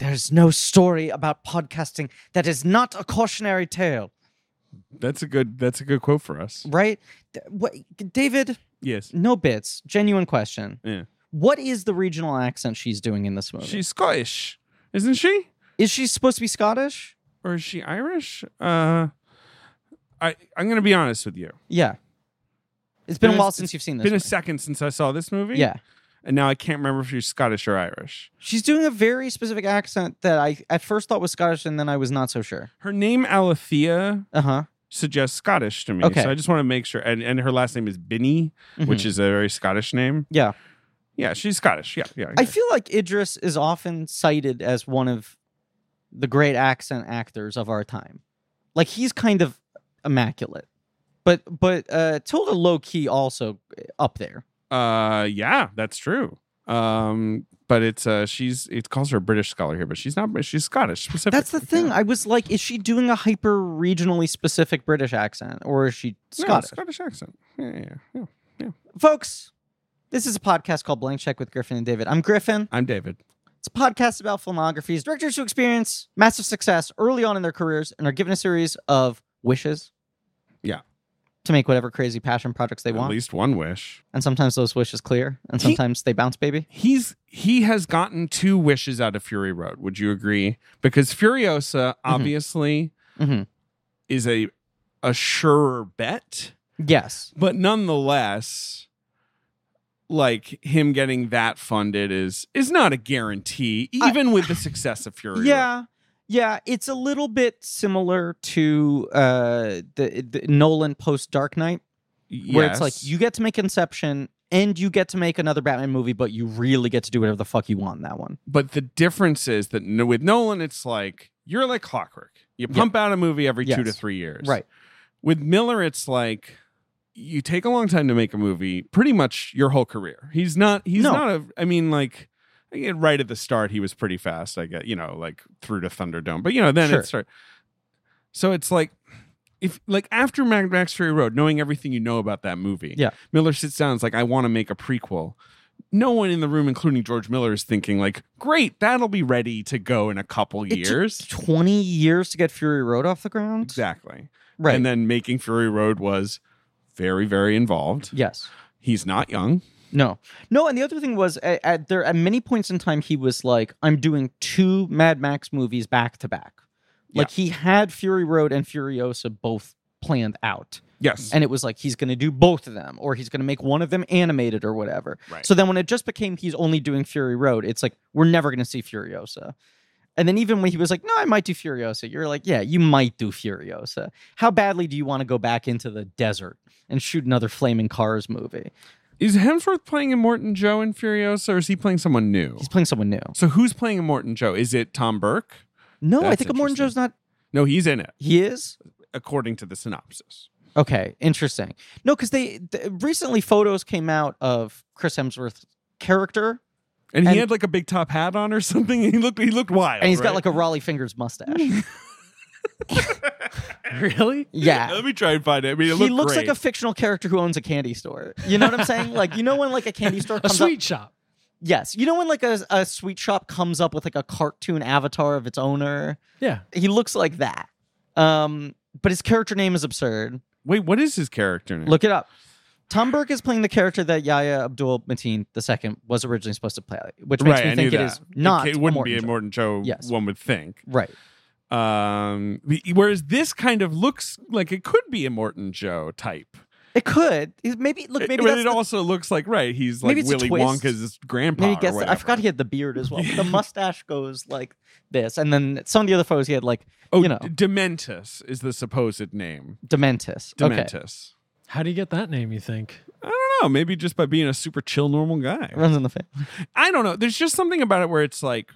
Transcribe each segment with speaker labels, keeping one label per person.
Speaker 1: is no story about podcasting that is not a cautionary tale,
Speaker 2: That's a good. That's a good quote for us.
Speaker 1: right? Th- What, David,
Speaker 2: Yes.
Speaker 1: no bits, genuine question.
Speaker 2: Yeah.
Speaker 1: What is the regional accent she's doing in this movie?
Speaker 2: She's Scottish, isn't she?
Speaker 1: is she supposed to be Scottish?
Speaker 2: Or is she Irish? Uh, I I'm gonna be honest with you.
Speaker 1: Yeah. It's been,
Speaker 2: Been
Speaker 1: a
Speaker 2: a-
Speaker 1: while since you've seen this.
Speaker 2: Been a
Speaker 1: movie.
Speaker 2: second since I saw this movie.
Speaker 1: yeah.
Speaker 2: And now I can't remember if she's Scottish or Irish.
Speaker 1: She's doing a very specific accent that I at first thought was Scottish and then I was not so sure.
Speaker 2: Her name Alethea
Speaker 1: Uh huh.
Speaker 2: suggests Scottish to me.
Speaker 1: Okay.
Speaker 2: So I just want to make sure. And and her last name is Binney,
Speaker 1: Mm-hmm.
Speaker 2: which is a very Scottish name.
Speaker 1: yeah.
Speaker 2: Yeah, she's Scottish. Yeah, yeah.
Speaker 1: I
Speaker 2: yeah.
Speaker 1: feel like Idris is often cited as one of the great accent actors of our time. Like he's kind of immaculate. But but uh Tilda low key also up there.
Speaker 2: Uh, yeah, that's true. Um, but it's uh, she's it calls her a British scholar here, but she's not. British. She's Scottish. Specific.
Speaker 1: That's the thing. I was like, is she doing a hyper regionally specific British accent or is she Scottish?
Speaker 2: Scottish accent. Yeah, yeah, yeah.
Speaker 1: Folks, this is a podcast called Blank Check with Griffin and David. I'm Griffin.
Speaker 2: I'm David.
Speaker 1: It's a podcast about filmographies, directors who experience massive success early on in their careers and are given a series of wishes.
Speaker 2: Yeah.
Speaker 1: To make whatever crazy passion projects they
Speaker 2: At
Speaker 1: want.
Speaker 2: least one wish.
Speaker 1: And sometimes those wishes clear and
Speaker 2: He-
Speaker 1: sometimes they bounce, baby.
Speaker 2: He's he has gotten two wishes out of Fury Road. Would you agree? Because Furiosa
Speaker 1: Mm-hmm.
Speaker 2: obviously
Speaker 1: hmm
Speaker 2: is a a surer bet,
Speaker 1: Yes.
Speaker 2: but nonetheless, like him getting that funded is is not a guarantee,
Speaker 1: I-
Speaker 2: even with the success of Fury. Road.
Speaker 1: Yeah. Yeah. It's a little bit similar to uh, the, the Nolan post Dark Knight, where it's like
Speaker 2: Yes.
Speaker 1: you get to make Inception and you get to make another Batman movie, but you really get to do whatever the fuck you want in that one.
Speaker 2: But the difference is that no, with Nolan, it's like you're like clockwork. You pump out a movie every two
Speaker 1: Yes.
Speaker 2: to three years.
Speaker 1: Right.
Speaker 2: With Miller, it's like you take a long time to make a movie, pretty much your whole career. He's not, he's
Speaker 1: No.
Speaker 2: not a, I mean, like, I get right at the start, he was pretty fast, I get, you know, like through to Thunderdome. But, you know, then
Speaker 1: Sure.
Speaker 2: it started. So it's like, if like after Mad Max Fury Road, knowing everything you know about that movie,
Speaker 1: Yeah.
Speaker 2: Miller sits down. and is like, I want to make a prequel. No one in the room, including George Miller, is thinking like, "Great, that'll be ready to go in a couple
Speaker 1: It took
Speaker 2: years."
Speaker 1: 20 years to get Fury Road off the ground.
Speaker 2: exactly.
Speaker 1: Right.
Speaker 2: And then making Fury Road was very, very involved.
Speaker 1: yes.
Speaker 2: He's not young.
Speaker 1: No. No, and the other thing was at, at there at many points in time he was like I'm doing two Mad Max movies back to back. Like he had Fury Road and Furiosa both planned out.
Speaker 2: Yes.
Speaker 1: And it was like he's going to do both of them or he's going to make one of them animated or whatever.
Speaker 2: Right.
Speaker 1: So then when it just became he's only doing Fury Road, it's like we're never going to see Furiosa. And then even when he was like, "No, I might do Furiosa." You're like, "Yeah, you might do Furiosa. How badly do you want to go back into the desert and shoot another flaming cars movie?"
Speaker 2: is Hemsworth playing a Morton Joe in Furiosa, or is he playing someone new?
Speaker 1: He's playing someone new.
Speaker 2: So who's playing a Morton Joe? Is it Tom Burke?
Speaker 1: No, I
Speaker 2: That's
Speaker 1: think Morton
Speaker 2: interesting.
Speaker 1: Joe's not.
Speaker 2: No, he's in it,
Speaker 1: He is.
Speaker 2: according to the synopsis.
Speaker 1: Okay, interesting. No, because they th- recently photos came out of Chris Hemsworth's character,
Speaker 2: And,
Speaker 1: And-
Speaker 2: he had like a big top hat on or something. And he looked he looked wild.
Speaker 1: and he's
Speaker 2: he's
Speaker 1: got like a Raleigh fingers mustache.
Speaker 2: really?
Speaker 1: yeah.
Speaker 2: Let me try and find it. I mean, it
Speaker 1: He
Speaker 2: looked
Speaker 1: looks
Speaker 2: great.
Speaker 1: like a fictional character who owns a candy store. You know what I'm saying? Like you know when like a candy store
Speaker 3: A
Speaker 1: comes up.
Speaker 3: sweet shop.
Speaker 1: Yes, you know when like a, a sweet shop comes up with like a cartoon avatar of its owner.
Speaker 3: Yeah.
Speaker 1: He looks like that. Um, but his character name is absurd.
Speaker 2: Wait, what is his character name?
Speaker 1: Look it up. Tom Burke is playing the character that Yahya Abdul Mateen II was originally supposed to play, which makes me think it is not.
Speaker 2: It
Speaker 1: a
Speaker 2: wouldn't
Speaker 1: Morton
Speaker 2: be a
Speaker 1: Joe.
Speaker 2: Morton Joe.
Speaker 1: Yes.
Speaker 2: one would think.
Speaker 1: Right.
Speaker 2: Um, the- whereas this kind of looks like it could be a Morton Joe type.
Speaker 1: It could. He's- Maybe look. Maybe
Speaker 2: but
Speaker 1: that's
Speaker 2: it
Speaker 1: the-
Speaker 2: also looks like right. He's like
Speaker 1: Maybe it's a
Speaker 2: Willy
Speaker 1: twist.
Speaker 2: Wonka's grandpa.
Speaker 1: maybe
Speaker 2: or
Speaker 1: guess. I
Speaker 2: whatever.
Speaker 1: forgot he had the beard as well. The mustache goes like this, and then some of the other photos he had like
Speaker 2: Oh,
Speaker 1: you know.
Speaker 2: D- Dementus is the supposed name.
Speaker 1: Dementis. Okay.
Speaker 2: Dementus.
Speaker 3: How do you get that name? You think?
Speaker 2: I don't know. Maybe just by being a super chill, normal guy.
Speaker 1: Runs in the family.
Speaker 2: I don't know. There's just something about it where it's like,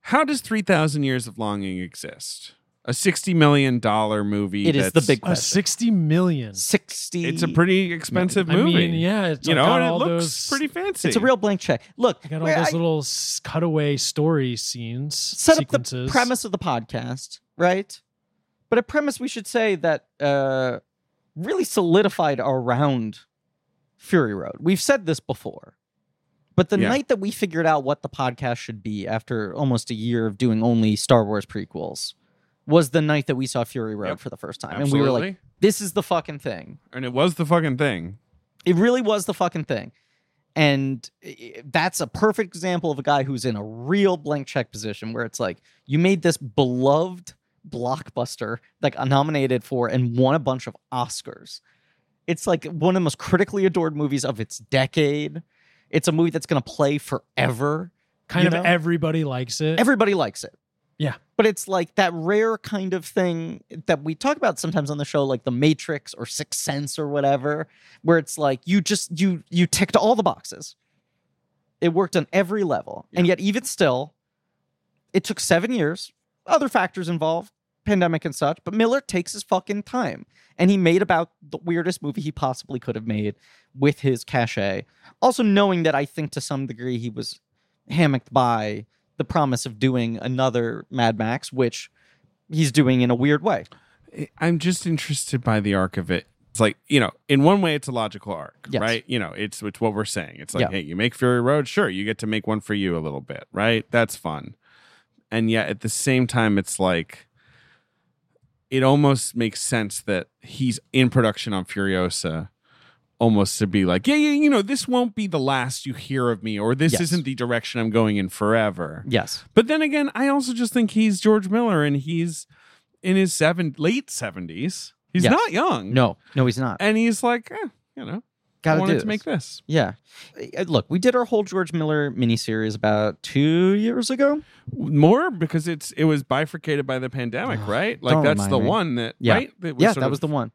Speaker 2: how does 3,000 Years of Longing exist? A $60 million movie.
Speaker 1: It is the
Speaker 2: that's-
Speaker 1: big
Speaker 3: A
Speaker 1: question.
Speaker 3: sixty million.
Speaker 1: Sixty.
Speaker 2: It's a pretty expensive
Speaker 3: I
Speaker 2: movie.
Speaker 3: mean, yeah, it's
Speaker 2: You know,
Speaker 3: got
Speaker 2: and it
Speaker 3: all
Speaker 2: looks
Speaker 3: those,
Speaker 2: pretty fancy.
Speaker 1: It's a real blank check. Look,
Speaker 3: I got all
Speaker 1: where
Speaker 3: those
Speaker 1: I
Speaker 3: little s- cutaway story scenes,
Speaker 1: set up
Speaker 3: sequences.
Speaker 1: the premise of the podcast, right? But a premise we should say that uh, really solidified around Fury Road. We've said this before, But the
Speaker 2: Yeah.
Speaker 1: night that we figured out what the podcast should be after almost a year of doing only Star Wars prequels was the night that we saw Fury Road
Speaker 2: Yep.
Speaker 1: for the first time.
Speaker 2: Absolutely.
Speaker 1: And we were like, this is the fucking thing.
Speaker 2: and it was the fucking thing.
Speaker 1: It really was the fucking thing. And i- i- that's a perfect example of a guy who's in a real blank check position where it's like, you made this beloved blockbuster that got nominated for and won a bunch of Oscars. It's like one of the most critically adored movies of its decade. It's a movie that's going to play forever.
Speaker 3: Kind
Speaker 1: You
Speaker 3: of
Speaker 1: know?
Speaker 3: everybody likes it.
Speaker 1: Everybody likes it.
Speaker 3: Yeah.
Speaker 1: But it's like that rare kind of thing that we talk about sometimes on the show, like The Matrix or Sixth Sense or whatever, where it's like you just you you ticked all the boxes. It worked on every level. And yet even still, it took seven years, other factors involved, pandemic and such, but Miller takes his fucking time. And he made about the weirdest movie he possibly could have made with his cachet. Also knowing that I think to some degree he was hammocked by the promise of doing another Mad Max, which he's doing in a weird way.
Speaker 2: I- I'm just interested by the arc of it. It's like, you know, in one way, it's a logical arc,
Speaker 1: Yes.
Speaker 2: right? You know, it's it's what we're saying. It's like,
Speaker 1: Yeah.
Speaker 2: hey, you make Fury Road, sure, you get to make one for you a little bit, right? That's fun. And yet at the same time, it's like it almost makes sense that he's in production on Furiosa almost to be like, yeah, yeah, you know, this won't be the last you hear of me, or this
Speaker 1: Yes.
Speaker 2: isn't the direction I'm going in forever.
Speaker 1: Yes.
Speaker 2: But then again, I also just think he's George Miller and he's in his seven late seventies. He's
Speaker 1: Yes.
Speaker 2: not young.
Speaker 1: No, no, he's not.
Speaker 2: And he's like, eh, you know, I
Speaker 1: Gotta do
Speaker 2: wanted
Speaker 1: this.
Speaker 2: to make this.
Speaker 1: yeah. Uh, Look, we did our whole George Miller miniseries about two years ago.
Speaker 2: More because it's it was bifurcated by the pandemic,
Speaker 1: Ugh,
Speaker 2: right? Like
Speaker 1: don't
Speaker 2: that's
Speaker 1: remind
Speaker 2: the
Speaker 1: me.
Speaker 2: one that
Speaker 1: Yeah.
Speaker 2: right? That
Speaker 1: yeah,
Speaker 2: sort
Speaker 1: that
Speaker 2: of-
Speaker 1: was the one.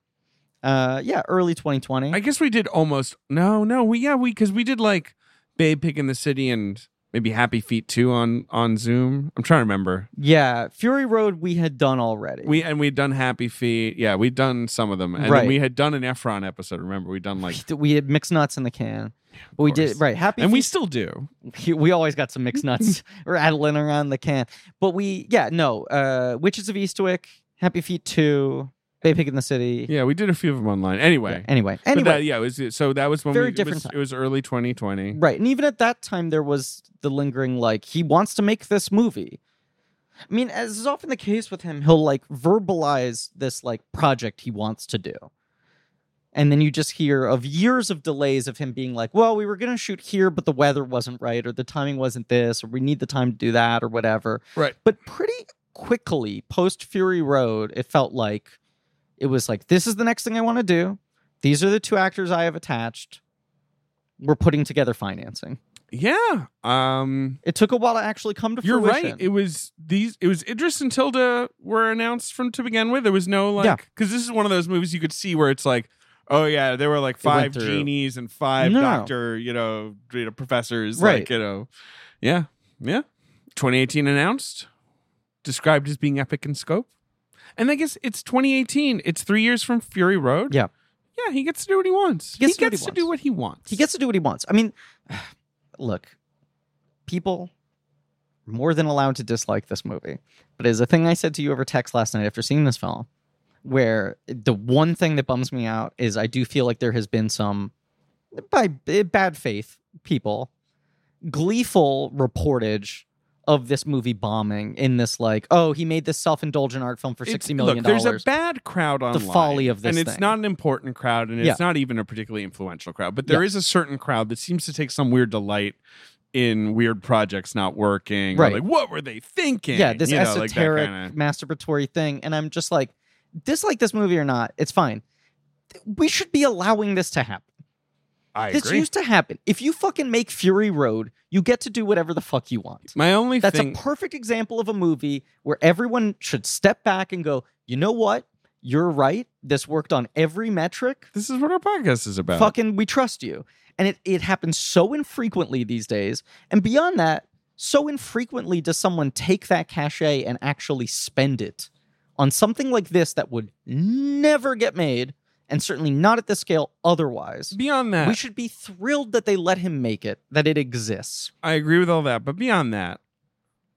Speaker 1: Uh, yeah, early 2020.
Speaker 2: I guess we did almost no, no, we yeah, we because we did like Babe Pig in the City and maybe Happy Feet too on on Zoom. I'm trying to remember.
Speaker 1: yeah, Fury Road we had done already.
Speaker 2: We and we'd done Happy Feet. Yeah, we'd done some of them. And
Speaker 1: Right.
Speaker 2: then we had done an Efron episode, remember? We'd done like
Speaker 1: we had mixed nuts in the can. But we did
Speaker 2: course.
Speaker 1: right. Happy
Speaker 2: and we
Speaker 1: Feet-
Speaker 2: still do.
Speaker 1: we always got some mixed nuts rattling around the can. But we, yeah, no. Uh, Witches of Eastwick, Happy Feet 2, Bay Pig in the City.
Speaker 2: Yeah, we did a few of them online. Anyway,
Speaker 1: Yeah, anyway.
Speaker 2: But
Speaker 1: Anyway.
Speaker 2: that, yeah, it was so that was when
Speaker 1: Very
Speaker 2: we,
Speaker 1: different
Speaker 2: It was,
Speaker 1: time.
Speaker 2: it was early 2020.
Speaker 1: Right. And even at that time, there was the lingering, like, he wants to make this movie. I mean, as is often the case with him, he'll like verbalize this like project he wants to do. And then you just hear of years of delays of him being like, well, we were going to shoot here, but the weather wasn't right, or the timing wasn't this, or we need the time to do that, or whatever.
Speaker 2: Right.
Speaker 1: But pretty quickly, post Fury Road, it felt like it was like, this is the next thing I want to do. These are the two actors I have attached. We're putting together financing.
Speaker 2: Yeah. Um
Speaker 1: It took a while to actually come to
Speaker 2: you're
Speaker 1: fruition.
Speaker 2: right. It was these it was Idris and Tilda were announced from to begin with. There was no like
Speaker 1: Yeah.
Speaker 2: cuz this is one of those movies you could see where it's like Oh yeah, there were like
Speaker 1: went
Speaker 2: five
Speaker 1: through.
Speaker 2: genies and five
Speaker 1: No.
Speaker 2: doctor, you know, you know, professors,
Speaker 1: Right.
Speaker 2: Like you know, yeah, yeah. 2018 announced, described as being epic in scope, and I guess it's 2018. It's three years from Fury Road.
Speaker 1: Yeah.
Speaker 2: yeah. He gets to do what he wants.
Speaker 1: He gets to do what he
Speaker 2: to do
Speaker 1: wants.
Speaker 2: what he wants.
Speaker 1: he gets to do what he wants. I mean, look, people are more than allowed to dislike this movie. But it's a thing I said to you over text last night after seeing this film, where the one thing that bums me out is I do feel like there has been some, by eh, bad faith people, gleeful reportage of this movie bombing in this like, oh, he made this self-indulgent art film for
Speaker 2: It's-
Speaker 1: sixty million
Speaker 2: look,
Speaker 1: dollars.
Speaker 2: There's a bad crowd online.
Speaker 1: folly of this
Speaker 2: and it's
Speaker 1: thing.
Speaker 2: not an important crowd, and it's
Speaker 1: Yeah.
Speaker 2: not even a particularly influential crowd. But there is a certain crowd that seems to take some weird delight in weird projects not working. or
Speaker 1: Right.
Speaker 2: like what were they thinking?
Speaker 1: Yeah, this
Speaker 2: You know, like that
Speaker 1: esoteric
Speaker 2: kinda-
Speaker 1: masturbatory thing. And I'm just like, dislike this movie or not, it's fine. Th- We should be allowing this to happen.
Speaker 2: I
Speaker 1: this
Speaker 2: agree.
Speaker 1: used to happen. If you fucking make Fury Road, you get to do whatever the fuck you want.
Speaker 2: My only
Speaker 1: That's
Speaker 2: thing.
Speaker 1: a perfect example of a movie where everyone should step back and go, you know what? You're right. This worked on every metric.
Speaker 2: this is what our podcast is about.
Speaker 1: Fucking, we trust you. And it, it happens so infrequently these days. And beyond that, so infrequently does someone take that cachet and actually spend it on something like this that would never get made and certainly not at this scale otherwise.
Speaker 2: Beyond that,
Speaker 1: We should be thrilled that they let him make it, that it exists.
Speaker 2: I agree with all that, but beyond that,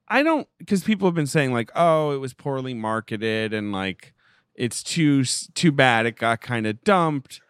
Speaker 2: I don't because people have been saying like, "Oh, it was poorly marketed," and like, "It's too s- too bad." It got kind of dumped,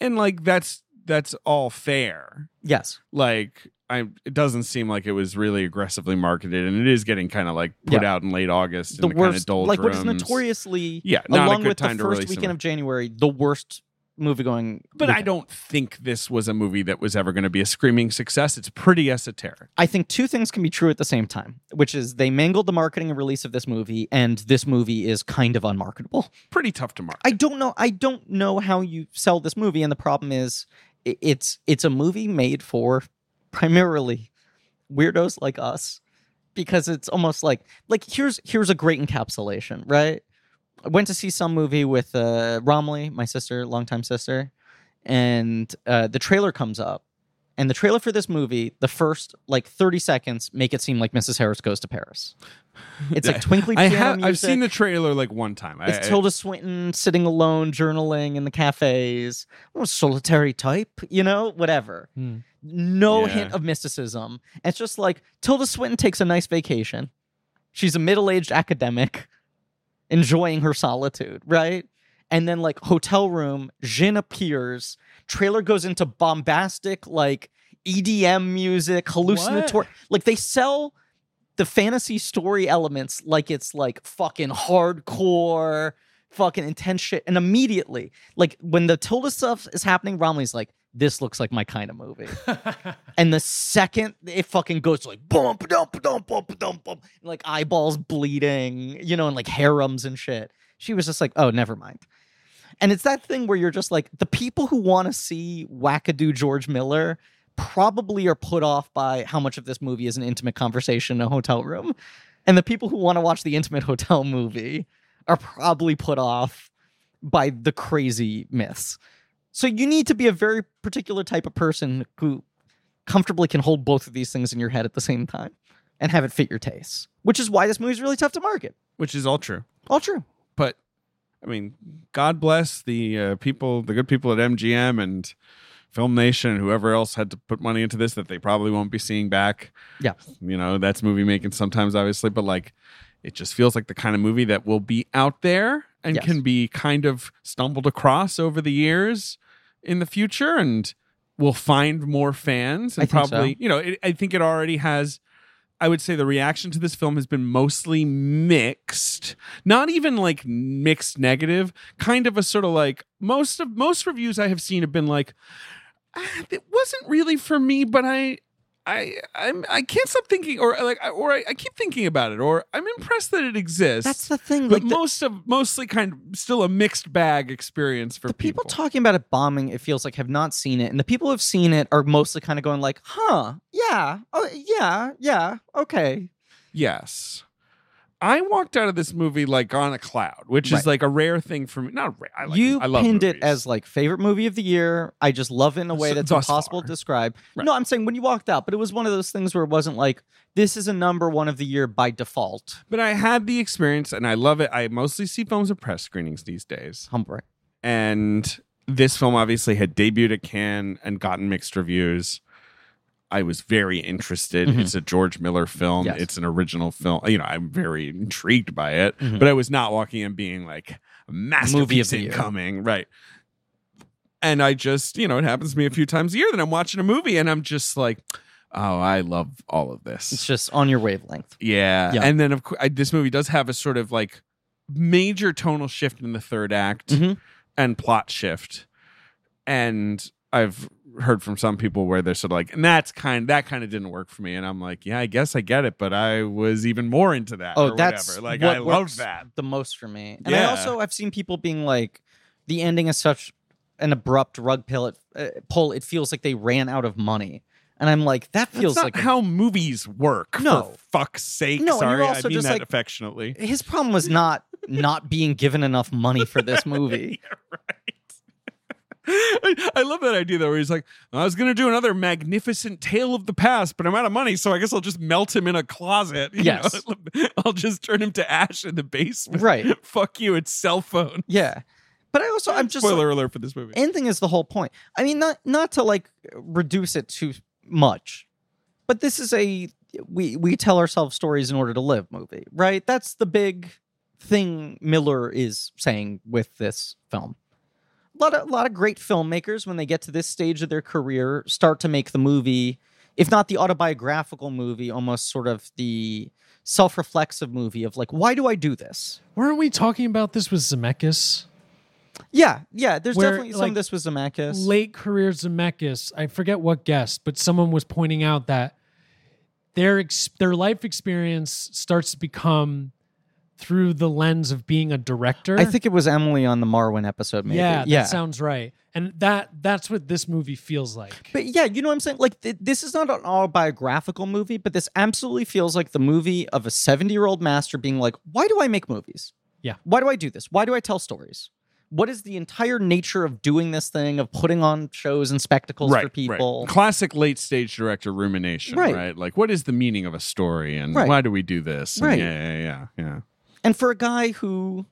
Speaker 2: and like that's that's all fair.
Speaker 1: Yes.
Speaker 2: Like, I it doesn't seem like it was really aggressively marketed, and it is getting kind of like put out in late August.
Speaker 1: the
Speaker 2: and kind
Speaker 1: worst,
Speaker 2: of doldrums.
Speaker 1: like what is notoriously,
Speaker 2: Yeah, not
Speaker 1: along
Speaker 2: a good
Speaker 1: with
Speaker 2: time
Speaker 1: the
Speaker 2: to
Speaker 1: first
Speaker 2: release
Speaker 1: weekend
Speaker 2: them.
Speaker 1: of January, the worst movie going.
Speaker 2: But I don't think this was a movie that was ever going to be a screaming success. It's pretty esoteric.
Speaker 1: I think two things can be true at the same time, which is they mangled the marketing and release of this movie, and this movie is kind of unmarketable.
Speaker 2: Pretty tough to market.
Speaker 1: I don't know. I don't know how you sell this movie, and the problem is, i- it's it's a movie made for primarily weirdos like us, because it's almost like like here's here's a great encapsulation, right? I went to see some movie with uh, Romley, my sister, longtime sister, and uh, the trailer comes up, and the trailer for this movie, the first like thirty seconds, make it seem like Mrs. Harris goes to Paris. It's like twinkly
Speaker 2: I
Speaker 1: piano
Speaker 2: have. I've
Speaker 1: music.
Speaker 2: seen the trailer like one time. I-
Speaker 1: It's
Speaker 2: I-
Speaker 1: Tilda Swinton sitting alone, journaling in the cafes. I'm a solitary type, you know, whatever.
Speaker 3: Hmm.
Speaker 1: No
Speaker 2: Yeah.
Speaker 1: hint of mysticism. It's just like Tilda Swinton takes a nice vacation. She's a middle aged academic enjoying her solitude, right? And then, like, hotel room, Jin appears. Trailer goes into bombastic, like, EDM music, hallucinatory. Like, they sell the fantasy story elements like it's like fucking hardcore, fucking intense shit. And immediately, like when the Tilda stuff is happening, Romley's like, this looks like my kind of movie. and the second it fucking goes like bump, dump, dump, bump, dump, bump, and, like eyeballs bleeding, you know, and like harems and shit. She was just like, oh, never mind. And it's that thing where you're just like, the people who want to see wackadoo George Miller probably are put off by how much of this movie is an intimate conversation in a hotel room. And the people who want to watch the intimate hotel movie are probably put off by the crazy myths. So you need to be a very particular type of person who comfortably can hold both of these things in your head at the same time and have it fit your tastes, which is why this movie is really tough to market.
Speaker 2: which is all true.
Speaker 1: All true.
Speaker 2: but I mean, God bless the uh, people, the good people at MGM and Film Nation, and whoever else had to put money into this that they probably won't be seeing back.
Speaker 1: Yeah.
Speaker 2: You know, that's movie making sometimes, obviously, but like it just feels like the kind of movie that will be out there and
Speaker 1: Yes.
Speaker 2: can be kind of stumbled across over the years in the future and will find more fans and
Speaker 1: I think so.
Speaker 2: probably, you know, it, I think it already has I would say the reaction to this film has been mostly mixed. Not even like mixed negative, kind of a sort of like most of most reviews I have seen have been like "Ah, it wasn't really for me, but I I I'm I can't stop thinking or like I- or I, I keep thinking about it or I'm impressed that it exists.
Speaker 1: That's the thing.
Speaker 2: but
Speaker 1: like the,
Speaker 2: most of mostly kind of still a mixed bag experience for
Speaker 1: the people talking about it bombing, it feels like have not seen it. And the people who've seen it are mostly kind of going like, huh, yeah, oh yeah, yeah, okay.
Speaker 2: Yes. I walked out of this movie like on a cloud, which
Speaker 1: Right.
Speaker 2: is like a rare thing for me. Not rare. I like
Speaker 1: you
Speaker 2: I love
Speaker 1: pinned it
Speaker 2: movies.
Speaker 1: as like favorite movie of the year. I just love it in a way
Speaker 2: So-
Speaker 1: that's
Speaker 2: thus
Speaker 1: impossible to
Speaker 2: far.
Speaker 1: describe.
Speaker 2: Right.
Speaker 1: No, I'm saying when you walked out, but it was one of those things where it wasn't like this is a number one of the year by default.
Speaker 2: But I had the experience and I love it. I mostly see films at press screenings these days.
Speaker 1: Humble.
Speaker 2: And this film obviously had debuted at Cannes and gotten mixed reviews. I was very interested.
Speaker 1: Mhm.
Speaker 2: It's a George Miller film.
Speaker 1: Yes.
Speaker 2: It's an original film. You know, I'm very intrigued by it.
Speaker 1: Mhm.
Speaker 2: But I was not walking in being like masterpiece
Speaker 1: the year.
Speaker 2: incoming. Right. And I just, you know, it happens to me a few times a year that I'm watching a movie and I'm just like, oh, I love all of this.
Speaker 1: It's just on your wavelength.
Speaker 2: Yeah.
Speaker 1: Yeah.
Speaker 2: And then of course this movie does have a sort of like major tonal shift in the third act
Speaker 1: Mhm.
Speaker 2: and plot shift. And I've heard from some people where they're sort of like, and that's kind that kind of didn't work for me. And I'm like, yeah, I guess I get it, but I was even more into that.
Speaker 1: Oh,
Speaker 2: or
Speaker 1: that's
Speaker 2: whatever. like
Speaker 1: what
Speaker 2: I love
Speaker 1: works
Speaker 2: that.
Speaker 1: the most for me. And I
Speaker 2: Yeah.
Speaker 1: also I've seen people being like, the ending is such an abrupt rug pull. It, uh, pull. It feels like they ran out of money, and I'm like, that
Speaker 2: That's
Speaker 1: feels
Speaker 2: not
Speaker 1: like a-
Speaker 2: how movies work.
Speaker 1: No.
Speaker 2: for fuck's sake.
Speaker 1: No, and you're
Speaker 2: Sorry, I
Speaker 1: also
Speaker 2: mean
Speaker 1: just
Speaker 2: that
Speaker 1: like-
Speaker 2: affectionately.
Speaker 1: his problem was not not being given enough money for this movie.
Speaker 2: I, I love that idea though, where he's like, I was gonna do another magnificent tale of the past, but I'm out of money, so I guess I'll just melt him in a closet. you
Speaker 1: Yes.
Speaker 2: know? I'll just turn him to ash in the basement.
Speaker 1: Right.
Speaker 2: Fuck you, it's cell phone.
Speaker 1: Yeah, but I also I'm just
Speaker 2: Spoiler alert for this movie.
Speaker 1: ending is the whole point. I mean, not not to like reduce it too much, but this is a we we tell ourselves stories in order to live movie, right? That's the big thing Miller is saying with this film. A lot of, lot of great filmmakers when they get to this stage of their career start to make the movie if not the autobiographical movie, almost sort of the self-reflexive movie of like, why do I do this?
Speaker 3: Weren't we talking about this with Zemeckis?
Speaker 1: Yeah, yeah. There's
Speaker 3: Where,
Speaker 1: definitely some
Speaker 3: like,
Speaker 1: of this with Zemeckis.
Speaker 3: Late career Zemeckis. I forget what guest, but someone was pointing out that their ex- their life experience starts to become through the lens of being a director.
Speaker 1: I think it was Emily on the Marwin episode, maybe.
Speaker 3: Yeah, that sounds right. And that that's what this movie feels like.
Speaker 1: But yeah, you know what I'm saying? Like, th- this is not an autobiographical movie, but this absolutely feels like the movie of a 70 year old master being like, why do I make movies?
Speaker 3: Yeah.
Speaker 1: Why do I do this? Why do I tell stories? What is the entire nature of doing this thing, of putting on shows and spectacles for people?
Speaker 2: Classic late stage director rumination,
Speaker 1: Right.
Speaker 2: right. Like, what is the meaning of a story and
Speaker 1: Right.
Speaker 2: why do we do this? And
Speaker 1: Right.
Speaker 2: Yeah, yeah, yeah, yeah.
Speaker 1: And for a guy who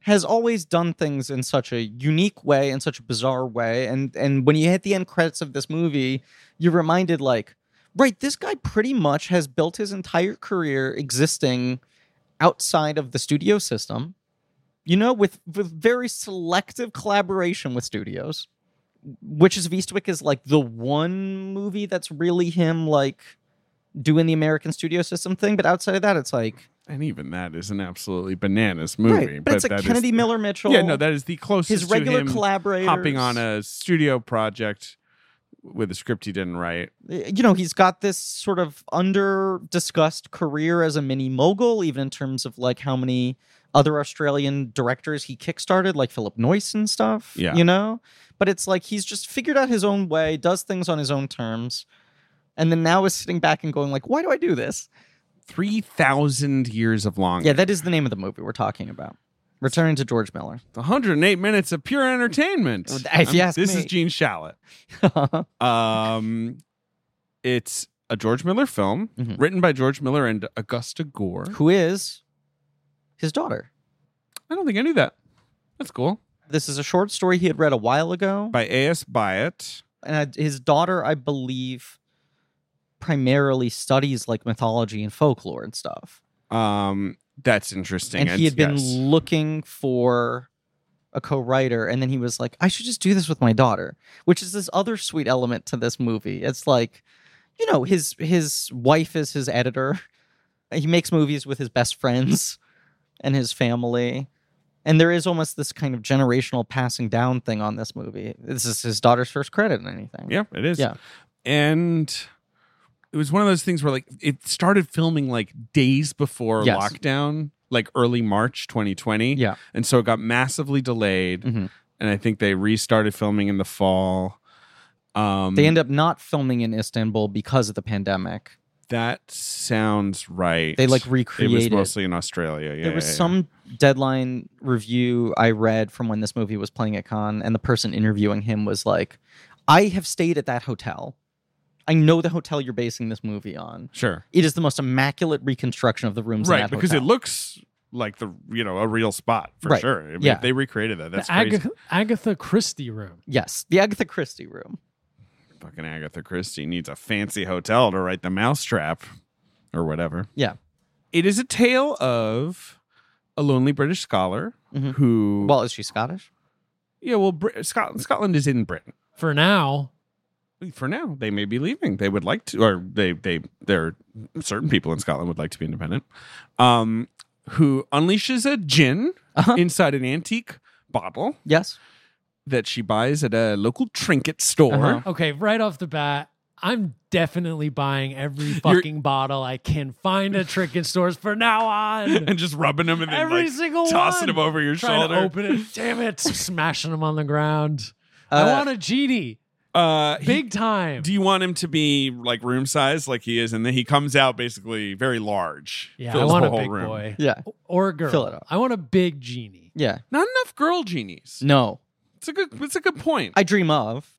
Speaker 1: has always done things in such a unique way and such a bizarre way, and and when you hit the end credits of this movie, you're reminded like, right, this guy pretty much has built his entire career existing outside of the studio system, you know, with with very selective collaboration with studios. Witches of Eastwick is like the one movie that's really him like doing the American studio system thing, but outside of that, it's like
Speaker 2: And even that is an absolutely bananas movie.
Speaker 1: Right, but, it's
Speaker 2: that
Speaker 1: like
Speaker 2: is-
Speaker 1: Kennedy Miller Mitchell.
Speaker 2: Yeah, no, that is the closest
Speaker 1: his regular
Speaker 2: to him
Speaker 1: collaborators.
Speaker 2: hopping on a studio project with a script he didn't write.
Speaker 1: you know, he's got this sort of under discussed career as a mini mogul, even in terms of like how many other Australian directors he kickstarted, like Philip Noyce and stuff.
Speaker 2: Yeah.
Speaker 1: you know, but it's like he's just figured out his own way, does things on his own terms, and then now is sitting back and going like, why do I do this?
Speaker 2: Three thousand years of long.
Speaker 1: Yeah, that is the name of the movie we're talking about. Returning to George Miller.
Speaker 2: 108 minutes of pure entertainment.
Speaker 1: If you
Speaker 2: I'm-
Speaker 1: ask
Speaker 2: this
Speaker 1: me.
Speaker 2: is Gene Shalit. Um, it's a George Miller film
Speaker 1: Mhm.
Speaker 2: written by George Miller and Augusta Gore.
Speaker 1: Who is his daughter?
Speaker 2: I don't think I knew that. That's cool.
Speaker 1: This is a short story he had read a while ago.
Speaker 2: By A.S. Byatt.
Speaker 1: and I- his daughter, I believe, primarily studies like mythology and folklore and stuff.
Speaker 2: Um, that's interesting.
Speaker 1: and he had been
Speaker 2: yes.
Speaker 1: looking for a co-writer, and then he was like, "I should just do this with my daughter," which is this other sweet element to this movie. It's like, you know, his his wife is his editor. He makes movies with his best friends and his family. And there is almost this kind of generational passing down thing on this movie. This is his daughter's first credit and anything.
Speaker 2: Yeah, it is.
Speaker 1: Yeah.
Speaker 2: And it was one of those things where like it started filming like days before
Speaker 1: Yes.
Speaker 2: lockdown, like early March 2020.
Speaker 1: Yeah.
Speaker 2: And so it got massively delayed.
Speaker 1: Mhm.
Speaker 2: And I think they restarted filming in the fall. Um
Speaker 1: They end up not filming in Istanbul because of the pandemic.
Speaker 2: that sounds right.
Speaker 1: They like
Speaker 2: it
Speaker 1: recreated.
Speaker 2: was mostly in Australia. Yeah.
Speaker 1: there was
Speaker 2: yeah, yeah.
Speaker 1: some deadline review I read from when this movie was playing at Cannes, and the person interviewing him was like, "I have stayed at that hotel. I know the hotel you're basing this movie on.
Speaker 2: Sure.
Speaker 1: It is the most immaculate reconstruction of the rooms, in
Speaker 2: Right,
Speaker 1: that
Speaker 2: because
Speaker 1: hotel."
Speaker 2: it looks like the you know, a real spot for
Speaker 1: Right.
Speaker 2: sure. I mean,
Speaker 1: Yeah.
Speaker 2: if they recreated that. That's
Speaker 3: the
Speaker 2: crazy.
Speaker 3: Agatha, Agatha Christie room.
Speaker 1: yes, the Agatha Christie room.
Speaker 2: Fucking Agatha Christie needs a fancy hotel to write the mousetrap or whatever.
Speaker 1: Yeah.
Speaker 2: It is a tale of a lonely British scholar
Speaker 3: Mm-hmm.
Speaker 1: Mhm.
Speaker 2: who.
Speaker 1: Well, is she Scottish?
Speaker 2: yeah, well, Brit- Scotland, Scotland is in Britain.
Speaker 3: For now,
Speaker 2: For now, they may be leaving. They would like to, or they, they, there are certain people in Scotland would like to be independent. Um, who unleashes a gin
Speaker 1: Uh-huh.
Speaker 2: inside an antique bottle
Speaker 1: Yes.
Speaker 2: that she buys at a local trinket store.
Speaker 1: Uh-huh.
Speaker 3: okay, right off the bat, I'm definitely buying every fucking bottle I can find at trinket stores for now on.
Speaker 2: And just rubbing them and then
Speaker 3: every
Speaker 2: like,
Speaker 3: single
Speaker 2: tossing
Speaker 3: one.
Speaker 2: them over your
Speaker 3: Trying
Speaker 2: shoulder.
Speaker 3: to open it. Damn it. Smashing them on the ground.
Speaker 1: Uh,
Speaker 3: I want a GD.
Speaker 2: Uh, he-
Speaker 3: Big time.
Speaker 2: do you want him to be like room size, like he is, and then he comes out basically very large?
Speaker 3: yeah,
Speaker 2: fills
Speaker 3: I
Speaker 2: the
Speaker 3: want a
Speaker 2: whole
Speaker 3: big
Speaker 2: room.
Speaker 3: boy.
Speaker 1: Yeah.
Speaker 3: Or a girl.
Speaker 1: Fill it up.
Speaker 3: I want a big genie.
Speaker 1: Yeah.
Speaker 2: Not enough girl genies.
Speaker 1: No,
Speaker 2: It's a good. It's a good point.
Speaker 1: Mm. I dream of.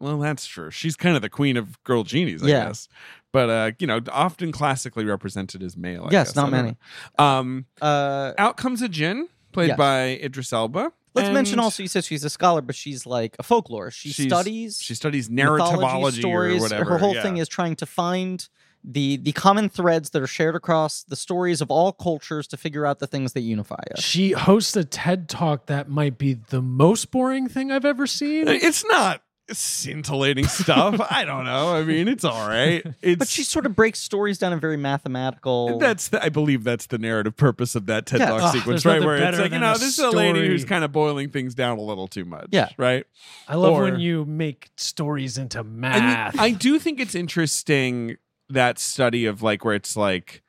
Speaker 2: well, that's true. She's kind of the queen of girl genies, I
Speaker 1: Yeah.
Speaker 2: guess. But uh, you know, often classically represented as male. I
Speaker 1: yes,
Speaker 2: guess.
Speaker 1: not
Speaker 2: I don't
Speaker 1: many.
Speaker 2: know. Um,
Speaker 1: Uh,
Speaker 2: out comes a Jin, played
Speaker 1: Yes.
Speaker 2: by Idris Elba.
Speaker 1: Let's
Speaker 2: and
Speaker 1: mention also you said she's a scholar, but she's like a folklore. She
Speaker 2: She's-
Speaker 1: studies
Speaker 2: She studies
Speaker 1: mythology,
Speaker 2: narrativology
Speaker 1: stories.
Speaker 2: or whatever.
Speaker 1: Her whole
Speaker 2: yeah.
Speaker 1: thing is trying to find the the common threads that are shared across the stories of all cultures to figure out the things that unify us.
Speaker 3: She hosts a TED talk that might be the most boring thing I've ever seen.
Speaker 2: It's not. scintillating stuff. I don't know. I mean, it's all right. It's
Speaker 1: But she sort of breaks stories down in very mathematical.
Speaker 2: that's the, I believe that's the narrative purpose of that TED
Speaker 1: Yeah.
Speaker 2: Talk
Speaker 3: Ugh,
Speaker 2: sequence,
Speaker 3: there's
Speaker 2: right?
Speaker 3: nothing
Speaker 2: Where it's
Speaker 3: better
Speaker 2: like, you
Speaker 3: than
Speaker 2: know,
Speaker 3: a
Speaker 2: this is a lady who's
Speaker 3: story.
Speaker 2: kind of boiling things down a little too much.
Speaker 1: Yeah.
Speaker 2: Right.
Speaker 3: I love
Speaker 2: Or-
Speaker 3: when you make stories into
Speaker 2: I mean,
Speaker 3: math.
Speaker 2: I do think it's interesting that study of like where it's like,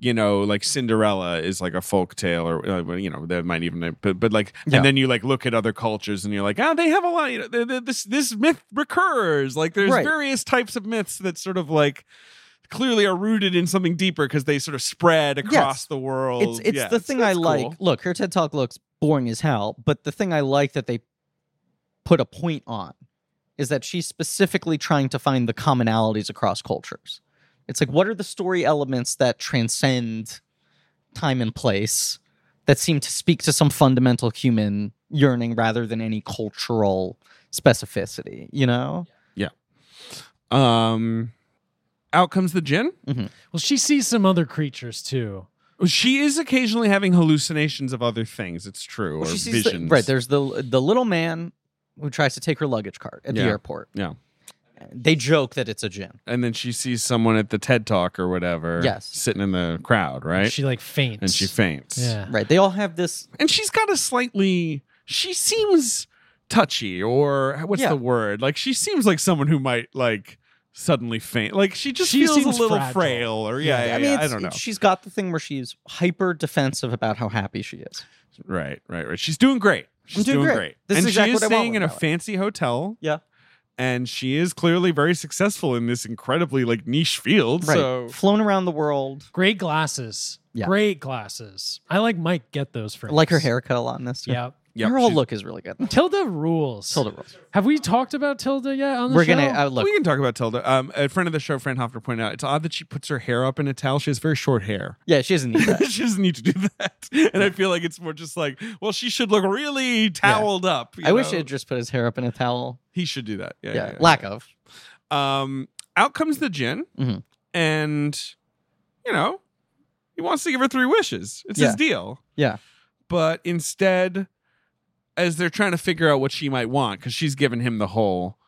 Speaker 2: you know, like Cinderella is like a folk tale, or uh, well, you know, that might even, but but like,
Speaker 1: Yeah.
Speaker 2: and then you like look at other cultures, and you're like, ah, they have a lot. You know, th- th- this this myth recurs. Like, there's
Speaker 1: Right.
Speaker 2: various types of myths that sort of like clearly are rooted in something deeper because they sort of spread across the world.
Speaker 1: it's it's
Speaker 2: Yeah,
Speaker 1: the
Speaker 2: so
Speaker 1: thing I
Speaker 2: that's
Speaker 1: like.
Speaker 2: cool.
Speaker 1: Look, her TED Talk looks boring as hell, but the thing I like that they put a point on is that she's specifically trying to find the commonalities across cultures. It's like what are the story elements that transcend time and place that seem to speak to some fundamental human yearning rather than any cultural specificity, you know?
Speaker 2: Um, out comes the gin.
Speaker 3: well, she sees some other creatures too.
Speaker 2: She is occasionally having hallucinations of other things. It's true, or
Speaker 1: Well, she sees the-
Speaker 2: visions.
Speaker 1: right, there's the the little man who tries to take her luggage cart at
Speaker 2: Yeah.
Speaker 1: the airport.
Speaker 2: Yeah.
Speaker 1: They joke that it's a gym.
Speaker 2: and then she sees someone at the TED Talk or whatever.
Speaker 1: Yes.
Speaker 2: sitting in the crowd, right?
Speaker 3: She like faints.
Speaker 2: and she faints.
Speaker 3: Yeah.
Speaker 1: Right. They all have this.
Speaker 2: and she's got a slightly. She seems touchy, or what's
Speaker 1: Yeah.
Speaker 2: the word? Like she seems like someone who might like suddenly faint. Like she just
Speaker 3: She
Speaker 2: feels a
Speaker 3: seems
Speaker 2: little
Speaker 3: fragile.
Speaker 2: frail, or yeah, yeah, yeah, I,
Speaker 1: I mean, it's-
Speaker 2: don't know.
Speaker 1: it's- she's got the thing where she's hyper defensive about how happy she is.
Speaker 2: Right, right, right. She's doing great. She's
Speaker 1: doing
Speaker 2: doing, great.
Speaker 1: great. This
Speaker 2: and
Speaker 1: is exactly
Speaker 2: she is
Speaker 1: what I want
Speaker 2: staying
Speaker 1: with
Speaker 2: in a
Speaker 1: Bella.
Speaker 2: fancy hotel.
Speaker 1: Yeah.
Speaker 2: And she is clearly very successful in this incredibly like niche field.
Speaker 1: Right.
Speaker 2: So
Speaker 1: Flown around the world.
Speaker 3: Great glasses.
Speaker 1: Yeah.
Speaker 3: Great glasses. I like Mike get those for
Speaker 1: I like her haircut a lot in this. too.
Speaker 3: Yeah.
Speaker 2: Yep,
Speaker 1: her whole
Speaker 2: she's-
Speaker 1: look is really good.
Speaker 3: Tilda rules.
Speaker 1: Tilda Rose.
Speaker 3: Have we talked about Tilda yet on the
Speaker 1: We're
Speaker 3: show?
Speaker 1: gonna uh, look.
Speaker 2: we can talk about Tilda. Um, a friend of the show, Fran Hofner, pointed out it's odd that she puts her hair up in a towel. She has very short hair.
Speaker 1: Yeah, she doesn't need that.
Speaker 2: she doesn't need to do that. And I feel like it's more just like, well, she should look really toweled up. you
Speaker 1: I wish
Speaker 2: know?
Speaker 1: it just put his hair up in a towel.
Speaker 2: he should do that. Yeah.
Speaker 1: Yeah,
Speaker 2: yeah, yeah.
Speaker 1: lack of.
Speaker 2: um out comes the gin
Speaker 1: Mhm.
Speaker 2: and you know he wants to give her three wishes it's his
Speaker 1: Yeah.
Speaker 2: deal
Speaker 1: Yeah.
Speaker 2: but instead as they're trying to figure out what she might want because she's given him the whole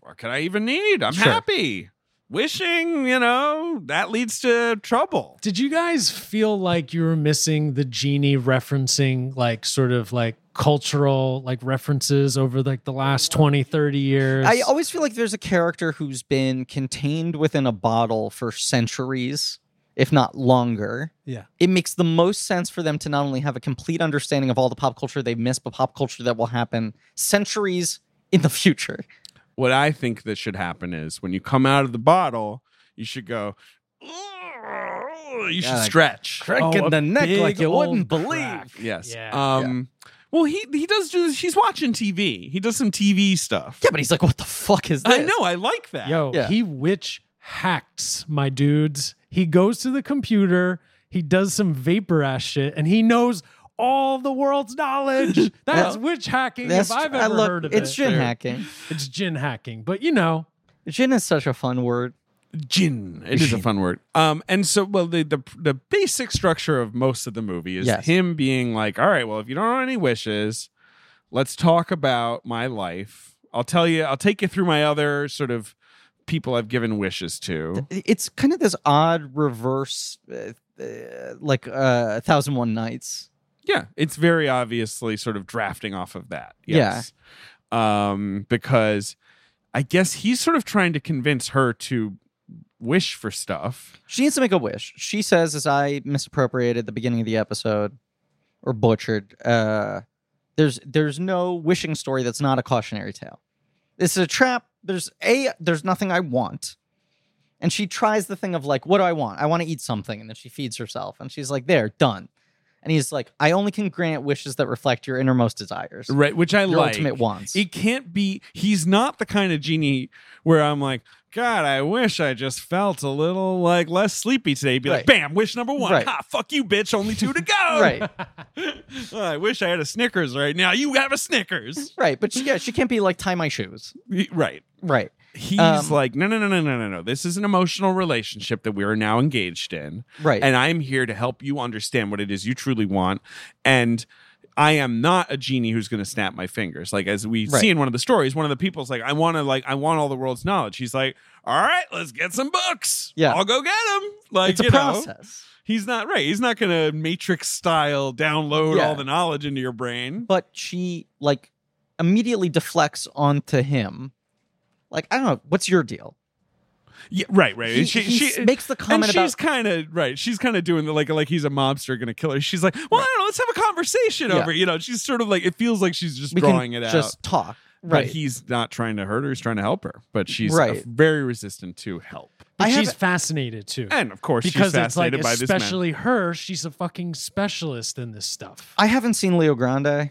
Speaker 2: what can i even need i'm
Speaker 1: Sure.
Speaker 2: happy wishing you know that leads to trouble
Speaker 3: Did you guys feel like you were missing the genie referencing like sort of like cultural like references over like the last 20, 30 years?
Speaker 1: I always feel like there's a character who's been contained within a bottle for centuries, if not longer.
Speaker 3: Yeah.
Speaker 1: It makes the most sense for them to not only have a complete understanding of all the pop culture they've missed, but pop culture that will happen centuries in the future.
Speaker 2: what i think that should happen is when you come out of the bottle you should go "Ugh," you should
Speaker 1: Yeah, like,
Speaker 2: stretch
Speaker 3: Oh, a big old crack.
Speaker 2: Yes.
Speaker 3: Yeah.
Speaker 2: Um well he he does do this. He's watching TV. He does some TV stuff.
Speaker 1: Yeah, but he's like, what the fuck is this?
Speaker 2: I know, I like that.
Speaker 3: Yo,
Speaker 1: Yeah.
Speaker 3: he witch hacks my dudes. He goes to the computer, he does some vapor ass shit, and he knows all the world's knowledge. That's
Speaker 1: Well,
Speaker 3: witch hacking
Speaker 1: That's-
Speaker 3: if I've
Speaker 1: I
Speaker 3: ever
Speaker 1: love-
Speaker 3: heard of
Speaker 1: it's
Speaker 3: it.
Speaker 1: gin
Speaker 2: Fair.
Speaker 1: hacking.
Speaker 3: It's gin hacking, but you know,
Speaker 1: Gin is such a fun word.
Speaker 2: Gin. It is a fun word. Um and so well the the, the basic structure of most of the movie is
Speaker 1: Yes.
Speaker 2: him being like, "All right, well, if you don't have any wishes, let's talk about my life. I'll tell you, I'll take you through my other sort of people I've given wishes to."
Speaker 1: It's kind of this odd reverse, uh, uh, like uh, Thousand One Nights.
Speaker 2: Yeah, it's very obviously sort of drafting off of that.
Speaker 1: Yeah.
Speaker 2: Yes. Um, because I guess he's sort of trying to convince her to wish for stuff.
Speaker 1: She needs to make a wish. She says, as I misappropriated the beginning of the episode or butchered, uh, there's there's no wishing story that's not a cautionary tale. This is a trap. There's a there's nothing I want. And she tries the thing of like, what do I want? I want to eat something, and then she feeds herself, and she's like, there, done. And he's like, I only can grant wishes that reflect your innermost desires,
Speaker 2: Right, which I
Speaker 1: your
Speaker 2: like.
Speaker 1: ultimate wants.
Speaker 2: It can't be he's not the kind of genie where I'm like, God, I wish I just felt a little like less sleepy today. Be like,
Speaker 1: Right.
Speaker 2: bam, wish number one.
Speaker 1: Right.
Speaker 2: Ha, fuck you, bitch. Only two to go.
Speaker 1: right,
Speaker 2: Oh, I wish I had a Snickers right now. You have a Snickers.
Speaker 1: right. But she, yeah, she can't be like tie my shoes.
Speaker 2: Y- right.
Speaker 1: Right.
Speaker 2: He's
Speaker 1: Um,
Speaker 2: like, no, no, no, no, no, no, no. This is an emotional relationship that we are now engaged in.
Speaker 1: Right.
Speaker 2: And I'm here to help you understand what it is you truly want. And I am not a genie who's going to snap my fingers. Like as we
Speaker 1: Right.
Speaker 2: see in one of the stories, one of the people's like, I want to like, I want all the world's knowledge. He's like, all right, let's get some books.
Speaker 1: Yeah.
Speaker 2: I'll go get them. Like
Speaker 1: it's a
Speaker 2: uh, you know,
Speaker 1: process.
Speaker 2: he's not right. He's not going to matrix style download
Speaker 1: Yeah.
Speaker 2: all the knowledge into your brain.
Speaker 1: But she like immediately deflects onto him. Like, I don't know, what's your deal?
Speaker 2: Yeah, right, right.
Speaker 1: He-
Speaker 2: she,
Speaker 1: he
Speaker 2: she
Speaker 1: s- makes the
Speaker 2: and
Speaker 1: comment
Speaker 2: she's
Speaker 1: about
Speaker 2: kind of right. She's kind of doing the like like he's a mobster going to kill her. She's like, well, I don't know. Let's have a conversation
Speaker 1: Yeah.
Speaker 2: over. You know, she's sort of like it feels like she's just
Speaker 1: we
Speaker 2: drawing
Speaker 1: can
Speaker 2: it out.
Speaker 1: just talk.
Speaker 2: But
Speaker 1: Right.
Speaker 2: he's not trying to hurt her. He's trying to help her. But she's uh,
Speaker 1: Right.
Speaker 2: very resistant to help.
Speaker 3: But
Speaker 1: I
Speaker 3: she's
Speaker 1: have-
Speaker 3: fascinated too.
Speaker 2: And of course,
Speaker 3: Because
Speaker 2: she's
Speaker 3: it's like
Speaker 2: fascinated by this man.
Speaker 3: especially her, she's a fucking specialist in this stuff.
Speaker 1: I haven't seen Leo Grande.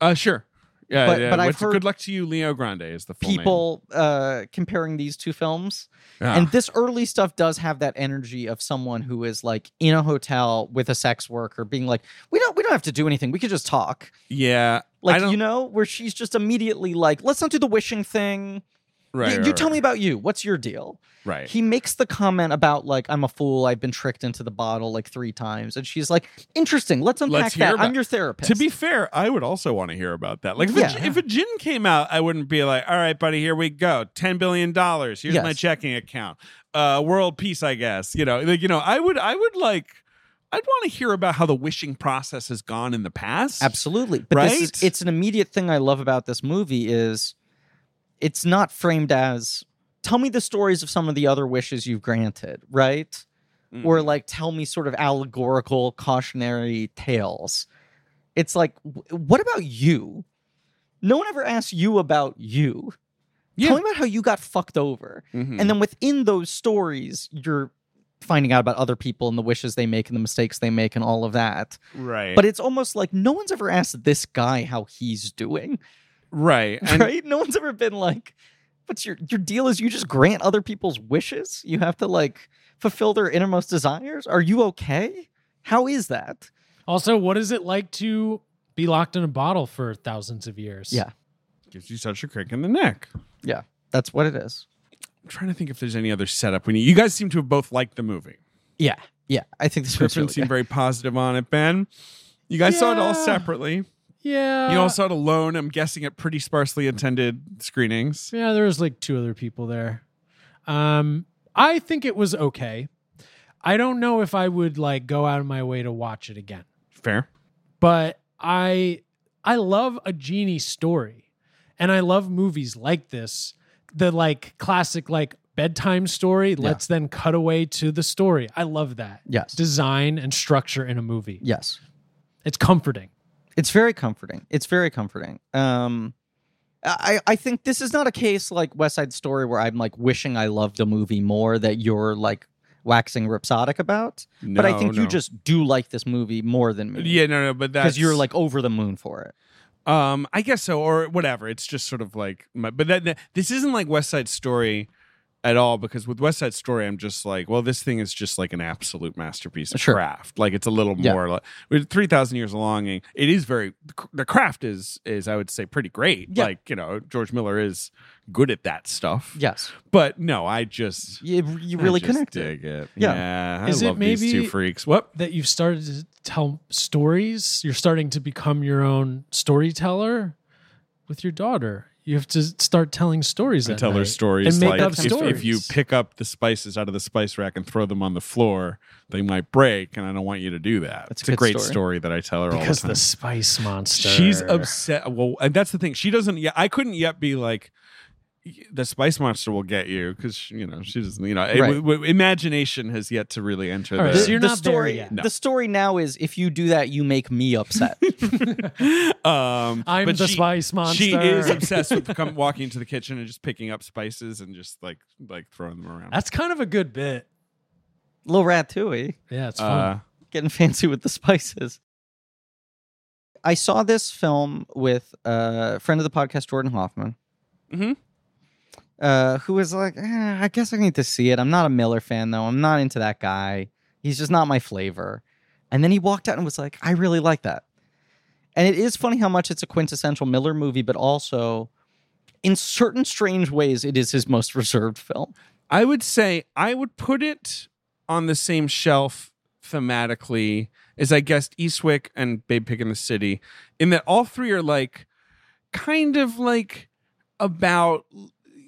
Speaker 2: Uh, sure. Yeah,
Speaker 1: But-
Speaker 2: yeah.
Speaker 1: but I've
Speaker 2: What's-
Speaker 1: heard-
Speaker 2: good luck to you, Leo Grande is the full name.
Speaker 1: People uh, comparing these two films.
Speaker 2: Ah.
Speaker 1: And this early stuff does have that energy of someone who is like in a hotel with a sex worker being like, "We don't we don't have to do anything. We could just talk."
Speaker 2: yeah, I
Speaker 1: Like,
Speaker 2: don't,
Speaker 1: you know, where she's just immediately like, "Let's not do the wishing thing.
Speaker 2: right,
Speaker 1: you,
Speaker 2: right,
Speaker 1: you tell
Speaker 2: right,
Speaker 1: me about you. What's your deal?"
Speaker 2: Right.
Speaker 1: He makes the comment about like, "I'm a fool. I've been tricked into the bottle like 3 times." And she's like, "Interesting. Let's unpack
Speaker 2: Let's hear
Speaker 1: that.
Speaker 2: about-
Speaker 1: I'm your therapist."
Speaker 2: to be fair, I would also want to hear about that. Like, if, a,
Speaker 1: Yeah.
Speaker 2: gin- if a gin came out, I wouldn't be like, "All right, buddy, here we go, ten billion dollars. Here's
Speaker 1: Yes.
Speaker 2: my checking account. Uh, world peace, I guess. You know, like, you know, I would, I would like, I'd want to hear about how the wishing process has gone in the past.
Speaker 1: Absolutely. But this is,
Speaker 2: Right?
Speaker 1: it's an immediate thing I love about this movie is it's not framed as tell me the stories of some of the other wishes you've granted, right?
Speaker 2: Mm.
Speaker 1: Or like tell me sort of allegorical cautionary tales. It's like wh- what about you? No one ever asked you about you.
Speaker 2: Yeah.
Speaker 1: Tell me about how you got fucked over.
Speaker 2: Mhm.
Speaker 1: And then within those stories, you're finding out about other people and the wishes they make and the mistakes they make and all of that.
Speaker 2: right,
Speaker 1: But it's almost like no one's ever asked this guy how he's doing,
Speaker 2: right, and
Speaker 1: right? No one's ever been like, "What's your your deal? Is you just grant other people's wishes? You have to like fulfill their innermost desires? Are you okay? How is that?
Speaker 3: Also, what is it like to be locked in a bottle for thousands of years?
Speaker 1: Yeah.
Speaker 2: gives you such a crick in the neck.
Speaker 1: That's what it is.
Speaker 2: I'm trying to think if there's any other setup. We need. You guys seem to have both liked the movie.
Speaker 1: Yeah, yeah. I think this was
Speaker 2: Griffin
Speaker 1: really
Speaker 2: seemed
Speaker 1: good.
Speaker 2: very positive on it. Ben, you guys saw it all
Speaker 3: Yeah.
Speaker 2: separately.
Speaker 3: Yeah.
Speaker 1: Uh,
Speaker 2: you all saw it alone. I'm guessing at pretty sparsely attended screenings.
Speaker 3: Yeah, there was like two other people there. Um, I think it was okay. I don't know if I would like go out of my way to watch it again,
Speaker 2: Fair.
Speaker 3: but I I love a genie story, and I love movies like this. The like classic like bedtime story. Let's then cut away to the story. I love that
Speaker 1: yes,
Speaker 3: design and structure in a movie.
Speaker 1: yes.
Speaker 3: It's comforting.
Speaker 1: It's very comforting. It's very comforting. Um, I I think this is not a case like West Side Story where I'm like wishing I loved a movie more that you're like waxing rhapsodic about. but I
Speaker 2: No,
Speaker 1: think
Speaker 2: no.
Speaker 1: you just do like this movie more than me.
Speaker 2: yeah no no but that's
Speaker 1: because you're like over the moon for it.
Speaker 2: um I guess so or whatever. It's just sort of like my, but that, that- this isn't like West Side Story at all because with West Side Story I'm just like well this thing is just like an absolute masterpiece of
Speaker 1: Sure.
Speaker 2: craft like it's a little
Speaker 1: Yeah.
Speaker 2: more like with three thousand years of longing it is very the cr- the craft is is I would say pretty great
Speaker 1: Yeah.
Speaker 2: like you know George Miller is good at that stuff
Speaker 1: Yes,
Speaker 2: but no I just
Speaker 1: you, you really
Speaker 2: I just
Speaker 1: connect it.
Speaker 2: dig it.
Speaker 1: Yeah.
Speaker 2: Yeah. I
Speaker 3: Is it
Speaker 2: love these two
Speaker 3: maybe-
Speaker 2: freaks. What?
Speaker 3: That you've started to tell stories. You're starting to become your own storyteller with your daughter. You have to start telling stories.
Speaker 2: And
Speaker 3: at
Speaker 2: tell
Speaker 3: night
Speaker 2: her stories.
Speaker 3: and make
Speaker 2: like
Speaker 3: up
Speaker 2: if,
Speaker 3: stories.
Speaker 2: if you pick up the spices out of the spice rack and throw them on the floor, they might break, and I don't want you to do that.
Speaker 1: That's a
Speaker 2: it's a
Speaker 1: good
Speaker 2: great
Speaker 1: story.
Speaker 2: story. that I tell her
Speaker 3: because
Speaker 2: all the
Speaker 3: the
Speaker 2: time.
Speaker 3: spice monster.
Speaker 2: She's upset. Well, and that's the thing. She doesn't yet. I couldn't yet be like, the spice monster will get you because you know she doesn't. You know, it-
Speaker 1: Right.
Speaker 2: w- imagination has yet to really enter.
Speaker 3: All right,
Speaker 2: the-
Speaker 3: so you're not there
Speaker 1: story,
Speaker 3: yet.
Speaker 2: No.
Speaker 1: The story now is if you do that, you make me upset.
Speaker 2: um,
Speaker 3: I'm
Speaker 2: but
Speaker 3: the
Speaker 2: she-
Speaker 3: spice monster.
Speaker 2: She is obsessed with come walking into the kitchen and just picking up spices and just like like throwing them around.
Speaker 3: That's kind of a good bit.
Speaker 1: Little Ratatouille
Speaker 3: Yeah, it's fun.
Speaker 2: Uh,
Speaker 1: getting fancy with the spices. I saw this film with a friend of the podcast, Jordan Hoffman. Mm-hmm.
Speaker 2: Mhm.
Speaker 1: Uh, who was like, eh, I guess I need to see it. I'm not a Miller fan though. I'm not into that guy. He's just not my flavor. And then he walked out and was like, I really like that. And it is funny how much it's a quintessential Miller movie, but also in certain strange ways, it is his most reserved film.
Speaker 2: I would say I would put it on the same shelf thematically is I guessed Eastwick and Babe Pig in the City, in that all three are like kind of like about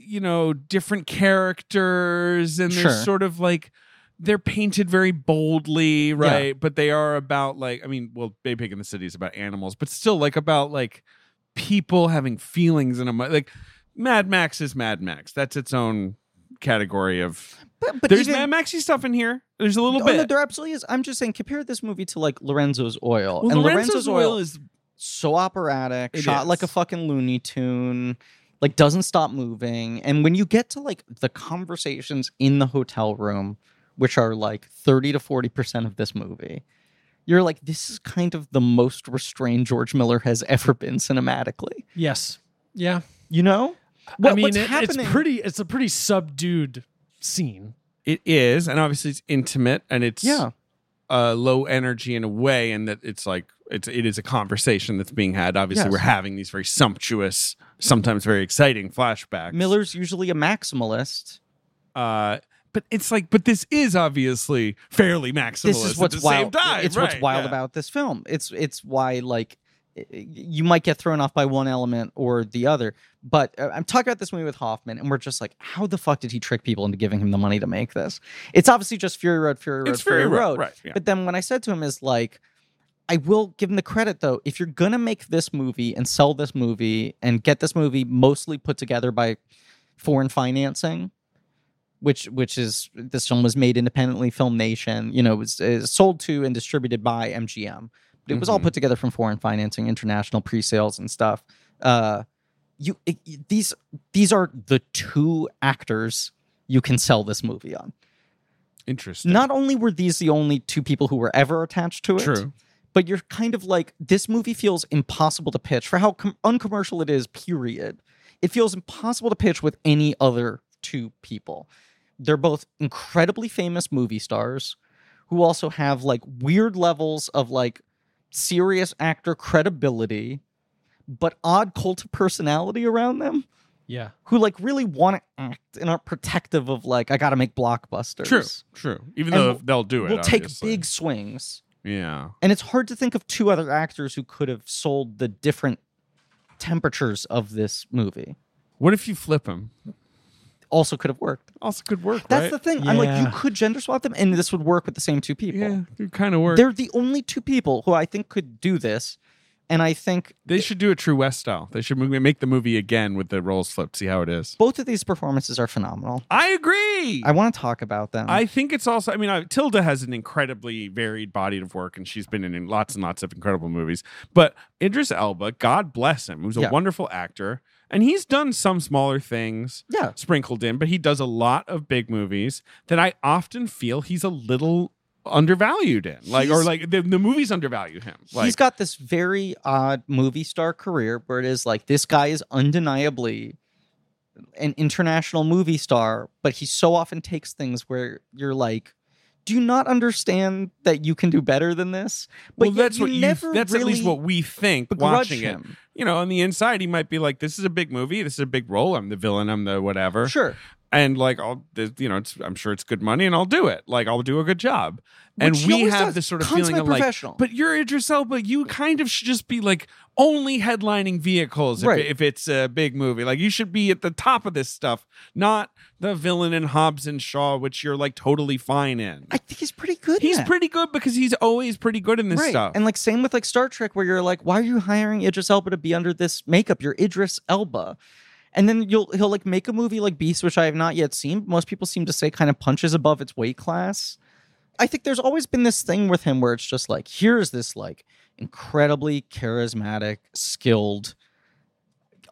Speaker 2: you know different characters and
Speaker 1: Sure.
Speaker 2: they're sort of like they're painted very boldly, right? But they are about like I mean, well, Babe Pig in the City is about animals, but still like about like people having feelings and emo- like Mad Max is Mad Max. That's its own category of
Speaker 1: But, but
Speaker 2: there's
Speaker 1: even,
Speaker 2: Mad Maxy stuff in here. There's a little
Speaker 1: Oh,
Speaker 2: bit.
Speaker 1: No, there absolutely is. I'm just saying, compare this movie to like Lorenzo's Oil,
Speaker 2: Well,
Speaker 1: and Lorenzo's, Oil, is
Speaker 2: is
Speaker 1: so operatic,
Speaker 2: It
Speaker 1: shot
Speaker 2: is.
Speaker 1: like a fucking Looney Tune, like doesn't stop moving. And when you get to like the conversations in the hotel room, which are like 30 to 40 percent of this movie. You're like, this is kind of the most restrained George Miller has ever been cinematically.
Speaker 3: Yes. Yeah.
Speaker 1: You know?
Speaker 3: I
Speaker 1: What-
Speaker 3: mean,
Speaker 1: what's
Speaker 3: it-
Speaker 1: happening-
Speaker 3: it's pretty. It's a pretty subdued scene.
Speaker 2: it is, and obviously it's intimate and it's
Speaker 1: Yeah.
Speaker 2: uh, low energy in a way, and that it's like it's it is a conversation that's being had. Obviously,
Speaker 1: Yes.
Speaker 2: we're having these very sumptuous, sometimes very exciting flashbacks.
Speaker 1: Miller's usually a maximalist.
Speaker 2: uh, but it's like, but this is obviously fairly maximalist.
Speaker 1: this is what's
Speaker 2: at the
Speaker 1: wild.
Speaker 2: Same time,
Speaker 1: it's what's
Speaker 2: right,
Speaker 1: wild
Speaker 2: yeah.
Speaker 1: about this film. It's it's why like i- i- you might get thrown off by one element or the other. But uh, I'm talking about this movie with Hoffman, and we're just like, how the fuck did he trick people into giving him the money to make this? It's obviously just Fury Road, Fury Road,
Speaker 2: It's very
Speaker 1: Road.
Speaker 2: road, right? Yeah.
Speaker 1: But then when I said to him is like, I will give him the credit though. If you're gonna make this movie and sell this movie and get this movie mostly put together by foreign financing, which which is this film was made independently, Film Nation, you know, was uh, sold to and distributed by MGM. But it was all
Speaker 2: Mhm.
Speaker 1: put together from foreign financing, international pre-sales and stuff. Uh, you it- it- these these are the two actors you can sell this movie on.
Speaker 2: Interesting.
Speaker 1: Not only were these the only two people who were ever attached to it,
Speaker 2: true.
Speaker 1: but you're kind of like this movie feels impossible to pitch for how com- uncommercial it is period it feels impossible to pitch with any other two people they're both incredibly famous movie stars who also have like weird levels of like serious actor credibility but odd cult of personality around them
Speaker 3: Yeah.
Speaker 1: who like really want to act and aren't protective of like i gotta make blockbusters
Speaker 2: True. True. Even
Speaker 1: And
Speaker 2: though
Speaker 1: we'll-
Speaker 2: they'll do it,
Speaker 1: we'll take
Speaker 2: obviously.
Speaker 1: big swings
Speaker 2: Yeah.
Speaker 1: and it's hard to think of two other actors who could have sold the different temperatures of this movie.
Speaker 2: What if you flip him?
Speaker 1: Also could have worked.
Speaker 2: Also, could work.
Speaker 1: That's
Speaker 2: right?
Speaker 1: the thing. I'm like, you
Speaker 3: Yeah.
Speaker 1: could gender swap them and this would work with the same two people.
Speaker 2: yeah. It kind of works.
Speaker 1: They're the only two people who I think could do this. And I think
Speaker 2: They should do a True West style. They should move- make the movie again with the roles flipped. See how it is.
Speaker 1: both of these performances are phenomenal.
Speaker 2: I agree.
Speaker 1: I want to talk about them.
Speaker 2: I think it's also. I mean, I, Tilda has an incredibly varied body of work, and she's been in lots and lots of incredible movies. But Idris Elba, God bless him, who's a
Speaker 1: Yeah.
Speaker 2: wonderful actor, and he's done some smaller things
Speaker 1: yeah.
Speaker 2: sprinkled in, but he does a lot of big movies that I often feel he's a little undervalued in, like or
Speaker 1: He's-
Speaker 2: like the, the movies undervalue him. Like,
Speaker 1: He's got this very odd movie star career where it is like this guy is undeniably an international movie star, but he so often takes things where you're like, do you not understand that you can do better than this? But
Speaker 2: well,
Speaker 1: yet
Speaker 2: that's
Speaker 1: you
Speaker 2: what you.
Speaker 1: never
Speaker 2: That's at least
Speaker 1: really
Speaker 2: what we think
Speaker 1: begrudge
Speaker 2: watching it.
Speaker 1: him.
Speaker 2: you know, on the inside, he might be like, "This is a big movie. This is a big role. I'm the villain. I'm the whatever."
Speaker 1: Sure.
Speaker 2: And like, I'll, th- you know, it's, I'm sure it's good money, and I'll do it. Like, I'll do a good job. and
Speaker 1: Which he
Speaker 2: we
Speaker 1: always
Speaker 2: have
Speaker 1: does.
Speaker 2: this sort of
Speaker 1: Consummate
Speaker 2: feeling of like,
Speaker 1: professional.
Speaker 2: but you're Idris Elba. You kind of should just be like only headlining vehicles if,
Speaker 1: Right.
Speaker 2: if it's a big movie. Like, you should be at the top of this stuff, not the villain in Hobbs and Shaw, which you're like totally fine in.
Speaker 1: I think he's pretty good.
Speaker 2: He's
Speaker 1: in it.
Speaker 2: pretty good because he's always pretty good in this
Speaker 1: right.
Speaker 2: stuff.
Speaker 1: And like same with like Star Trek, where you're like, why are you hiring Idris Elba to be under this makeup? You're Idris Elba. And then you'll he'll like make a movie like Beast, which I have not yet seen. Most people seem to say kind of punches above its weight class. I think there's always been this thing with him where it's just like, here's this like incredibly charismatic, skilled,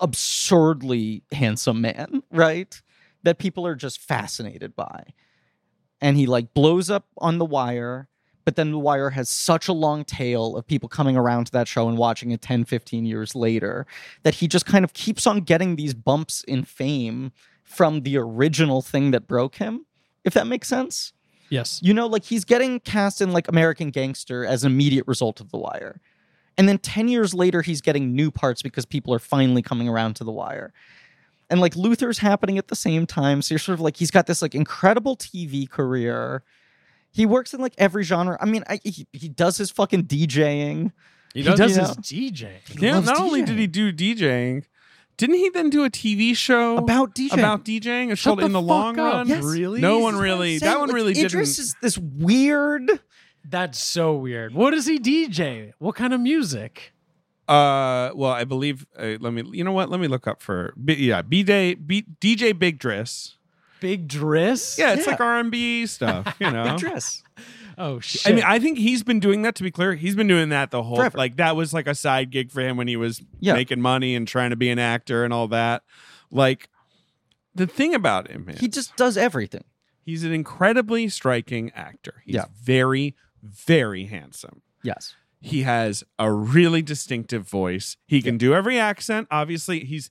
Speaker 1: absurdly handsome man, right? That people are just fascinated by. And he like blows up on the wire, but then the wire has such a long tail of people coming around to that show and watching it 10, 15 years later that he just kind of keeps on getting these bumps in fame from the original thing that broke him, if that makes sense.
Speaker 3: Yes.
Speaker 1: You know, like he's getting cast in like American Gangster as an immediate result of The Wire. And then 10 years later, he's getting new parts because people are finally coming around to The Wire. And like Luther's happening at the same time. So you're sort of like, he's got this like incredible TV career. He works in like every genre. I mean, I, he, he does his fucking DJing.
Speaker 3: He
Speaker 1: does-
Speaker 3: does,
Speaker 1: you
Speaker 3: his
Speaker 1: know.
Speaker 3: DJ.
Speaker 2: Yeah,
Speaker 1: loves
Speaker 2: not only did he
Speaker 1: DJing.
Speaker 2: do DJing, didn't he then do a TV show
Speaker 1: About DJing.
Speaker 2: Oh, about DJing? It's
Speaker 3: Shut
Speaker 2: called
Speaker 3: the
Speaker 2: In the
Speaker 3: fuck
Speaker 2: Long
Speaker 3: up.
Speaker 2: Run.
Speaker 1: Yes.
Speaker 3: Really?
Speaker 2: No
Speaker 3: This
Speaker 2: one
Speaker 3: is what
Speaker 2: really.
Speaker 1: Saying,
Speaker 2: That one
Speaker 1: like,
Speaker 2: really
Speaker 1: Idris
Speaker 2: didn't.
Speaker 1: is this weird.
Speaker 3: That's so weird. What does he DJ? What kind of music?
Speaker 2: Uh, well, I believe. Uh, let me. You know what? Let me look up for. B, yeah, B Day B, DJ Big Dress.
Speaker 3: Big Driss?
Speaker 2: Yeah, it's
Speaker 1: Yeah.
Speaker 2: like R and B stuff. You know.
Speaker 1: Big dress.
Speaker 3: Oh shit.
Speaker 2: I mean, I think he's been doing that. To be clear, he's been doing that the whole.
Speaker 1: Forever.
Speaker 2: Like that was like a side gig for him when he was
Speaker 1: Yeah.
Speaker 2: making money and trying to be an actor and all that. Like the thing about him, is,
Speaker 1: He just does everything.
Speaker 2: he's an incredibly striking actor. He's
Speaker 1: Yeah.
Speaker 2: very, very handsome.
Speaker 1: Yes.
Speaker 2: He has a really distinctive voice. He can do every accent. Obviously, he's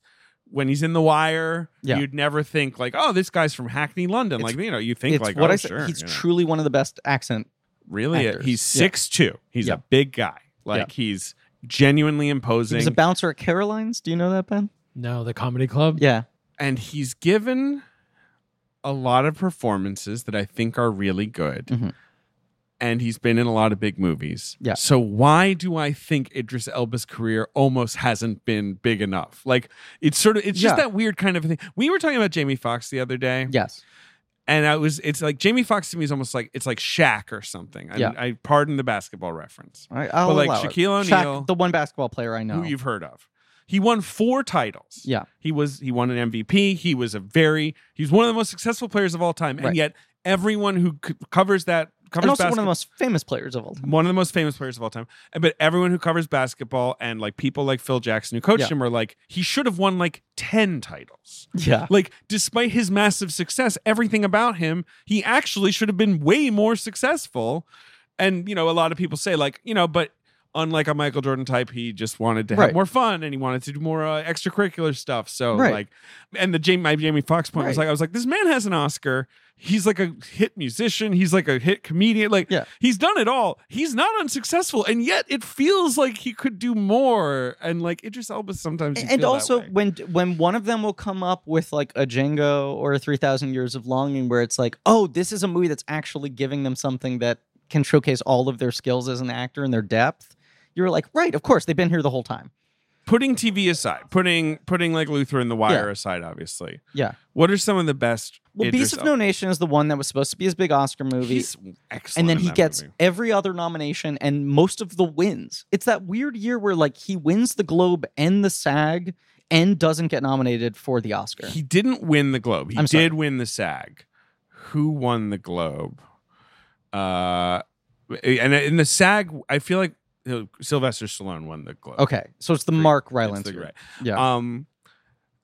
Speaker 2: when he's in the wire,
Speaker 1: Yeah.
Speaker 2: you'd never think like, oh, this guy's from Hackney, London.
Speaker 1: It's-
Speaker 2: like, you know, you think
Speaker 1: It's
Speaker 2: like,
Speaker 1: what
Speaker 2: oh,
Speaker 1: I said.
Speaker 2: sure,
Speaker 1: He's
Speaker 2: you know.
Speaker 1: truly one of the best accent.
Speaker 2: really
Speaker 1: actors.
Speaker 2: he's
Speaker 1: Yeah.
Speaker 2: six two. He's
Speaker 1: Yeah.
Speaker 2: a big guy. Like he's genuinely
Speaker 1: He
Speaker 2: imposing,
Speaker 1: was a bouncer at Caroline's. Do you know that, Ben?
Speaker 3: no, the comedy club.
Speaker 1: Yeah.
Speaker 2: and he's given a lot of performances that I think are really good.
Speaker 1: Mhm.
Speaker 2: And he's been in a lot of big movies.
Speaker 1: Yeah.
Speaker 2: So why do I think Idris Elba's career almost hasn't been big enough? Like it's sort of it's just
Speaker 1: Yeah.
Speaker 2: that weird kind of thing. We were talking about Jamie Foxx the other day.
Speaker 1: Yes.
Speaker 2: and I was it's like Jamie Foxx to me is almost like it's like Shaq or something. I,
Speaker 1: Yeah.
Speaker 2: I pardon the basketball reference.
Speaker 1: All right. I'll
Speaker 2: But, like,
Speaker 1: allow it.
Speaker 2: Shaquille
Speaker 1: Shaq,
Speaker 2: O'Neal-
Speaker 1: the one basketball player I know.
Speaker 2: Who you've heard of. He won four titles.
Speaker 1: Yeah.
Speaker 2: He was he won an MVP. He was a very he was one of the most successful players of all time.
Speaker 1: Right.
Speaker 2: And yet everyone who c- covers that covers
Speaker 1: and also one of
Speaker 2: basketball
Speaker 1: the most famous players of all time.
Speaker 2: one of the most famous players of all time. And- But everyone who covers basketball and like people like Phil Jackson who coached
Speaker 1: Yeah.
Speaker 2: him are like he should have won like 10 titles.
Speaker 1: Yeah.
Speaker 2: Like despite his massive success, everything about him, he actually should have been way more successful. And you know, a lot of people say like, you know, but unlike a Michael Jordan type, he just wanted to
Speaker 1: Right.
Speaker 2: have more fun and he wanted to do more uh, extracurricular stuff. So
Speaker 1: Right.
Speaker 2: like and the Jamie my Jamie Foxx point was
Speaker 1: Right.
Speaker 2: like I was like this man has an Oscar. He's like a hit musician, he's like a hit comedian, like
Speaker 1: Yeah.
Speaker 2: he's done it all. He's not unsuccessful and yet it feels like he could do more and like Idris Elba sometimes you
Speaker 1: and
Speaker 2: feel that
Speaker 1: also
Speaker 2: way.
Speaker 1: when when one of them will come up with like a Django or a 3000 Years of Longing where it's like, "Oh, this is a movie that's actually giving them something that can showcase all of their skills as an actor and their depth." You're like, "Right, of course, they've been here the whole time."
Speaker 2: putting TV aside, putting putting like Luther and the Wire
Speaker 1: Yeah.
Speaker 2: aside, obviously.
Speaker 1: Yeah.
Speaker 2: What are some of the best?
Speaker 1: Well,
Speaker 2: Idris
Speaker 1: Beast of No Nation is the one that was supposed to be his big Oscar
Speaker 2: Elba-
Speaker 1: movie.
Speaker 2: He's excellent,
Speaker 1: and then
Speaker 2: in
Speaker 1: he
Speaker 2: that
Speaker 1: gets
Speaker 2: movie.
Speaker 1: every other nomination and most of the wins. It's that weird year where like he wins the Globe and the SAG and doesn't get nominated for the Oscar.
Speaker 2: He didn't win the Globe. He
Speaker 1: I'm
Speaker 2: did
Speaker 1: sorry.
Speaker 2: win the SAG. Who won the Globe? Uh, and in the SAG, I feel like uh, Sylvester Stallone won the Globe.
Speaker 1: okay, so it's the
Speaker 2: Three.
Speaker 1: Mark
Speaker 2: It's
Speaker 1: Rylance.
Speaker 2: the-
Speaker 1: year.
Speaker 2: right.
Speaker 1: Yeah.
Speaker 2: Um,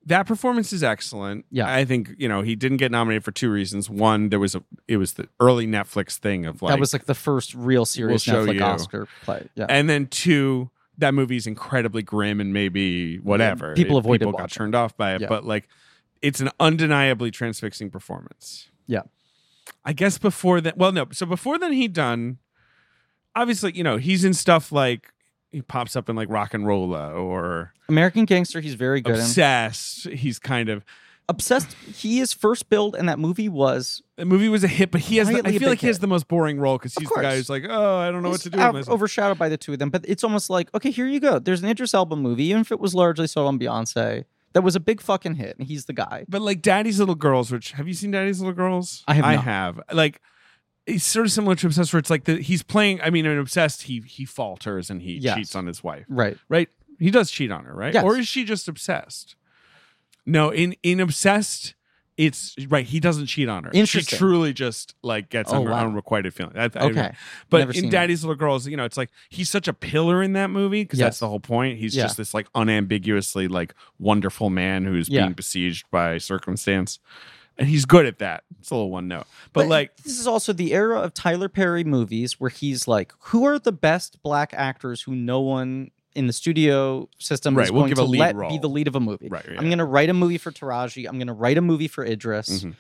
Speaker 2: that performance is excellent.
Speaker 1: Yeah.
Speaker 2: I think you know he didn't get nominated for two reasons. One, there was a it was the early Netflix thing of like
Speaker 1: that was like the first real serious
Speaker 2: show
Speaker 1: Netflix
Speaker 2: you.
Speaker 1: Oscar play. Yeah.
Speaker 2: And then two, that movie's incredibly grim and maybe whatever.
Speaker 1: People avoided
Speaker 2: People got
Speaker 1: watching.
Speaker 2: turned off by it,
Speaker 1: Yeah.
Speaker 2: but like it's an undeniably transfixing performance.
Speaker 1: Yeah.
Speaker 2: I guess before that, well, no. So before then, he done. Obviously, you know he's in stuff like he pops up in like Rock and Rolla or
Speaker 1: American Gangster, he's very good. in.
Speaker 2: Obsessed. He's kind of
Speaker 1: Obsessed. He is first billed, and that movie was
Speaker 2: the movie was a hit, but he has. The,
Speaker 1: Quietly
Speaker 2: I
Speaker 1: a
Speaker 2: feel
Speaker 1: big
Speaker 2: like he has
Speaker 1: hit.
Speaker 2: the most boring role because
Speaker 1: Of
Speaker 2: he's the guy
Speaker 1: course.
Speaker 2: who's like, oh, I don't know what
Speaker 1: it's
Speaker 2: to do with
Speaker 1: out-
Speaker 2: myself.
Speaker 1: overshadowed by the two of them. But it's almost like okay, here you go. There's an Idris Elba movie, even if it was largely sold on Beyonce. That was a big fucking hit, and he's the guy.
Speaker 2: But like Daddy's Little Girls, which have you seen Daddy's Little Girls?
Speaker 1: I have
Speaker 2: I
Speaker 1: not.
Speaker 2: have. Like it's sort of similar to Obsessed, where it's like the, he's playing. I mean, in Obsessed, he he falters and he
Speaker 1: Yes.
Speaker 2: cheats on his wife.
Speaker 1: Right.
Speaker 2: Right? He does cheat on her, right?
Speaker 1: Yes.
Speaker 2: Or is she just obsessed? No, in in Obsessed, it's right. He doesn't cheat on her. She
Speaker 1: Interesting.
Speaker 2: truly just like gets
Speaker 1: Oh,
Speaker 2: un-
Speaker 1: wow.
Speaker 2: unrequited feeling. I, I-
Speaker 1: Okay.
Speaker 2: but
Speaker 1: Never seen
Speaker 2: in
Speaker 1: it.
Speaker 2: Daddy's Little Girls, you know, it's like he's such a pillar in that movie because
Speaker 1: Yes.
Speaker 2: that's the whole point. He's
Speaker 1: Yeah.
Speaker 2: just this like unambiguously like wonderful man who's
Speaker 1: Yeah.
Speaker 2: being besieged by circumstance, and he's good at that. It's a little one note, but, like
Speaker 1: this is also the era of Tyler Perry movies where he's like, who are the best black actors who no one in the studio system
Speaker 2: Right,
Speaker 1: is
Speaker 2: we'll
Speaker 1: going
Speaker 2: give
Speaker 1: to
Speaker 2: a lead
Speaker 1: let be
Speaker 2: role.
Speaker 1: the lead of a movie.
Speaker 2: Right, yeah.
Speaker 1: I'm going to write a movie for Taraji. I'm going to write a movie for Idris.
Speaker 2: Mhm.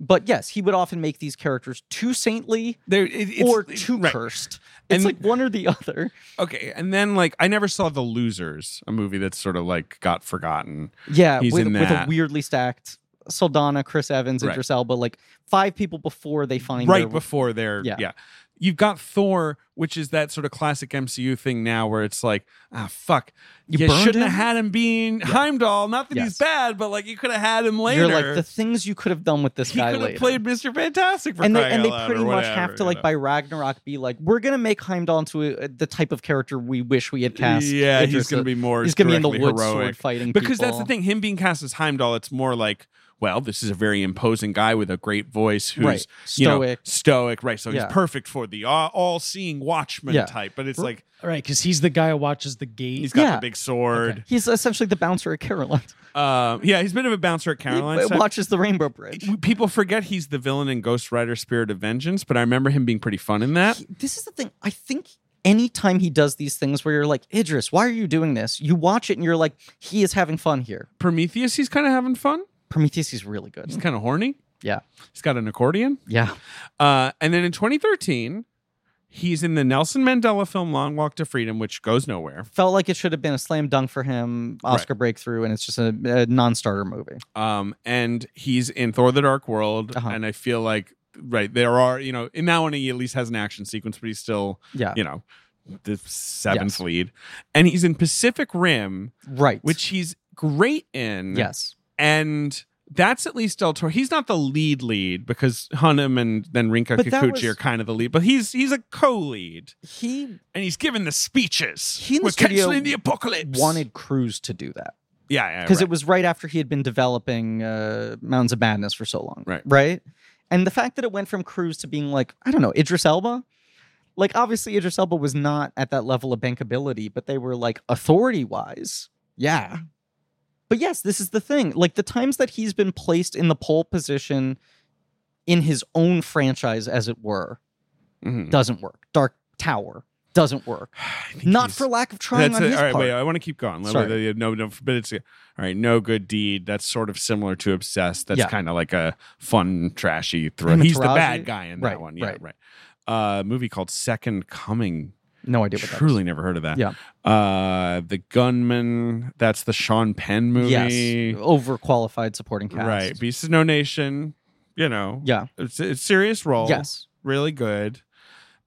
Speaker 1: But yes, he would often make these characters too saintly
Speaker 2: there it, it's,
Speaker 1: or
Speaker 2: it-
Speaker 1: too
Speaker 2: right.
Speaker 1: cursed. It's
Speaker 2: And-
Speaker 1: like one or the other.
Speaker 2: Okay, and then like I never saw The Losers, a movie that's sort of like got forgotten.
Speaker 1: Yeah,
Speaker 2: He's
Speaker 1: with,
Speaker 2: in
Speaker 1: with a
Speaker 2: that.
Speaker 1: weirdly stacked Saldana, Chris Evans,
Speaker 2: Right.
Speaker 1: Idris Elba, like five people before they find
Speaker 2: right
Speaker 1: their-
Speaker 2: before their yeah.
Speaker 1: Yeah.
Speaker 2: You've got Thor, which is that sort of classic MCU thing now, where it's like, ah, fuck, you,
Speaker 1: You burned
Speaker 2: shouldn't have
Speaker 1: him?
Speaker 2: had him being Heimdall. Not that he's
Speaker 1: Yes.
Speaker 2: bad, but like you could have had him later.
Speaker 1: You're like the things you could have done with this
Speaker 2: he
Speaker 1: guy
Speaker 2: could have
Speaker 1: later.
Speaker 2: played Mister Fantastic for
Speaker 1: and they
Speaker 2: crying
Speaker 1: and they
Speaker 2: out loud or
Speaker 1: pretty much
Speaker 2: whatever,
Speaker 1: have to
Speaker 2: you
Speaker 1: like
Speaker 2: know?
Speaker 1: by Ragnarok be like, we're gonna make Heimdall into a, the type of character we wish we had cast.
Speaker 2: Yeah, he's
Speaker 1: Idris-
Speaker 2: going to be more.
Speaker 1: he's gonna be in the
Speaker 2: directly
Speaker 1: woods
Speaker 2: heroic.
Speaker 1: sword fighting
Speaker 2: because that's the
Speaker 1: people.
Speaker 2: thing. Him being cast as Heimdall, it's more like, well, this is a very imposing guy with a great voice who's
Speaker 1: Right.
Speaker 2: you know,
Speaker 1: Stoic.
Speaker 2: stoic, right? So
Speaker 1: Yeah.
Speaker 2: he's perfect for the all- all-seeing Watchman
Speaker 1: Yeah.
Speaker 2: type. But it's
Speaker 3: R-
Speaker 2: like
Speaker 3: All right, because he's the guy who watches the gate.
Speaker 2: he's got
Speaker 1: Yeah.
Speaker 2: the big sword.
Speaker 1: He's essentially the bouncer at Caroline.
Speaker 2: Um, yeah, he's a bit of a bouncer at Caroline's.
Speaker 1: he
Speaker 2: type.
Speaker 1: watches the Rainbow Bridge.
Speaker 2: We- People forget he's the villain in Ghost Rider: Spirit of Vengeance, but I remember him being pretty fun in that.
Speaker 1: He- this is the thing. I think anytime he does these things where you're like, Idris, why are you doing this? You watch it and you're like, he is having fun here.
Speaker 2: Prometheus, he's kind of having fun.
Speaker 1: Prometheus is really
Speaker 2: He's
Speaker 1: good.
Speaker 2: kind of horny.
Speaker 1: Yeah.
Speaker 2: He's got an accordion.
Speaker 1: Yeah.
Speaker 2: Uh, and then in 2013, he's in the Nelson Mandela film Long Walk to Freedom, which goes nowhere.
Speaker 1: Felt like it should have been a slam dunk for him, Oscar breakthrough, and it's just a, a non starter movie.
Speaker 2: Um, and he's in Thor: The Dark World.
Speaker 1: Uh-huh.
Speaker 2: And I feel like right there are you know in that one he at least has an action sequence, but he's still
Speaker 1: Yeah.
Speaker 2: you know the seventh
Speaker 1: Yes.
Speaker 2: lead. And he's in Pacific Rim,
Speaker 1: Right.
Speaker 2: which he's great in.
Speaker 1: yes.
Speaker 2: and. That's at least Del Toro. He's not the lead lead because Hunnam and then Rinka
Speaker 1: But that
Speaker 2: Kikuchi
Speaker 1: was-
Speaker 2: are kind of the lead, but he's he's a co-lead.
Speaker 1: He
Speaker 2: and he's given the speeches.
Speaker 1: He and the
Speaker 2: We're
Speaker 1: studio
Speaker 2: canceling the apocalypse.
Speaker 1: wanted Cruz to do that
Speaker 2: yeah, yeah,
Speaker 1: because
Speaker 2: right.
Speaker 1: it was right after he had been developing uh, Mountains of Madness for so long.
Speaker 2: Right.
Speaker 1: Right. And the fact that it went from Cruz to being like, I don't know, Idris Elba. Like, obviously, Idris Elba was not at that level of bankability, but they were like authority wise. Yeah. But yes, this is the thing. Like, the times that he's been placed in the pole position in his own franchise, as it were,
Speaker 2: Mhm.
Speaker 1: doesn't work. Dark Tower doesn't work.
Speaker 2: I think
Speaker 1: Not
Speaker 2: he's-
Speaker 1: for lack of trying
Speaker 2: that's
Speaker 1: on
Speaker 2: it.
Speaker 1: his
Speaker 2: all right,
Speaker 1: part.
Speaker 2: wait. uh, I want to keep going. Let-
Speaker 1: Sorry.
Speaker 2: let- No, no, but it's all right. No good deed. That's sort of similar to obsessed. That's
Speaker 1: Yeah.
Speaker 2: kind of like a fun, trashy thriller.
Speaker 1: Him and
Speaker 2: He's the
Speaker 1: Taraji?
Speaker 2: bad guy in that
Speaker 1: Right,
Speaker 2: one. Yeah, right.
Speaker 1: right.
Speaker 2: Uh, a movie called Second Coming.
Speaker 1: no idea what that is.
Speaker 2: Truly never heard of that.
Speaker 1: Yeah.
Speaker 2: Uh, the Gunman. That's the Sean Penn movie.
Speaker 1: Yes, overqualified supporting cast.
Speaker 2: Right. Beast of No Nation. You know.
Speaker 1: Yeah.
Speaker 2: It's, it's serious role.
Speaker 1: Yes.
Speaker 2: really good.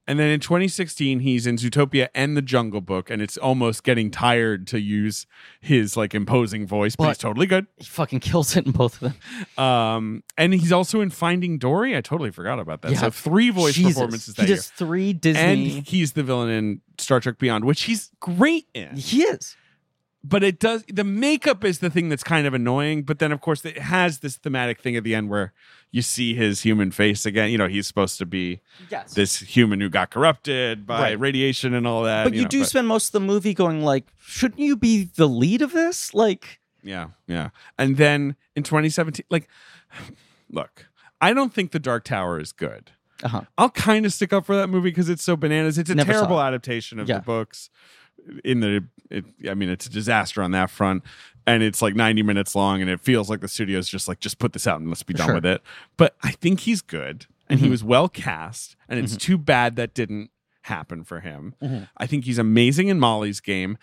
Speaker 2: And then in 2016, he's in Zootopia and The Jungle Book, and it's almost getting tired to use his like imposing voice, but,
Speaker 1: But-
Speaker 2: he's totally good.
Speaker 1: He fucking kills it in both of them.
Speaker 2: Um, and he's also in Finding Dory. I totally forgot about that.
Speaker 1: Yeah.
Speaker 2: So three voice
Speaker 1: Jesus.
Speaker 2: performances
Speaker 1: He
Speaker 2: that year,
Speaker 1: does three
Speaker 2: and
Speaker 1: Disney.
Speaker 2: he's the villain in Star Trek Beyond, which he's great in.
Speaker 1: he is.
Speaker 2: But it does the makeup is the thing that's kind of annoying. But then of course it has this thematic thing at the end where you see his human face again. You know he's supposed to be
Speaker 1: Yes.
Speaker 2: this human who got corrupted by
Speaker 1: Right.
Speaker 2: radiation and all that.
Speaker 1: but you
Speaker 2: know,
Speaker 1: do spend most of the movie going like, shouldn't you be the lead of this? Like,
Speaker 2: yeah, yeah. And then in 2017, like, look, I don't think The Dark Tower is good.
Speaker 1: uh-huh.
Speaker 2: I'll kind of stick up for that movie because it's so bananas. It's a
Speaker 1: Never saw
Speaker 2: terrible
Speaker 1: it.
Speaker 2: adaptation of
Speaker 1: Yeah.
Speaker 2: the books. In the, it, I mean, it's a disaster on that front, and it's like 90 minutes long, and it feels like the studio's just like, just put this out and let's be done
Speaker 1: Sure.
Speaker 2: with it. But I think he's good, and he
Speaker 1: Mhm.
Speaker 2: was well cast, and
Speaker 1: Mm-hmm.
Speaker 2: it's too bad that didn't happen for him. I think he's amazing in Molly's game.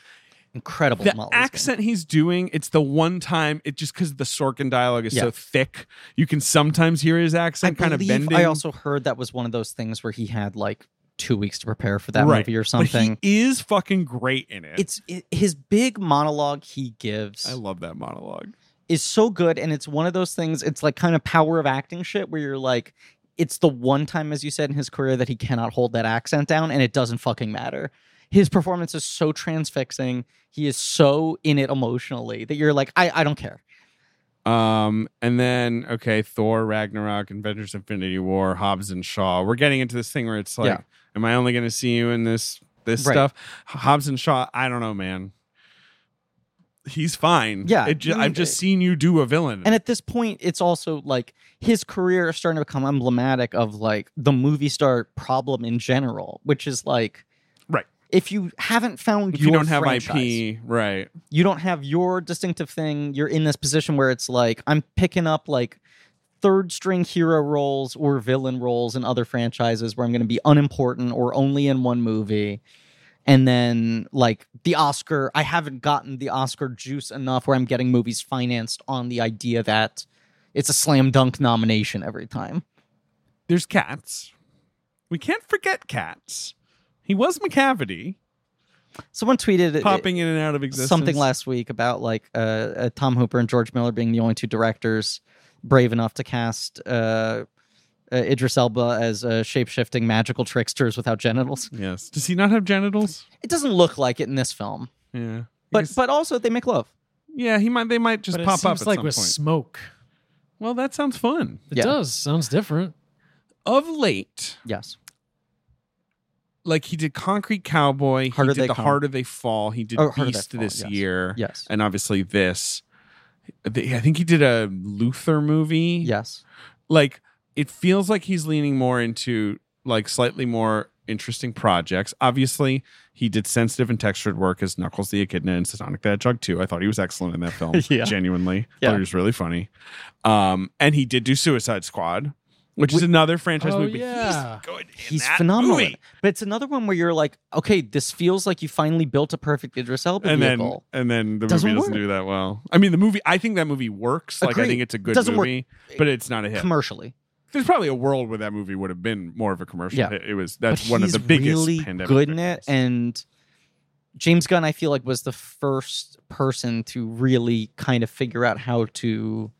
Speaker 1: incredible.
Speaker 2: The
Speaker 1: Molly's
Speaker 2: accent he's doing, it's the one time it just because the Sorkin dialogue is so
Speaker 1: Yeah.
Speaker 2: thick, you can sometimes hear his
Speaker 1: game. I
Speaker 2: accent kind of
Speaker 1: believe
Speaker 2: bending.
Speaker 1: I also heard that was one of those things where he had like two weeks to prepare for that
Speaker 2: Right.
Speaker 1: movie or
Speaker 2: but
Speaker 1: something.
Speaker 2: he is fucking great in it.
Speaker 1: it's it, his big monologue he gives.
Speaker 2: I love that monologue.
Speaker 1: is so good and it's one of those things it's like kind of power of acting shit where you're like it's the one time as you said in his career that he cannot hold that accent down and it doesn't fucking matter his performance is so transfixing he is so in it emotionally that you're like i, I don't care
Speaker 2: Um, and then okay, Thor, Ragnarok, Avengers: Infinity War, Hobbs and Shaw. We're getting into this thing where it's like,
Speaker 1: Yeah.
Speaker 2: am I only going to see you in this this
Speaker 1: Right.
Speaker 2: stuff? Hobbs and Shaw. I don't know, man. He's fine.
Speaker 1: Yeah,
Speaker 2: it ju-
Speaker 1: I mean,
Speaker 2: I've just
Speaker 1: it-
Speaker 2: seen you do a villain.
Speaker 1: and at this point it's also like his career is starting to become emblematic of like the movie star problem in general which is like
Speaker 2: Right.
Speaker 1: if you haven't found
Speaker 2: if
Speaker 1: your
Speaker 2: you don't have
Speaker 1: franchise-
Speaker 2: IP, right?
Speaker 1: you don't have your distinctive thing. You're in this position where it's like I'm picking up like third string hero roles or villain roles in other franchises where I'm going to be unimportant or only in one movie. And then like the Oscar, I haven't gotten the Oscar juice enough where I'm getting movies financed on the idea that it's a slam dunk nomination every time.
Speaker 2: There's cats. We can't forget cats. He was McCavity,
Speaker 1: Someone tweeted it-
Speaker 2: popping in and out of existence.
Speaker 1: something last week about like uh, uh, Tom Hooper and George Miller being the only two directors brave enough to cast uh, uh, Idris Elba as uh, shape shifting magical tricksters without genitals.
Speaker 2: Yes. Does he not have genitals?
Speaker 1: It doesn't look like it in this film,
Speaker 2: Yeah.
Speaker 1: but
Speaker 2: Because-
Speaker 1: but also they make love.
Speaker 2: yeah, he might. They might just
Speaker 3: but
Speaker 2: pop
Speaker 3: it
Speaker 2: up
Speaker 3: seems
Speaker 2: at
Speaker 3: like
Speaker 2: some
Speaker 3: with
Speaker 2: point.
Speaker 3: smoke.
Speaker 2: well, that sounds fun.
Speaker 3: It
Speaker 1: Yeah.
Speaker 3: does. Sounds different.
Speaker 2: Of late,
Speaker 1: Yes,
Speaker 2: like he did Concrete Cowboy,
Speaker 1: Harder
Speaker 2: he did
Speaker 1: They
Speaker 2: The
Speaker 1: Come.
Speaker 2: Harder They Fall, he did
Speaker 1: Oh, Harder They
Speaker 2: Beast
Speaker 1: Fall,
Speaker 2: this
Speaker 1: yes.
Speaker 2: year,
Speaker 1: yes,
Speaker 2: and obviously this. The- I think he did a Luther movie.
Speaker 1: yes.
Speaker 2: like it feels like he's leaning more into like slightly more interesting projects. Obviously, he did sensitive and textured work as Knuckles the Echidna and Sonic the Hedgehog 2. I thought he was excellent in that film.
Speaker 1: Yeah.
Speaker 2: Genuinely.
Speaker 1: Yeah.
Speaker 2: Thought he was really funny. Um, and he did do Suicide Squad, which is
Speaker 1: Wh-
Speaker 2: another franchise
Speaker 3: Oh,
Speaker 2: movie.
Speaker 3: yeah.
Speaker 2: He's good. in
Speaker 1: He's
Speaker 2: that
Speaker 1: phenomenal. in
Speaker 2: movie.
Speaker 1: it. But it's another one where you're like, okay, this feels like you finally built a perfect Idris Elba
Speaker 2: And then
Speaker 1: vehicle.
Speaker 2: and then the
Speaker 1: Doesn't
Speaker 2: movie doesn't
Speaker 1: work.
Speaker 2: do that well. I mean, the movie I think that movie works. Like I
Speaker 1: Agreed.
Speaker 2: think it's a good
Speaker 1: Doesn't work
Speaker 2: movie, but it's not a hit.
Speaker 1: commercially.
Speaker 2: There's probably a world where that movie would have been more of a commercial.
Speaker 1: Yeah.
Speaker 2: hit. It was that's
Speaker 1: but
Speaker 2: one of
Speaker 1: he's
Speaker 2: the biggest
Speaker 1: really
Speaker 2: pandemic
Speaker 1: good in it
Speaker 2: victims.
Speaker 1: and james gunn i feel like was the first person to really kind of figure out how to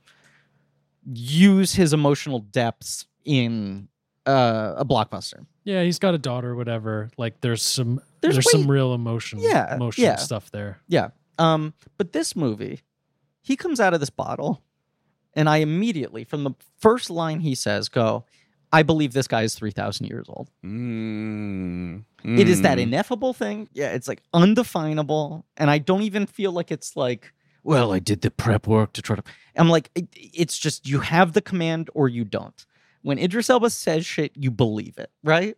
Speaker 1: use his emotional depths in uh, a blockbuster
Speaker 3: Yeah, he's got a daughter, whatever. Like there's some
Speaker 1: There's
Speaker 3: there's,
Speaker 1: way-
Speaker 3: some real emotion,
Speaker 1: Yeah,
Speaker 3: emotional
Speaker 1: yeah.
Speaker 3: stuff there.
Speaker 1: um, but this movie he comes out of this bottle and i immediately from the first line he says go i believe this guy is 3000 years old
Speaker 2: Mm.
Speaker 1: It is that
Speaker 2: Mm.
Speaker 1: ineffable thing. Yeah, it's like undefinable, and I don't even feel like it's like. Well, I did the prep work to try to. I'm like, it, it's just you have the command or you don't. When Idris Elba says shit, you believe it, right?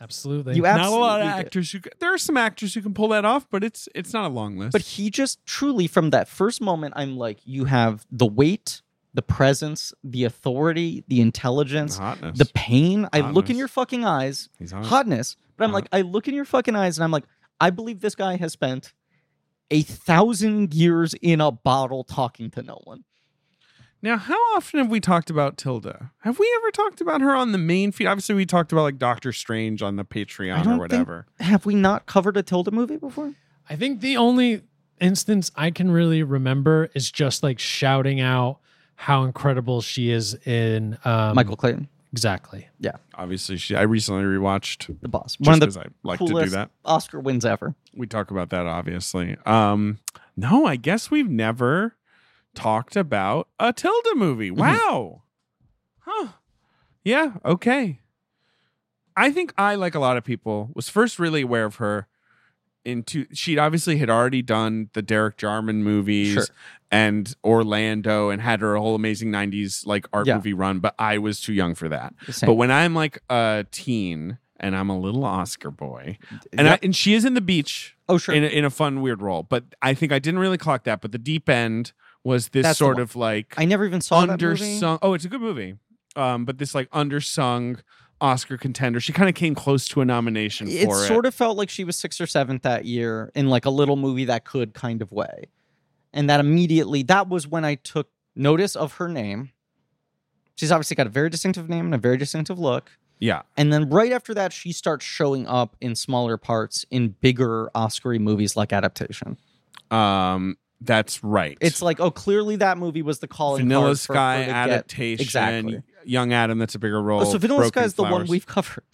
Speaker 3: Absolutely.
Speaker 1: You
Speaker 2: Mm. not a lot of
Speaker 1: absolutely do.
Speaker 2: actors who c- there are some actors who can pull that off, but it's it's not a long list.
Speaker 1: But he just truly, from that first moment, I'm like, you have the weight, the presence, the authority, the intelligence,
Speaker 2: hotness.
Speaker 1: the pain. I look in
Speaker 2: Hotness.
Speaker 1: your fucking eyes,
Speaker 2: He's hot.
Speaker 1: hotness. But I'm like, I look in your fucking eyes and I'm like, I believe this guy has spent a thousand years in a bottle talking to no one.
Speaker 2: Now, how often have we talked about Tilda? Have we ever talked about her on the main feed? Obviously, we talked about like Doctor Strange on the
Speaker 1: I
Speaker 2: Patreon
Speaker 1: don't
Speaker 2: or
Speaker 1: think-
Speaker 2: whatever.
Speaker 1: Have we not covered a Tilda movie before?
Speaker 3: I think the only instance I can really remember is just like shouting out how incredible she is in um,
Speaker 1: Michael Clayton,
Speaker 3: Exactly.
Speaker 2: Obviously, she. I recently rewatched
Speaker 1: the boss. One
Speaker 2: just
Speaker 1: of the
Speaker 2: because I like to do
Speaker 1: coolest
Speaker 2: that.
Speaker 1: Oscar wins ever.
Speaker 2: we talk about that obviously um no i guess we've never talked about a tilda movie
Speaker 1: Mm-hmm.
Speaker 2: wow huh yeah okay i think i like a lot of people was first really aware of her into she obviously had already done the derek jarman movies
Speaker 1: Sure.
Speaker 2: and orlando and had her whole amazing 90s like art
Speaker 1: Yeah.
Speaker 2: movie run but i was too young for that
Speaker 1: The same.
Speaker 2: but when i'm like a teen and i'm a little oscar boy and
Speaker 1: Yep.
Speaker 2: I, and she is in the beach
Speaker 1: oh sure,
Speaker 2: in a, in a fun weird role. But I think I didn't really clock that. But the deep end was this
Speaker 1: That's the
Speaker 2: sort
Speaker 1: one.
Speaker 2: of like
Speaker 1: I never even saw that movie.
Speaker 2: undersung. Oh, it's a good movie. Um, but this like undersung Oscar contender. She kind of came close to a nomination
Speaker 1: It
Speaker 2: for
Speaker 1: sort of felt like she was sixth or seventh that year in like a little movie that could kind of way, and that immediately that was when I took notice of her name. She's obviously got a very distinctive name and a very distinctive look.
Speaker 2: yeah.
Speaker 1: And then right after that, she starts showing up in smaller parts in bigger Oscar movies like Adaptation.
Speaker 2: Um, that's right.
Speaker 1: It's like, oh, clearly that movie was the calling
Speaker 2: Vanilla
Speaker 1: card for her
Speaker 2: Sky
Speaker 1: to get-
Speaker 2: adaptation.
Speaker 1: Exactly.
Speaker 2: Young Adam. That's a bigger role.
Speaker 1: Oh, so Vanilla
Speaker 2: Broken
Speaker 1: Sky is the one
Speaker 2: Flowers.
Speaker 1: we've covered.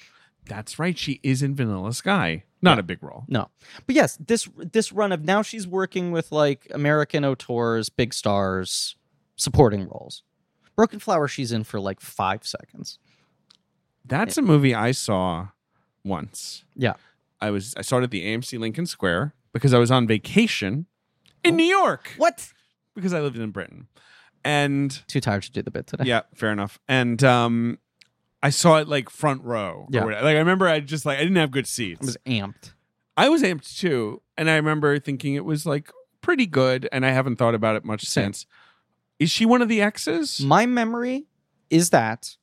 Speaker 2: That's right. She is in Vanilla Sky. Not a big role.
Speaker 1: No, but yes, this this run of now she's working with like American auteurs, big stars, supporting roles. Broken Flower, she's in for like five seconds.
Speaker 2: That's a movie I saw once.
Speaker 1: Yeah.
Speaker 2: I was I saw it at the AMC Lincoln Square because I was on vacation in New York
Speaker 1: What?
Speaker 2: because I lived in Britain. And
Speaker 1: Too tired to do the bit today.
Speaker 2: yeah, fair enough. And um I saw it like front row. or
Speaker 1: Yeah.
Speaker 2: whatever. Like I remember I just like I didn't have
Speaker 1: I
Speaker 2: good seats.
Speaker 1: was amped.
Speaker 2: I was amped too, and I remember thinking it was like pretty good and I haven't thought about it much
Speaker 1: Same.
Speaker 2: since. Is she one of the exes?
Speaker 1: My memory is that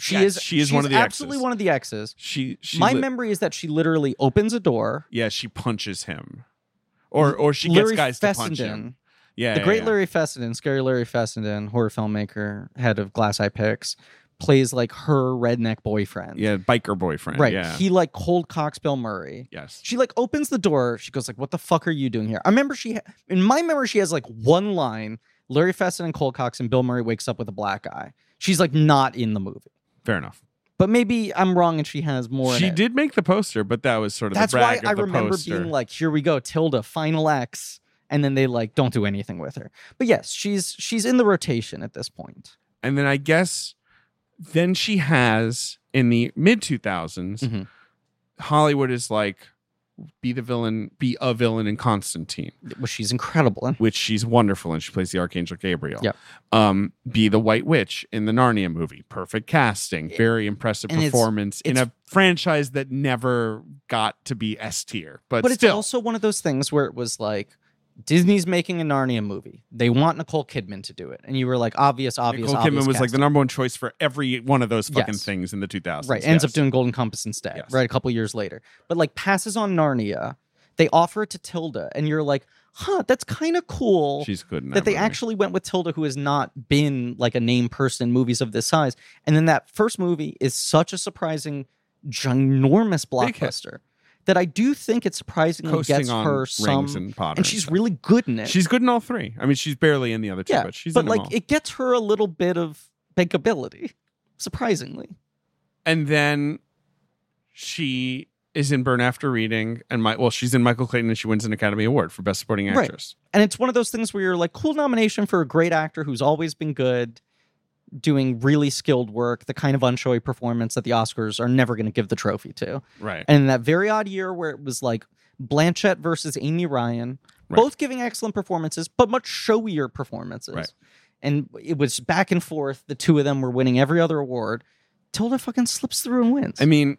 Speaker 1: she
Speaker 2: Yes,
Speaker 1: is
Speaker 2: she is one
Speaker 1: she's
Speaker 2: of the
Speaker 1: absolutely
Speaker 2: exes.
Speaker 1: one of the exes.
Speaker 2: She, she
Speaker 1: My
Speaker 2: li-
Speaker 1: memory is that she literally opens a door.
Speaker 2: Yeah, she punches him. Or or she
Speaker 1: Larry
Speaker 2: gets guys to punch
Speaker 1: Fessenden
Speaker 2: him. Yeah.
Speaker 1: the
Speaker 2: yeah,
Speaker 1: great
Speaker 2: yeah.
Speaker 1: Larry Fessenden, scary Larry Fessenden, horror filmmaker, head of Glass Eye Picks, plays like her redneck boyfriend.
Speaker 2: Yeah, biker boyfriend.
Speaker 1: Right.
Speaker 2: Yeah.
Speaker 1: He like cold cocks Bill Murray.
Speaker 2: yes.
Speaker 1: She like opens the door. She goes like, "What the fuck are you doing here?" I remember she ha- in my memory she has like one line. Larry Fessenden and Cole Cox and Bill Murray wakes up with a black eye. She's like not in the movie,
Speaker 2: Fair enough.
Speaker 1: but maybe I'm wrong and she has more. in
Speaker 2: She
Speaker 1: it.
Speaker 2: did make the poster, but that was sort of
Speaker 1: That's
Speaker 2: the
Speaker 1: why
Speaker 2: brag
Speaker 1: I
Speaker 2: of the
Speaker 1: remember
Speaker 2: poster.
Speaker 1: being like, "Here we go, Tilda, final X," and then they like don't do anything with her. But yes, she's she's in the rotation at this point.
Speaker 2: and then I guess then she has in the mid 2000s
Speaker 1: Mhm.
Speaker 2: Hollywood is like be the villain, be a villain in Constantine,
Speaker 1: Well, she's incredible. And
Speaker 2: which she's wonderful and she plays the Archangel Gabriel.
Speaker 1: Yep.
Speaker 2: Um, be the White Witch in the Narnia movie. Perfect casting, very impressive
Speaker 1: and it's-
Speaker 2: performance in
Speaker 1: it's-
Speaker 2: a franchise that never got to be S tier, but,
Speaker 1: but it's
Speaker 2: still
Speaker 1: also one of those things where it was like Disney's making a Narnia movie. They want Nicole Kidman to do it, and you were like, obvious, obvious.
Speaker 2: Nicole
Speaker 1: obvious
Speaker 2: Kidman was like the
Speaker 1: casting.
Speaker 2: number one choice for every one of those fucking
Speaker 1: Yes.
Speaker 2: things in the 2000s.
Speaker 1: right. Ends
Speaker 2: yes.
Speaker 1: up doing Golden Compass instead.
Speaker 2: Yes.
Speaker 1: Right, a couple years later, but like passes on Narnia. They offer it to Tilda, and you're like, huh, that's kind of cool.
Speaker 2: She's good. in
Speaker 1: that they
Speaker 2: movie.
Speaker 1: actually went with Tilda, who has not been like a name person in movies of this size. And then that first movie is such a surprising, ginormous
Speaker 2: Big hit.
Speaker 1: blockbuster that I do think it surprisingly
Speaker 2: coasting
Speaker 1: gets
Speaker 2: on
Speaker 1: her
Speaker 2: rings
Speaker 1: some.
Speaker 2: and Potter,
Speaker 1: and she's
Speaker 2: stuff.
Speaker 1: really good in it.
Speaker 2: she's good in all three. I mean, she's barely in the other two,
Speaker 1: yeah,
Speaker 2: but she's in
Speaker 1: but
Speaker 2: them
Speaker 1: like
Speaker 2: all.
Speaker 1: it gets her a little bit of bankability, surprisingly.
Speaker 2: and then she is in Burn After Reading, and my well, she's in Michael Clayton, and she wins an Academy Award for Best Supporting
Speaker 1: Right.
Speaker 2: Actress.
Speaker 1: And it's one of those things where you're like, cool nomination for a great actor who's always been good, doing really skilled work, the kind of unshowy performance that the Oscars are never going to give the trophy to.
Speaker 2: Right.
Speaker 1: and that very odd year where it was like Blanchett versus Amy Ryan,
Speaker 2: Right.
Speaker 1: both giving excellent performances, but much showier performances.
Speaker 2: Right.
Speaker 1: And it was back and forth. The two of them were winning every other award. Tilda fucking slips through and wins.
Speaker 2: I mean,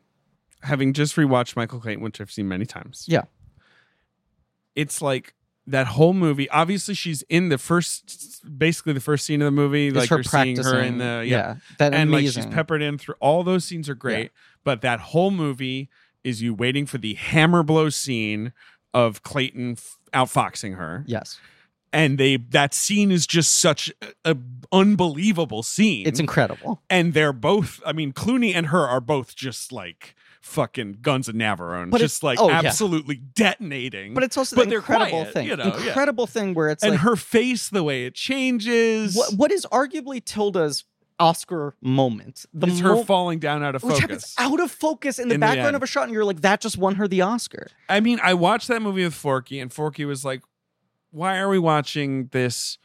Speaker 2: having just rewatched Michael Clayton, which I've seen many times.
Speaker 1: Yeah.
Speaker 2: It's like that whole movie. Obviously, she's in the first, basically the first scene of the movie.
Speaker 1: It's
Speaker 2: like
Speaker 1: her
Speaker 2: you're seeing her
Speaker 1: practicing.
Speaker 2: in the yeah,
Speaker 1: that
Speaker 2: and
Speaker 1: amazing.
Speaker 2: like she's peppered in through all those scenes are great but that whole movie is you waiting for the hammer blow scene of clayton f- outfoxing her
Speaker 1: yes,
Speaker 2: and they that scene is just such a, a unbelievable scene
Speaker 1: it's incredible.
Speaker 2: and they're both i mean clooney and her are both just like fucking guns of navarone
Speaker 1: But it's-
Speaker 2: just like
Speaker 1: oh, yeah.
Speaker 2: absolutely detonating
Speaker 1: But it's also
Speaker 2: But
Speaker 1: the
Speaker 2: they're
Speaker 1: incredible
Speaker 2: quiet,
Speaker 1: thing.
Speaker 2: you know, yeah.
Speaker 1: incredible thing where it's
Speaker 2: and
Speaker 1: like
Speaker 2: her face the way it changes
Speaker 1: what, what is arguably Tilda's Oscar moment. The
Speaker 2: it's her
Speaker 1: mo-
Speaker 2: falling down out of
Speaker 1: which
Speaker 2: focus
Speaker 1: happens out of focus in the
Speaker 2: In the
Speaker 1: background
Speaker 2: end.
Speaker 1: of a shot, and you're like, that just won her the Oscar.
Speaker 2: I mean, I watched that movie with Forky, and Forky was like, "Why are we watching this?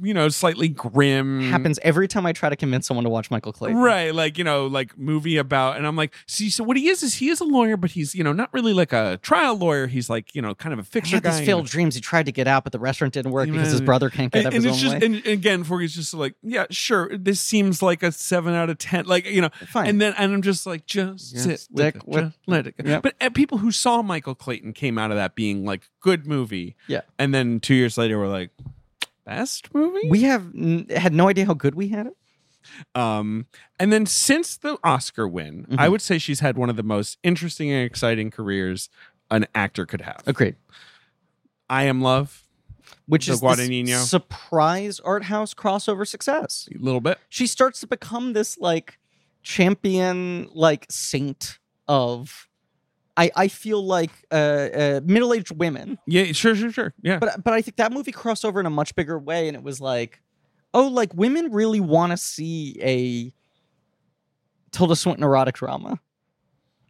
Speaker 2: You know, slightly grim."
Speaker 1: happens every time I try to convince someone to watch Michael Clayton.
Speaker 2: Mm-hmm. Right, like you know, like movie about, and I'm like, see, so what he is is he is a lawyer, but he's you know not really like a trial lawyer. He's like you know kind of a
Speaker 1: He
Speaker 2: fiction
Speaker 1: had
Speaker 2: guy.
Speaker 1: these failed dreams. He tried to get out, but the restaurant didn't work because his brother can't get
Speaker 2: and,
Speaker 1: out of
Speaker 2: and
Speaker 1: his
Speaker 2: it's
Speaker 1: own
Speaker 2: just
Speaker 1: way.
Speaker 2: and, and again, Forky's just like, yeah, sure, this seems like a seven out of ten, like you know,
Speaker 1: Fine.
Speaker 2: and then and I'm just like, just
Speaker 1: Yeah,
Speaker 2: sit
Speaker 1: stick
Speaker 2: with, it,
Speaker 1: with-
Speaker 2: just let it go.
Speaker 1: Yep.
Speaker 2: But uh, people who saw Michael Clayton came out of that being like, good movie.
Speaker 1: Yeah.
Speaker 2: And then two years later, we're like, best movie.
Speaker 1: we have n- had no idea how good we had it.
Speaker 2: um, and then since the Oscar win,
Speaker 1: Mhm.
Speaker 2: I would say she's had one of the most interesting and exciting careers an actor could have.
Speaker 1: Agreed.
Speaker 2: I am love
Speaker 1: Which
Speaker 2: The
Speaker 1: is this
Speaker 2: Guadagnino.
Speaker 1: surprise art house crossover success.
Speaker 2: a little bit.
Speaker 1: She starts to become this like champion, like saint of. I, I feel like uh, uh, middle aged women
Speaker 2: Yeah, sure, sure, sure. Yeah.
Speaker 1: but but I think that movie crossed over in a much bigger way, and it was like, oh, like women really want to see a Tilda Swinton erotic drama.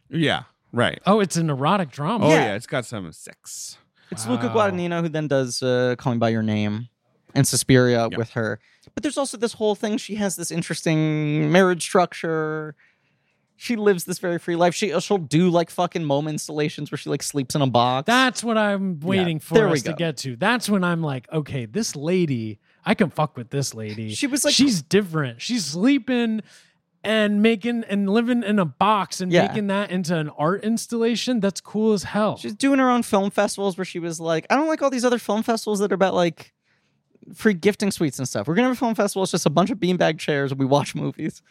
Speaker 2: yeah. Right.
Speaker 3: Oh, it's an erotic drama.
Speaker 2: Oh
Speaker 1: Yeah.
Speaker 2: yeah. it's got some sex.
Speaker 1: It's Luca
Speaker 3: Wow.
Speaker 1: Guadagnino who then does uh, Call Me by Your Name and Suspiria
Speaker 2: Yeah.
Speaker 1: with her. But there's also this whole thing. She has this interesting marriage structure. She lives this very free life. She uh, she'll do like fucking home installations where she like sleeps in a box.
Speaker 3: That's what I'm waiting for
Speaker 1: there we
Speaker 3: us to
Speaker 1: go.
Speaker 3: get to. That's when I'm like, okay, this lady, I can fuck with this lady.
Speaker 1: She was like-
Speaker 3: she's different. She's sleeping and making and living in a box and
Speaker 1: Yeah.
Speaker 3: making that into an art installation. That's cool as hell.
Speaker 1: She's doing her own film festivals where she was like, I don't like all these other film festivals that are about like free gifting suites and stuff. We're gonna have a film festival. It's just a bunch of beanbag chairs and we watch movies.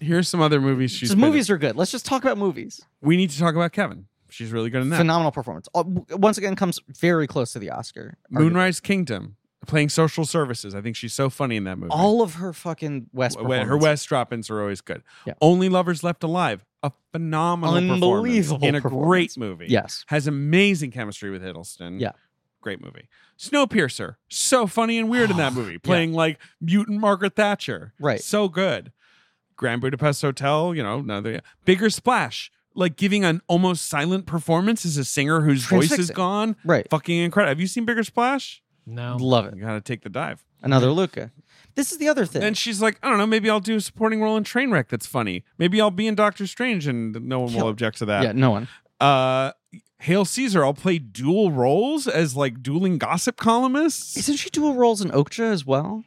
Speaker 2: Here's some other movies she's
Speaker 1: Just
Speaker 2: been in.
Speaker 1: movies are good. Let's just talk about movies.
Speaker 2: We need to talk about Kevin. She's really good in that.
Speaker 1: Phenomenal performance. Uh, w- Once again, comes very close to the Oscar.
Speaker 2: Moonrise Kingdom playing social services. I think she's so funny in that movie.
Speaker 1: All of her fucking West.
Speaker 2: W- her
Speaker 1: performances.
Speaker 2: West drop-ins are always good.
Speaker 1: Yeah.
Speaker 2: Only Lovers Left Alive, a phenomenal,
Speaker 1: Unbelievable
Speaker 2: performance in a
Speaker 1: performance.
Speaker 2: great movie.
Speaker 1: Yes.
Speaker 2: has amazing chemistry with Hiddleston.
Speaker 1: Yeah.
Speaker 2: great movie. Snowpiercer, so funny and weird in that movie, playing like mutant Margaret Thatcher.
Speaker 1: Right.
Speaker 2: so good. Grand Budapest Hotel, you know, another bigger splash. Like giving an almost silent performance as a singer whose voice is
Speaker 1: Transfixing.
Speaker 2: gone.
Speaker 1: Right.
Speaker 2: Fucking incredible. Have you seen Bigger Splash?
Speaker 3: No.
Speaker 1: Love it.
Speaker 2: You gotta take the dive.
Speaker 1: Another Luca. This is the other thing.
Speaker 2: Then she's like, I don't know, maybe I'll do a supporting role in Trainwreck that's funny. Maybe I'll be in Doctor Strange and no one will
Speaker 1: Yeah.
Speaker 2: object to
Speaker 1: yeah,
Speaker 2: that.
Speaker 1: no one.
Speaker 2: Uh Hail Caesar, I'll play dual roles as like dueling gossip columnists.
Speaker 1: Isn't she dual roles in Okja as well?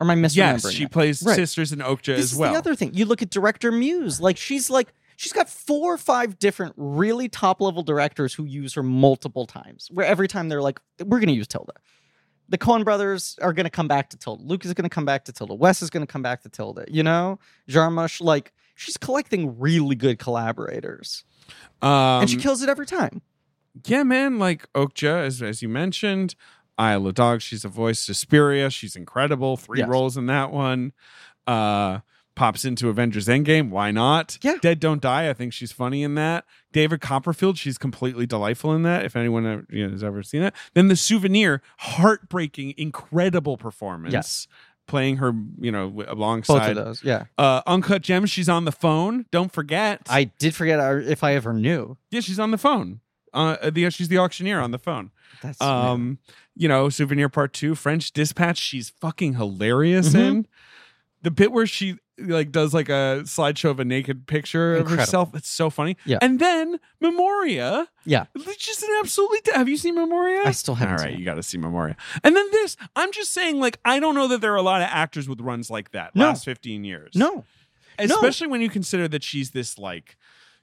Speaker 1: Or am I misremembering?
Speaker 2: yes, she
Speaker 1: that?
Speaker 2: plays
Speaker 1: Right.
Speaker 2: sisters in Okja
Speaker 1: this
Speaker 2: as
Speaker 1: is
Speaker 2: well.
Speaker 1: the other thing. You look at director Muse, like she's like she's got four or five different really top level directors who use her multiple times. Where every time they're like, we're going to use Tilda. The Coen brothers are going to come back to Tilda. Luke is going to come back to Tilda. Wes is going to come back to Tilda. You know, Jarmusch, like she's collecting really good collaborators,
Speaker 2: um,
Speaker 1: and she kills it every time.
Speaker 2: yeah, man, like Okja, as, as you mentioned, Isle of Dogs, she's a voice. Suspiria, she's incredible. Three
Speaker 1: Yes.
Speaker 2: roles in that one. Uh, pops into Avengers Endgame. Why not?
Speaker 1: Yeah.
Speaker 2: Dead Don't Die. I think she's funny in that. David Copperfield, she's completely delightful in that. If anyone uh, you know, has ever seen it, then the Souvenir, heartbreaking, incredible performance.
Speaker 1: Yes.
Speaker 2: Playing her, you know, w-
Speaker 1: Both
Speaker 2: alongside
Speaker 1: of those, yeah.
Speaker 2: uh, Uncut Gems. She's on the phone. Don't forget.
Speaker 1: I did forget I- if I ever knew.
Speaker 2: yeah, she's on the phone. Uh, the, she's the auctioneer on the phone
Speaker 1: That's
Speaker 2: um you know souvenir part two french dispatch she's fucking hilarious
Speaker 1: Mhm.
Speaker 2: in the bit where she like does like a slideshow of a naked picture of
Speaker 1: Incredible.
Speaker 2: herself it's so funny
Speaker 1: Yeah.
Speaker 2: and then memoria
Speaker 1: Yeah.
Speaker 2: it's just an absolutely have you seen memoria
Speaker 1: I still
Speaker 2: all
Speaker 1: haven't.
Speaker 2: right,
Speaker 1: seen
Speaker 2: you
Speaker 1: it.
Speaker 2: got to see Memoria. And then this, I'm just saying, like, I don't know that there are a lot of actors with runs like that
Speaker 1: No.
Speaker 2: last 15 years.
Speaker 1: No, No.
Speaker 2: Especially when you consider that she's this like,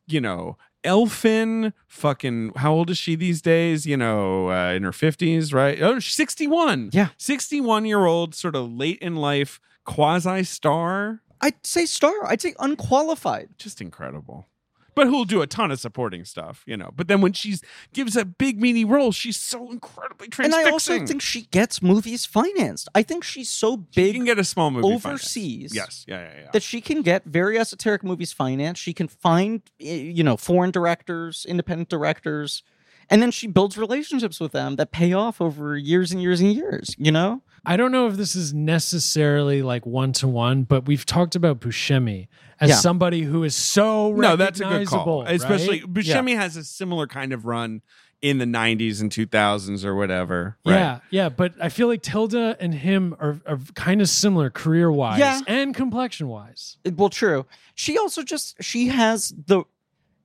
Speaker 2: you know, elfin fucking how old is she these days? You know, uh, in her 50s, right? Oh, she's 61.
Speaker 1: Yeah.
Speaker 2: 61 year old, sort of late in life, quasi star.
Speaker 1: I'd say star. I'd say unqualified.
Speaker 2: Just incredible. But who'll do a ton of supporting stuff, you know. But then when she's gives a big meaty role, she's so incredibly
Speaker 1: And
Speaker 2: transfixing.
Speaker 1: I also think she gets movies financed. I think she's so
Speaker 2: you
Speaker 1: big
Speaker 2: can get a small movie
Speaker 1: overseas
Speaker 2: financed. Yes, yeah, yeah, yeah.
Speaker 1: that she can get very esoteric movies financed. She can find, eh, you know, foreign directors, independent directors, and then she builds relationships with them that pay off over years and years and years. You know,
Speaker 3: I don't know if this is necessarily like one to one, but we've talked about Buscemi as
Speaker 1: Yeah.
Speaker 3: somebody who is so
Speaker 2: no, that's a good
Speaker 3: recognizable,
Speaker 2: call. Especially
Speaker 3: right?
Speaker 2: Buscemi has a similar kind of run in the '90s and 2000s or whatever. Right?
Speaker 3: Yeah, yeah, but I feel like Tilda and him are, are kind of similar career wise
Speaker 1: Yeah.
Speaker 3: and complexion wise.
Speaker 1: Eh, well, true. She also just she has the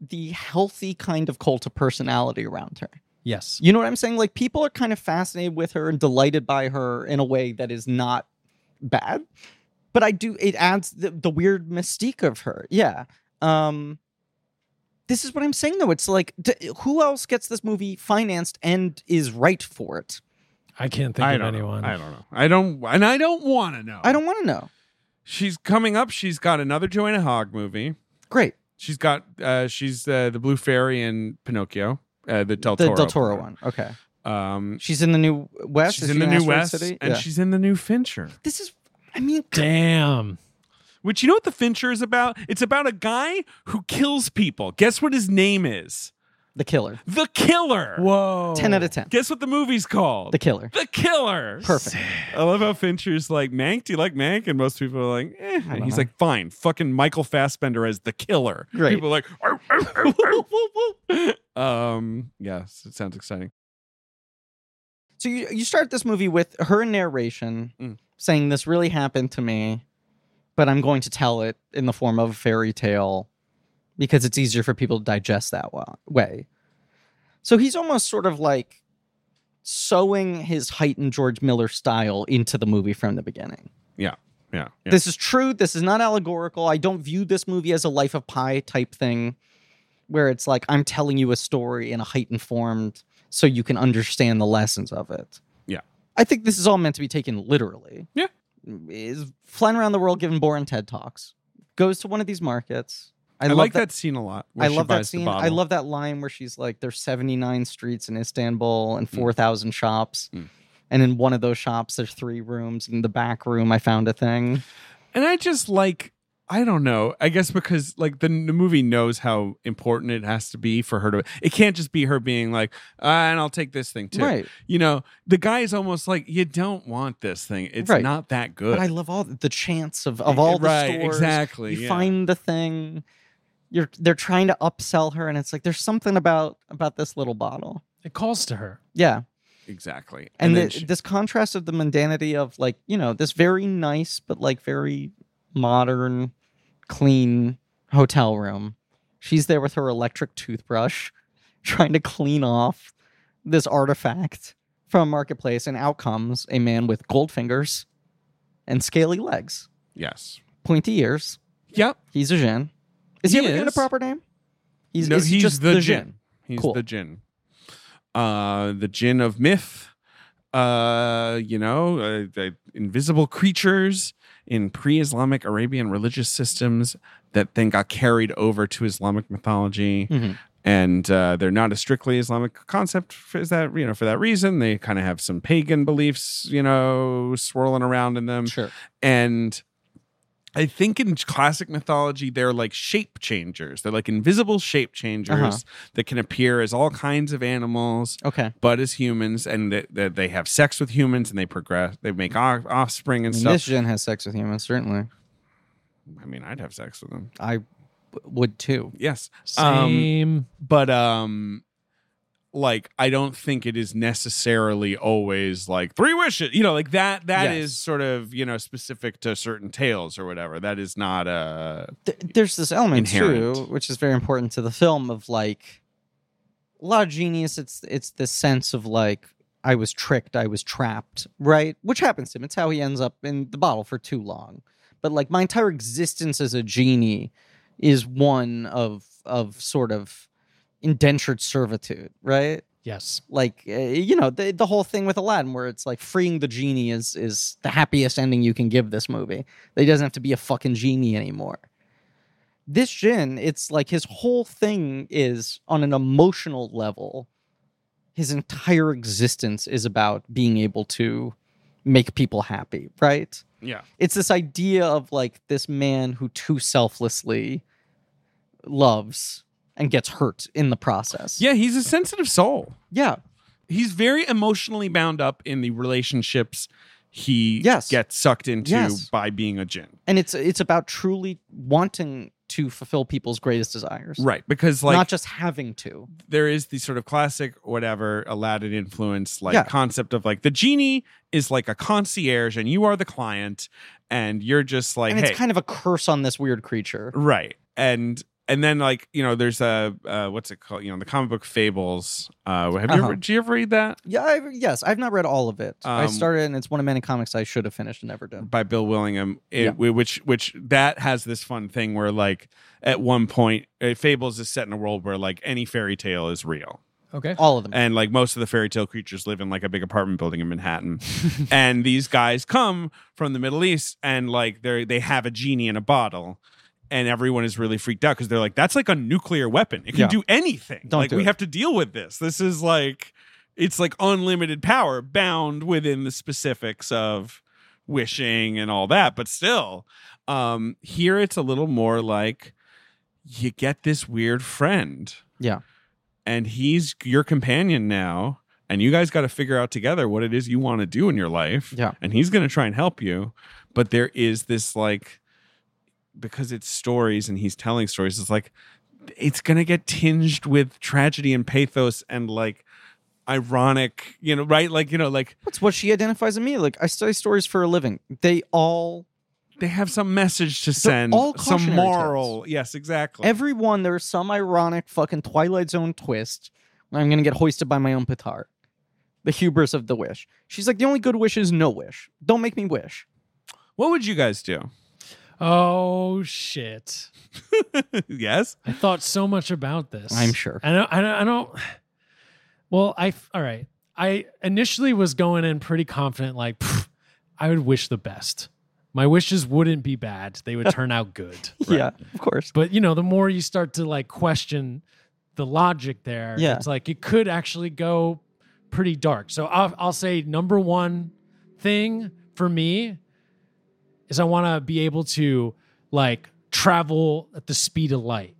Speaker 1: the healthy kind of cult of personality around her.
Speaker 3: Yes.
Speaker 1: You know what I'm saying? Like people are kind of fascinated with her and delighted by her in a way that is not bad. But I do it adds the, the weird mystique of her. Yeah. Um this is what I'm saying though. It's like d- who else gets this movie financed and is right for it?
Speaker 3: I can't think
Speaker 2: I
Speaker 3: of
Speaker 2: don't
Speaker 3: anyone.
Speaker 2: Know. I don't know. I don't, and I don't want to know.
Speaker 1: I don't want to know.
Speaker 2: She's coming up. She's got another Joanna Hogg movie.
Speaker 1: Great.
Speaker 2: She's got. Uh, she's uh, the Blue Fairy in Pinocchio. Uh, the Del
Speaker 1: the
Speaker 2: Toro.
Speaker 1: Del Toro one. Okay.
Speaker 2: Um,
Speaker 1: She's in the new West.
Speaker 2: she's
Speaker 1: Is
Speaker 2: in
Speaker 1: she
Speaker 2: the New
Speaker 1: Asteroid
Speaker 2: West,
Speaker 1: City?
Speaker 2: and
Speaker 1: Yeah.
Speaker 2: she's in the new Fincher.
Speaker 1: this is I mean
Speaker 3: Damn.
Speaker 2: Which you know what the Fincher is about? It's about a guy who kills people. Guess what his name is?
Speaker 1: the killer.
Speaker 2: The Killer.
Speaker 3: Whoa.
Speaker 1: 10 out of 10.
Speaker 2: Guess what the movie's called?
Speaker 1: The killer.
Speaker 2: The Killer.
Speaker 1: Perfect.
Speaker 2: I love how Fincher's like, Mank, do you like Mank? And most people are like, eh. And
Speaker 1: don't
Speaker 2: he's
Speaker 1: know.
Speaker 2: like, fine, fucking Michael Fassbender as the killer.
Speaker 1: Great.
Speaker 2: People are like, "Arr, arr, arr, arr, woo, woo." um, yes, it sounds exciting.
Speaker 1: So you you start this movie with her narration
Speaker 2: Mm.
Speaker 1: saying this really happened to me, but I'm going to tell it in the form of a fairy tale because it's easier for people to digest that wa- way. So he's almost sort of like sewing his heightened George Miller style into the movie from the beginning.
Speaker 2: Yeah. yeah.
Speaker 1: This is true. This is not allegorical. I don't view this movie as a Life of Pi type thing where it's like I'm telling you a story in a heightened form so you can understand the lessons of it.
Speaker 2: Yeah.
Speaker 1: I think this is all meant to be taken literally.
Speaker 2: Yeah.
Speaker 1: Is flying around the world giving boring TED Talks. Goes to one of these markets.
Speaker 2: I,
Speaker 1: love
Speaker 2: like that, scene a lot. where
Speaker 1: I
Speaker 2: she
Speaker 1: love that
Speaker 2: buys the
Speaker 1: scene. I
Speaker 2: bottle.
Speaker 1: love that line where she's like, "There's 79 streets in Istanbul and
Speaker 2: Mm.
Speaker 1: 4,000 shops."
Speaker 2: Mm.
Speaker 1: And in one of those shops, there's three rooms. In the back room, I found a thing.
Speaker 2: And I just like I don't know. I guess because like the, the movie knows how important it has to be for her to. It can't just be her being like, uh, and I'll take this thing too.
Speaker 1: Right.
Speaker 2: You know, the guy is almost like, you don't want this thing. It's
Speaker 1: Right.
Speaker 2: not that good.
Speaker 1: But I love all the chance of, of all the
Speaker 2: Right,
Speaker 1: stores.
Speaker 2: exactly,
Speaker 1: You
Speaker 2: yeah.
Speaker 1: find the thing. You're they're trying to upsell her, and it's like there's something about about this little bottle.
Speaker 3: It calls to her.
Speaker 1: Yeah.
Speaker 2: exactly.
Speaker 1: and,
Speaker 2: then
Speaker 1: the,
Speaker 2: she-
Speaker 1: this contrast of the mundanity of like you know this very nice but like very modern clean hotel room she's there with her electric toothbrush trying to clean off this artifact from marketplace and out comes a man with gold fingers and scaly legs
Speaker 2: yes.
Speaker 1: pointy ears
Speaker 2: Yep.
Speaker 1: he's a jin is he,
Speaker 2: He
Speaker 1: ever given a
Speaker 2: is.
Speaker 1: proper name he's,
Speaker 2: No,
Speaker 1: is he
Speaker 2: he's
Speaker 1: just
Speaker 2: the
Speaker 1: the
Speaker 2: Jin.
Speaker 1: jin
Speaker 2: He's
Speaker 1: Cool.
Speaker 2: the djinn. Uh, the djinn of myth. Uh, you know, uh, the invisible creatures in pre-Islamic Arabian religious systems that then got carried over to Islamic mythology.
Speaker 1: Mhm.
Speaker 2: and uh, they're not a strictly Islamic concept. For, is that you know for that reason they kind of have some pagan beliefs you know swirling around in them,
Speaker 1: sure
Speaker 2: and I think in classic mythology they're like shape changers. They're like invisible shape changers
Speaker 1: Uh-huh.
Speaker 2: that can appear as all kinds of animals.
Speaker 1: okay
Speaker 2: But as humans, and that that they have sex with humans, and they progress, they make off- offspring and
Speaker 1: I mean,
Speaker 2: stuff.
Speaker 1: this jin has sex with humans certainly
Speaker 2: I mean, I'd have sex with them.
Speaker 1: i w- would too
Speaker 2: Yes, Um,
Speaker 3: Same.
Speaker 2: but um like i don't think it is necessarily always like three wishes you know like that That is
Speaker 1: Yes.
Speaker 2: sort of you know specific to certain tales or whatever that is not uh
Speaker 1: th- there's this element too,
Speaker 2: Inherent.
Speaker 1: which is very important to the film of like a lot of genius. It's it's the sense of like I was tricked, I was trapped, right? Which happens to him. It's how he ends up in the bottle for too long. But like my entire existence as a genie is one of of sort of indentured servitude, right?
Speaker 3: yes.
Speaker 1: like uh, you know the the whole thing with Aladdin where it's like freeing the genie is is the happiest ending you can give this movie. That he doesn't have to be a fucking genie anymore. This Jin, it's like his whole thing is on an emotional level. His entire existence is about being able to make people happy, right?
Speaker 2: yeah
Speaker 1: it's this idea of like this man who too selflessly loves and gets hurt in the process.
Speaker 2: yeah he's a sensitive soul
Speaker 1: Yeah.
Speaker 2: he's very emotionally bound up in the relationships he
Speaker 1: Yes.
Speaker 2: gets sucked into
Speaker 1: Yes.
Speaker 2: by being a jinn
Speaker 1: and it's it's about truly wanting to fulfill people's greatest desires
Speaker 2: right because like
Speaker 1: not just having to
Speaker 2: there is the sort of classic whatever Aladdin influence like
Speaker 1: Yeah.
Speaker 2: concept of like the genie is like a concierge and you are the client and you're just like
Speaker 1: and
Speaker 2: hey
Speaker 1: it's kind of a curse on this weird creature
Speaker 2: right and and then like you know there's a uh, what's it called you know the comic book fables uh have you
Speaker 1: Uh-huh.
Speaker 2: ever did you ever read that
Speaker 1: yeah I, yes i've not read all of it i
Speaker 2: Um,
Speaker 1: started and it's one of many comics i should have finished and never did
Speaker 2: by Bill Willingham it,
Speaker 1: Yeah.
Speaker 2: whi- which which that has this fun thing where like at one point uh, fables is set in a world where like any fairy tale is real
Speaker 3: Okay.
Speaker 1: all of them
Speaker 2: and like most of the fairy tale creatures live in like a big apartment building in Manhattan. and these guys come from the Middle East and like they they have a genie in a bottle. And everyone is really freaked out because they're like, that's like a nuclear weapon. It can
Speaker 1: Yeah.
Speaker 2: do anything.
Speaker 1: Don't
Speaker 2: like,
Speaker 1: do
Speaker 2: we
Speaker 1: it.
Speaker 2: have to deal with this. This is like, it's like unlimited power bound within the specifics of wishing and all that. But still, um, here it's a little more like you get this weird friend and he's your companion now and you guys got to figure out together what it is you want to do in your life
Speaker 1: Yeah.
Speaker 2: and he's going to try and help you but there is this like because it's stories and he's telling stories it's like it's going to get tinged with tragedy and pathos and like ironic you know right like you know like
Speaker 1: that's what she identifies in me like i study stories for a living they all
Speaker 2: they have some message to send
Speaker 1: all
Speaker 2: some
Speaker 1: cautionary
Speaker 2: moral yes exactly
Speaker 1: every one there's some ironic fucking twilight zone twist where i'm gonna get hoisted by my own petard the hubris of the wish she's like the only good wish is no wish don't make me wish
Speaker 2: what would you guys do
Speaker 3: Oh shit!
Speaker 2: yes
Speaker 3: I thought so much about this.
Speaker 1: I'm sure.
Speaker 3: I don't. I don't. I don't well, I. f- All right. I initially was going in pretty confident, like "Pff, I would wish the best. My wishes wouldn't be bad; they would turn out good.
Speaker 1: yeah of course
Speaker 3: But you know, the more you start to like question the logic there,
Speaker 1: Yeah.
Speaker 3: it's like it could actually go pretty dark. So I'll, I'll say number one thing for me is I want to be able to like travel at the speed of light.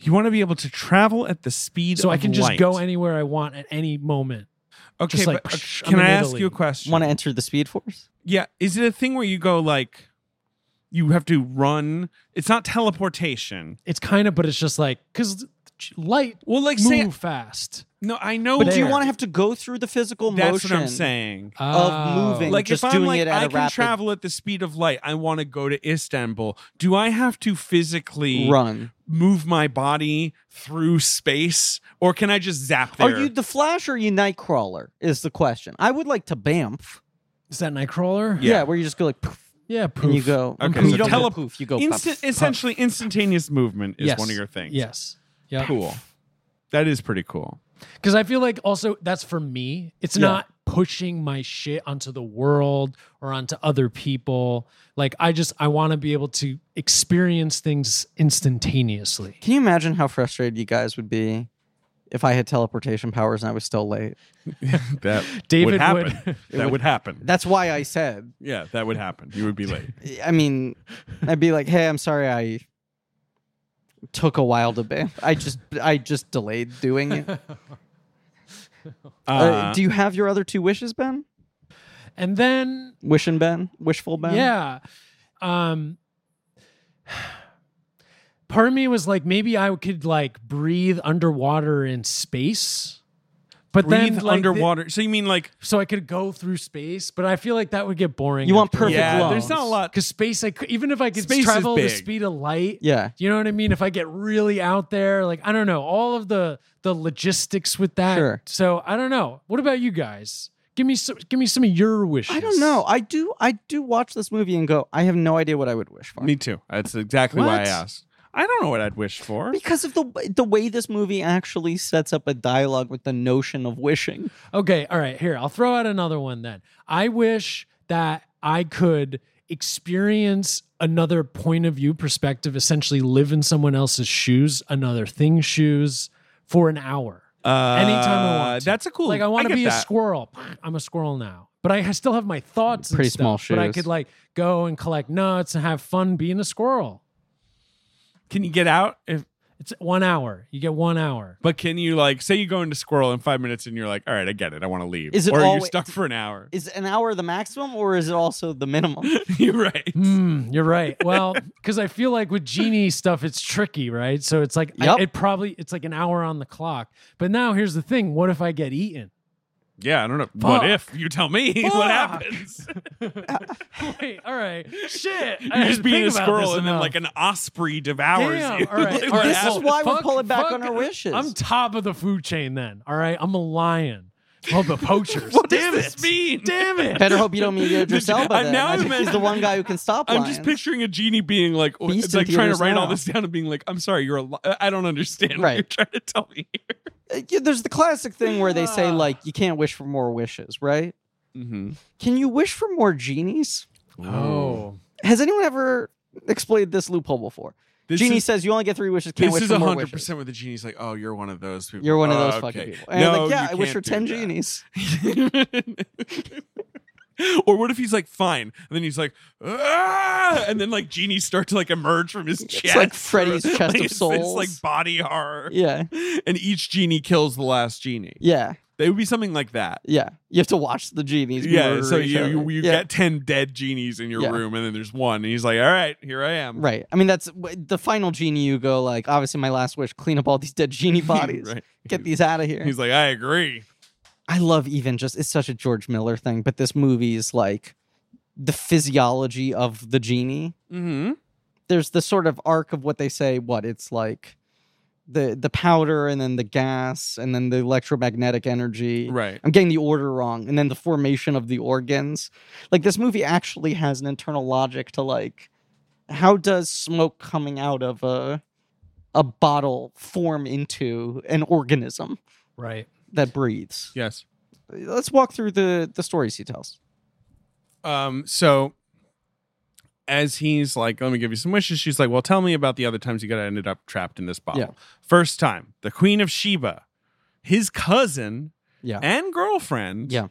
Speaker 2: You want to be able to travel at the speed
Speaker 3: So
Speaker 2: of
Speaker 3: I can just
Speaker 2: light.
Speaker 3: go anywhere I want at any moment.
Speaker 2: Okay,
Speaker 3: just like,
Speaker 2: but, uh,
Speaker 3: psh,
Speaker 2: can
Speaker 3: I'm
Speaker 2: I
Speaker 3: in
Speaker 2: ask
Speaker 3: Italy.
Speaker 2: you a question?
Speaker 1: Want to enter the Speed Force?
Speaker 2: Yeah, is it a thing where you go like you have to run? It's not teleportation.
Speaker 3: It's kind of, but it's just like, because light
Speaker 2: Well, like
Speaker 3: move
Speaker 2: say
Speaker 3: fast.
Speaker 2: no, I know.
Speaker 1: But do you
Speaker 2: there.
Speaker 1: want to have to go through the physical
Speaker 2: That's
Speaker 1: motion?
Speaker 2: what I'm saying.
Speaker 3: Oh.
Speaker 1: moving.
Speaker 2: Like
Speaker 1: just
Speaker 2: if I'm
Speaker 1: doing
Speaker 2: like
Speaker 1: it at
Speaker 2: I
Speaker 1: a
Speaker 2: can
Speaker 1: rapid-
Speaker 2: travel at the speed of light, I want to go to Istanbul. Do I have to physically
Speaker 1: Run.
Speaker 2: move my body through space, or can I just zap there?
Speaker 1: Are you the Flash or are you Nightcrawler? Is the question. I would like to Banff.
Speaker 3: Is that Nightcrawler?
Speaker 2: Yeah.
Speaker 1: Yeah, where you just go like poof,
Speaker 3: Yeah, poof.
Speaker 1: and you go.
Speaker 2: Okay,
Speaker 1: poof,
Speaker 2: so
Speaker 1: you don't go
Speaker 2: tele-
Speaker 1: poof. You go.
Speaker 2: Instant,
Speaker 1: puff.
Speaker 2: essentially instantaneous movement is
Speaker 3: Yes.
Speaker 2: one of your things.
Speaker 3: Yes. Yeah.
Speaker 2: cool. That is pretty cool.
Speaker 3: Because I feel like also that's for me. It's
Speaker 2: Yeah.
Speaker 3: not pushing my shit onto the world or onto other people. Like I just I want to be able to experience things instantaneously.
Speaker 1: Can you imagine how frustrated you guys would be if I had teleportation powers and I was still late?
Speaker 2: That
Speaker 3: David
Speaker 2: would happen.
Speaker 3: would-
Speaker 2: that would, happen.
Speaker 1: That's why I said.
Speaker 2: Yeah, that would happen. You would be late.
Speaker 1: I mean, I'd be like, "Hey, I'm sorry, I took a while to Banff. I just, I just delayed doing it."
Speaker 2: Uh,
Speaker 1: Uh, do you have your other two wishes, Ben?
Speaker 3: And then
Speaker 1: Wishing Ben, wishful Ben.
Speaker 3: yeah. Um part of me was like maybe I could like breathe underwater in space. But
Speaker 2: breathe
Speaker 3: then like, the-
Speaker 2: underwater. so you mean like
Speaker 3: so I could go through space, but I feel like that would get boring.
Speaker 1: You want
Speaker 3: after a
Speaker 1: perfect
Speaker 2: yeah?
Speaker 1: lungs.
Speaker 2: There's not a lot.
Speaker 3: Because space, I could, even if I could
Speaker 2: Space is
Speaker 3: travel the
Speaker 2: big.
Speaker 3: speed of light,
Speaker 1: yeah.
Speaker 3: you know what I mean. If I get really out there, like I don't know, all of the the logistics with that.
Speaker 1: Sure.
Speaker 3: So I don't know. What about you guys? Give me some, give me some of your wishes.
Speaker 1: I don't know. I do. I do watch this movie and go. I have no idea what I would wish for.
Speaker 2: Me too. That's exactly why I
Speaker 3: What?
Speaker 2: asked. I don't know what I'd wish for.
Speaker 1: because of the the way this movie actually sets up a dialogue with the notion of wishing.
Speaker 3: Okay, all right. Here, I'll throw out another one then. I wish that I could experience another point of view perspective, essentially live in someone else's shoes, another thing's shoes for an hour.
Speaker 2: Uh,
Speaker 3: Anytime I want to.
Speaker 2: That's a cool.
Speaker 3: Like I want to
Speaker 2: get
Speaker 3: be a
Speaker 2: that.
Speaker 3: squirrel. I'm a squirrel now, but I still have my thoughts. And
Speaker 1: Pretty
Speaker 3: stuff,
Speaker 1: small
Speaker 3: But I
Speaker 1: shoes.
Speaker 3: could like go and collect nuts and have fun being a squirrel.
Speaker 2: Can you get out? If,
Speaker 3: It's one hour. You get one hour.
Speaker 2: but can you like say you go into squirrel in five minutes and you're like, all right, I get it. I want to leave.
Speaker 1: Is it
Speaker 2: or are you
Speaker 1: alwa-
Speaker 2: stuck for an hour?
Speaker 1: Is an hour the maximum, or is it also the minimum?
Speaker 2: you're right.
Speaker 3: Hmm, you're right. Well, because I feel like with genie stuff, it's tricky, right? So it's like I-
Speaker 1: Yep.
Speaker 3: it probably it's like an hour on the clock. But now here's the thing: what if I get eaten?
Speaker 2: Yeah, I don't know. What
Speaker 3: Fuck.
Speaker 2: if you tell me what
Speaker 3: Fuck.
Speaker 2: happens?
Speaker 3: Wait, all right, shit. I
Speaker 2: You're
Speaker 3: had
Speaker 2: just
Speaker 3: to
Speaker 2: being
Speaker 3: think
Speaker 2: a
Speaker 3: about
Speaker 2: squirrel,
Speaker 3: this
Speaker 2: and then
Speaker 3: enough.
Speaker 2: like an osprey devours
Speaker 3: Damn,
Speaker 2: you.
Speaker 3: all right,
Speaker 2: Like,
Speaker 3: all
Speaker 2: what
Speaker 3: right.
Speaker 1: this is
Speaker 2: happens?
Speaker 1: why we're
Speaker 3: Fuck-
Speaker 1: pulling back on
Speaker 3: fuck-
Speaker 1: our wishes.
Speaker 3: I'm top of the food chain then. All right. I'm a lion. Well, the poachers.
Speaker 2: What does
Speaker 3: Damn
Speaker 2: this
Speaker 3: it.
Speaker 2: mean?
Speaker 3: Damn it.
Speaker 1: Better hope you don't meet Idris Elba.
Speaker 2: I'm
Speaker 1: Then.
Speaker 2: now
Speaker 1: I think he's the
Speaker 2: imagining-
Speaker 1: one guy who can stop
Speaker 2: I'm
Speaker 1: lions.
Speaker 2: just picturing a genie being like, oh,
Speaker 1: Beast
Speaker 2: it's
Speaker 1: in
Speaker 2: like trying to
Speaker 1: theaters
Speaker 2: write all
Speaker 1: now.
Speaker 2: this down and being like, I'm sorry, you're a li- I don't understand what
Speaker 1: Right.
Speaker 2: you're trying to tell me here.
Speaker 1: Uh, yeah, There's the classic thing where they say
Speaker 3: Ah.
Speaker 1: like you can't wish for more wishes, right?
Speaker 2: Mm-hmm.
Speaker 1: Can you wish for more genies?
Speaker 3: Oh.
Speaker 1: Has anyone ever exploited this loophole before?
Speaker 2: This
Speaker 1: Genie
Speaker 2: is,
Speaker 1: says you only get three wishes. Can't wish
Speaker 2: this is
Speaker 1: for more
Speaker 2: 100%
Speaker 1: wishes.
Speaker 2: where the genie's like, oh, you're one of those people.
Speaker 1: You're one of those
Speaker 2: Oh,
Speaker 1: fucking
Speaker 2: okay.
Speaker 1: people. And
Speaker 2: no,
Speaker 1: I'm like, yeah,
Speaker 2: you
Speaker 1: I wish for
Speaker 2: can't do
Speaker 1: ten
Speaker 2: that.
Speaker 1: genies.
Speaker 2: or what if he's like fine, and then he's like, ah! and then like genies start to like emerge from his chest.
Speaker 1: like Freddy's
Speaker 2: or,
Speaker 1: chest of
Speaker 2: it's-
Speaker 1: souls.
Speaker 2: It's like body horror,
Speaker 1: Yeah,
Speaker 2: and each genie kills the last genie.
Speaker 1: yeah.
Speaker 2: It would be something like that.
Speaker 1: Yeah, you have to watch the genies.
Speaker 2: Yeah,
Speaker 1: murder
Speaker 2: so
Speaker 1: each
Speaker 2: you
Speaker 1: other.
Speaker 2: you, you
Speaker 1: Yeah,
Speaker 2: get ten dead genies in your
Speaker 1: Yeah.
Speaker 2: room, and then there's one, and he's like, "All right, here I am."
Speaker 1: right. I mean, that's w- the final genie. You go like, obviously, my last wish: clean up all these dead genie bodies,
Speaker 2: Right.
Speaker 1: get these out of here.
Speaker 2: He's like, "I agree."
Speaker 1: I love even just it's such a George Miller thing, but this movie is like the physiology of the genie.
Speaker 2: Mm-hmm.
Speaker 1: There's the sort of arc of what they say. What it's like. The, the powder and then the gas and then the electromagnetic energy
Speaker 2: Right.
Speaker 1: I'm getting the order wrong, and then the formation of the organs. Like this movie actually has an internal logic to like how does smoke coming out of a a bottle form into an organism
Speaker 3: Right.
Speaker 1: that breathes?
Speaker 2: Yes.
Speaker 1: Let's walk through the the stories he tells.
Speaker 2: Um. So, as he's like, "Let me give you some wishes," she's like, "Well, tell me about the other times you got ended up trapped in this bottle."
Speaker 1: Yeah.
Speaker 2: First time, the Queen of Sheba, his cousin,
Speaker 1: Yeah.
Speaker 2: and girlfriend.
Speaker 1: Yeah.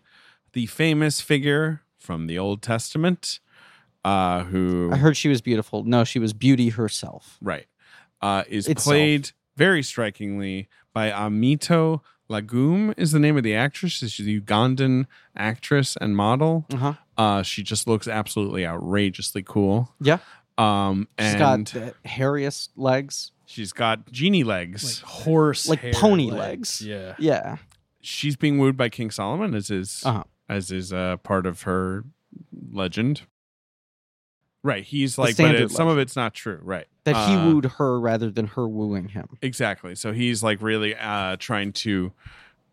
Speaker 2: The famous figure from the Old Testament, uh, who
Speaker 1: I heard she was beautiful. No, she was beauty herself.
Speaker 2: right uh, is
Speaker 1: Itself.
Speaker 2: played very strikingly by Amito Lagum is the name of the actress. She's a Ugandan actress and model.
Speaker 1: Uh huh.
Speaker 2: Uh, she just looks absolutely outrageously cool.
Speaker 1: Yeah.
Speaker 2: Um,
Speaker 1: She's
Speaker 2: and
Speaker 1: got the hairiest legs.
Speaker 2: she's got genie
Speaker 3: Like
Speaker 2: legs.
Speaker 3: horse,
Speaker 1: Like
Speaker 3: hair
Speaker 1: pony legs.
Speaker 3: Yeah.
Speaker 1: Yeah.
Speaker 2: she's being wooed by King Solomon as is
Speaker 1: Uh-huh.
Speaker 2: as is uh, part of her legend. Right, he's like, but
Speaker 1: standard
Speaker 2: it, some of it's not true. Right,
Speaker 1: That he
Speaker 2: Uh,
Speaker 1: wooed her rather than her wooing him.
Speaker 2: Exactly. So he's like really uh, trying to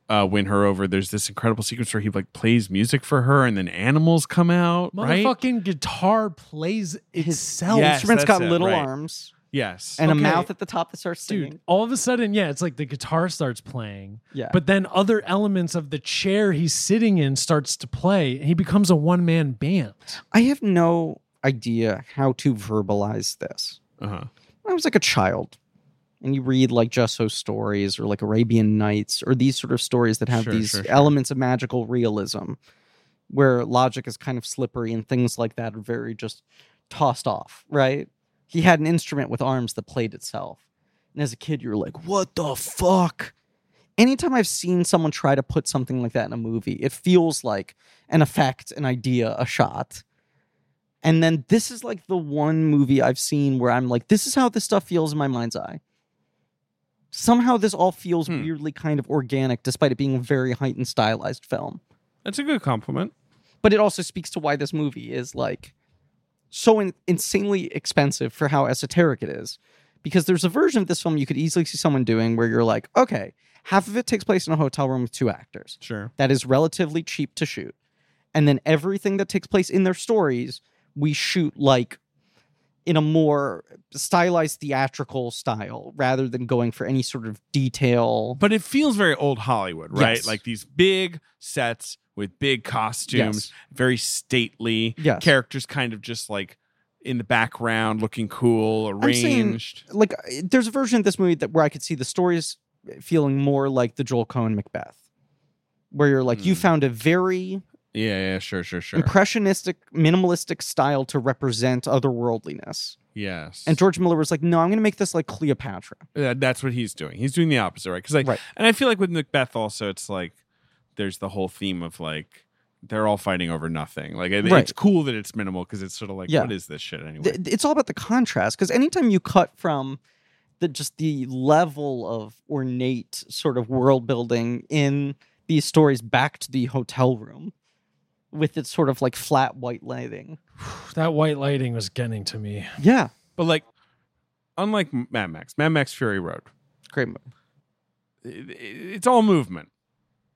Speaker 2: uh, win her over. There's this incredible sequence where he like plays music for her, and then animals come out. Right?
Speaker 3: Motherfucking guitar plays itself.
Speaker 2: Yes,
Speaker 1: Instrument's got
Speaker 2: that's it,
Speaker 1: little
Speaker 2: right.
Speaker 1: arms
Speaker 2: Yes.
Speaker 1: and
Speaker 3: Okay.
Speaker 1: a mouth at the top that starts singing.
Speaker 3: Dude, all of a sudden, yeah, it's like the guitar starts playing,
Speaker 1: yeah.
Speaker 3: but then other elements of the chair he's sitting in starts to play, and he becomes a one man band.
Speaker 1: I have no idea how to verbalize this.
Speaker 2: uh-huh.
Speaker 1: When I was like a child, and you read like Jusso stories or like Arabian Nights or these sort of stories that have
Speaker 2: Sure,
Speaker 1: these
Speaker 2: sure, sure.
Speaker 1: elements of magical realism where logic is kind of slippery and things like that are very just tossed off, right? He had an instrument with arms that played itself. And as a kid, you're like, what the fuck? Anytime I've seen someone try to put something like that in a movie, it feels like an effect, an idea, a shot. And then this is like the one movie I've seen where I'm like, this is how this stuff feels in my mind's eye. Somehow this all feels
Speaker 2: Hmm.
Speaker 1: weirdly kind of organic, despite it being a very heightened stylized film.
Speaker 2: That's a good compliment.
Speaker 1: But it also speaks to why this movie is like so in- insanely expensive for how esoteric it is. Because there's a version of this film you could easily see someone doing where you're like, okay, half of it takes place in a hotel room with two actors
Speaker 2: Sure.
Speaker 1: that is relatively cheap to shoot. And then everything that takes place in their stories, we shoot like in a more stylized theatrical style rather than going for any sort of detail.
Speaker 2: But it feels very old Hollywood, right?
Speaker 1: Yes.
Speaker 2: Like these big sets with big costumes, very stately.
Speaker 1: Yes.
Speaker 2: Characters kind of just like in the background looking cool,
Speaker 1: saying-
Speaker 2: arranged.
Speaker 1: like uh, there's a version of this movie that where I could see the stories feeling more like the Joel Cohen Macbeth, where you're like, you
Speaker 2: Hmm.
Speaker 1: found a very
Speaker 2: yeah, yeah, sure, sure, sure.
Speaker 1: impressionistic, minimalistic style to represent otherworldliness.
Speaker 2: yes.
Speaker 1: And George Miller was like, no, I'm going to make this like Cleopatra.
Speaker 2: Uh, that's what he's doing. He's doing the opposite, right? Because like,
Speaker 1: Right.
Speaker 2: and I feel like with Macbeth also, it's like there's the whole theme of like they're all fighting over nothing. Like it-
Speaker 1: Right.
Speaker 2: it's cool that it's minimal because it's sort of like
Speaker 1: Yeah.
Speaker 2: what is this shit anyway?
Speaker 1: th- it's all about the contrast because anytime you cut from the just the level of ornate sort of world building in these stories back to the hotel room with its sort of like flat white lighting
Speaker 3: That white lighting was getting to me.
Speaker 1: yeah
Speaker 2: but like, unlike Mad Max, Mad Max Fury Road,
Speaker 1: great movie
Speaker 2: it- it- it's all movement.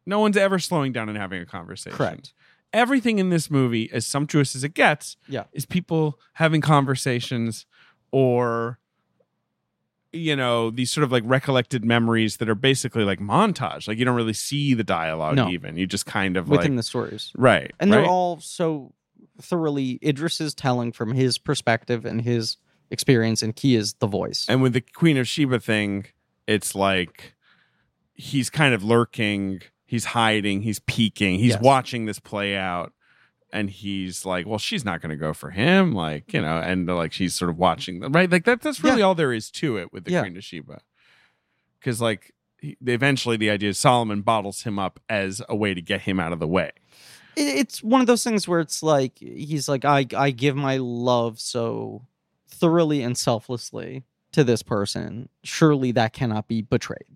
Speaker 2: No one's ever slowing down and having a conversation.
Speaker 1: correct
Speaker 2: Everything in this movie, as sumptuous as it gets,
Speaker 1: Yeah.
Speaker 2: is people having conversations or you know these sort of like recollected memories that are basically like montage like you don't really see the dialogue
Speaker 1: No.
Speaker 2: even you just kind of
Speaker 1: within
Speaker 2: like
Speaker 1: the stories
Speaker 2: right
Speaker 1: and
Speaker 2: right?
Speaker 1: they're all so thoroughly idris is telling from his perspective and his experience and he is the voice
Speaker 2: and with the queen of sheba thing it's like he's kind of lurking he's hiding he's peeking he's
Speaker 1: Yes.
Speaker 2: watching this play out and he's like well she's not going to go for him like you know and like she's sort of watching them right like that, that's really all there is to it with the
Speaker 1: Yeah.
Speaker 2: queen of sheba because like he, eventually the idea is solomon bottles him up as a way to get him out of the way
Speaker 1: it, it's one of those things where it's like he's like I I give my love so thoroughly and selflessly to this person. Surely that cannot be betrayed,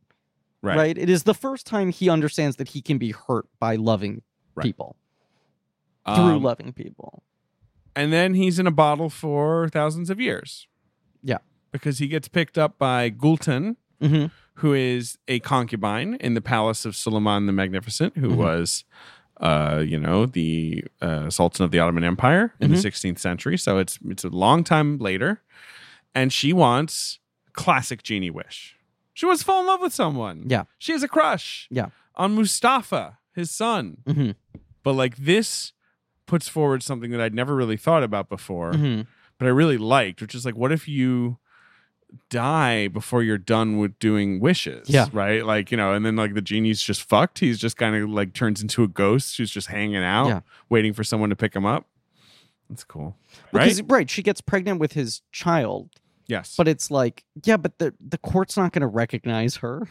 Speaker 2: right
Speaker 1: right? It is the first time he understands that he can be hurt by loving
Speaker 2: Right.
Speaker 1: people through
Speaker 2: Um,
Speaker 1: loving people.
Speaker 2: and then he's in a bottle for thousands of years
Speaker 1: Yeah.
Speaker 2: because he gets picked up by gulten
Speaker 1: hmm
Speaker 2: who is a concubine in the palace of Suleiman the Magnificent, who
Speaker 1: Mhm.
Speaker 2: was, uh, you know, the uh, Sultan of the Ottoman Empire in
Speaker 1: Mhm.
Speaker 2: the 16th century. So it's it's a long time later, and she wants classic genie wish. She wants to fall in love with someone.
Speaker 1: Yeah.
Speaker 2: she has a crush.
Speaker 1: Yeah.
Speaker 2: on Mustafa, his son.
Speaker 1: Mhm.
Speaker 2: But like this puts forward something that I'd never really thought about before
Speaker 1: hmm
Speaker 2: but I really liked, which is like, what if you die before you're done with doing wishes.
Speaker 1: Yeah.
Speaker 2: Right. Like, you know, and then like the genie's just fucked. He's just kind of like turns into a ghost who's just hanging out,
Speaker 1: Yeah.
Speaker 2: waiting for someone to pick him up. That's cool.
Speaker 1: Because,
Speaker 2: right?
Speaker 1: right, she gets pregnant with his child,
Speaker 2: Yes.
Speaker 1: but it's like, yeah, but the the court's not going to recognize her.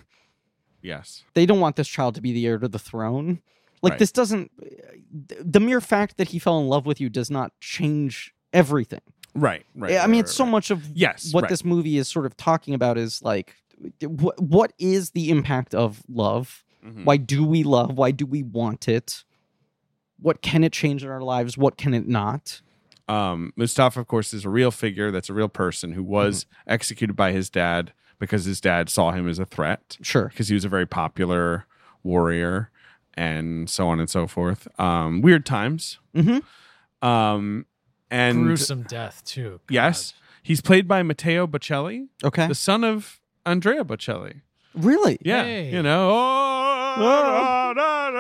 Speaker 2: yes.
Speaker 1: They don't want this child to be the heir to the throne. Like
Speaker 2: Right.
Speaker 1: this doesn't. th- The mere fact that he fell in love with you does not change everything.
Speaker 2: Right. Right.
Speaker 1: I
Speaker 2: right,
Speaker 1: mean,
Speaker 2: right,
Speaker 1: it's so
Speaker 2: right.
Speaker 1: much of
Speaker 2: Yes.
Speaker 1: what
Speaker 2: right.
Speaker 1: this movie is sort of talking about is like what what is the impact of love
Speaker 2: Mhm.
Speaker 1: why do we love why do we want it what can it change in our lives what can it not
Speaker 2: Um, Mustafa, of course, is a real figure. That's a real person who was
Speaker 1: Mm-hmm.
Speaker 2: executed by his dad because his dad saw him as a threat
Speaker 1: sure
Speaker 2: because he was a very popular warrior and so on and so forth. Um, weird times.
Speaker 1: Mhm.
Speaker 2: Um, and
Speaker 3: gruesome death too. God.
Speaker 2: yes, he's played by Matteo Bocelli,
Speaker 1: okay
Speaker 2: the son of Andrea Bocelli.
Speaker 1: really
Speaker 2: Yeah,
Speaker 3: Hey.
Speaker 2: you know, oh,
Speaker 1: Oh.
Speaker 2: da, da,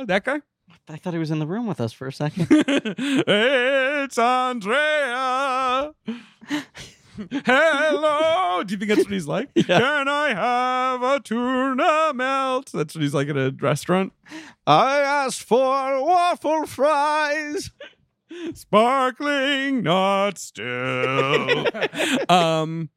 Speaker 2: da, that guy.
Speaker 1: i thought he was in the room with us for a second
Speaker 2: it's Andrea. Hello. Do you think that's what he's like?
Speaker 1: Yeah.
Speaker 2: Can I have a tuna melt? That's what he's like at a restaurant.
Speaker 1: i asked for waffle fries
Speaker 2: Sparkling, not still. um,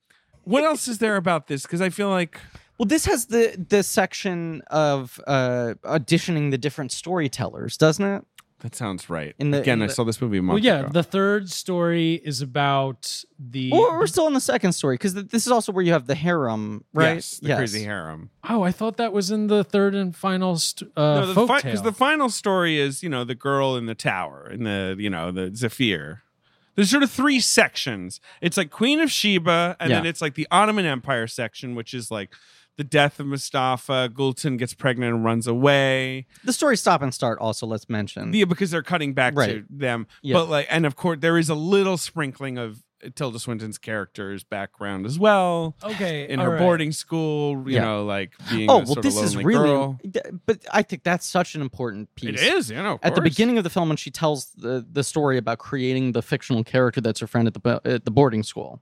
Speaker 2: what else is there about this? Because I feel like
Speaker 1: well this has the the section of uh auditioning the different storytellers doesn't it
Speaker 2: that sounds right.
Speaker 1: In the-
Speaker 2: Again,
Speaker 1: in
Speaker 2: I
Speaker 1: the-
Speaker 2: saw this movie a month
Speaker 3: Well, yeah.
Speaker 2: ago.
Speaker 3: The third story is about the.
Speaker 1: or we're still in the second story because th- this is also where you have the harem right
Speaker 2: Yes, the crazy harem.
Speaker 3: oh, I thought that was in the third and final. St- uh,
Speaker 2: no, the fi-
Speaker 3: folktale.
Speaker 2: the final story is you know the girl in the tower and the you know the Zephyr. There's sort of three sections. It's like Queen of Sheba, and then
Speaker 1: Yeah.
Speaker 2: it's like the Ottoman Empire section, which is like the death of Mustafa. Gultan gets pregnant and runs away.
Speaker 1: The story stop and start also let's mention.
Speaker 2: Yeah, because they're cutting back to
Speaker 1: Mm. Right.
Speaker 2: them.
Speaker 1: Yeah.
Speaker 2: But like, and of course, there is a little sprinkling of Tilda Swinton's character's background as well
Speaker 3: okay
Speaker 2: in
Speaker 3: all
Speaker 2: her
Speaker 3: right.
Speaker 2: boarding school. You
Speaker 1: Yeah.
Speaker 2: know, like being
Speaker 1: oh
Speaker 2: a
Speaker 1: well,
Speaker 2: sort
Speaker 1: this
Speaker 2: of
Speaker 1: is
Speaker 2: lonely
Speaker 1: really.
Speaker 2: girl.
Speaker 1: d- But I think that's such an important piece.
Speaker 2: It is, you know, of
Speaker 1: At the
Speaker 2: course.
Speaker 1: beginning of the film, when she tells the, the story about creating the fictional character that's her friend at the bo- at the boarding school,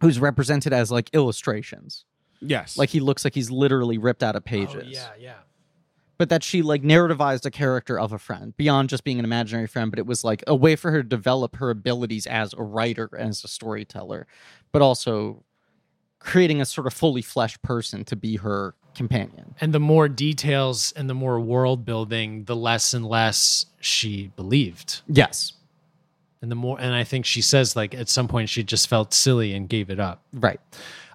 Speaker 1: who's represented as like illustrations,
Speaker 2: yes,
Speaker 1: like he looks like he's literally ripped out of
Speaker 3: Oh,
Speaker 1: pages.
Speaker 3: yeah, yeah.
Speaker 1: But that she like narrativized a character of a friend beyond just being an imaginary friend, but it was like a way for her to develop her abilities as a writer and as a storyteller, but also creating a sort of fully fleshed person to be her companion.
Speaker 3: And the more details and the more world building, the less and less she believed.
Speaker 1: Yes.
Speaker 3: And the more, and I think she says like at some point she just felt silly and gave it up.
Speaker 1: Right.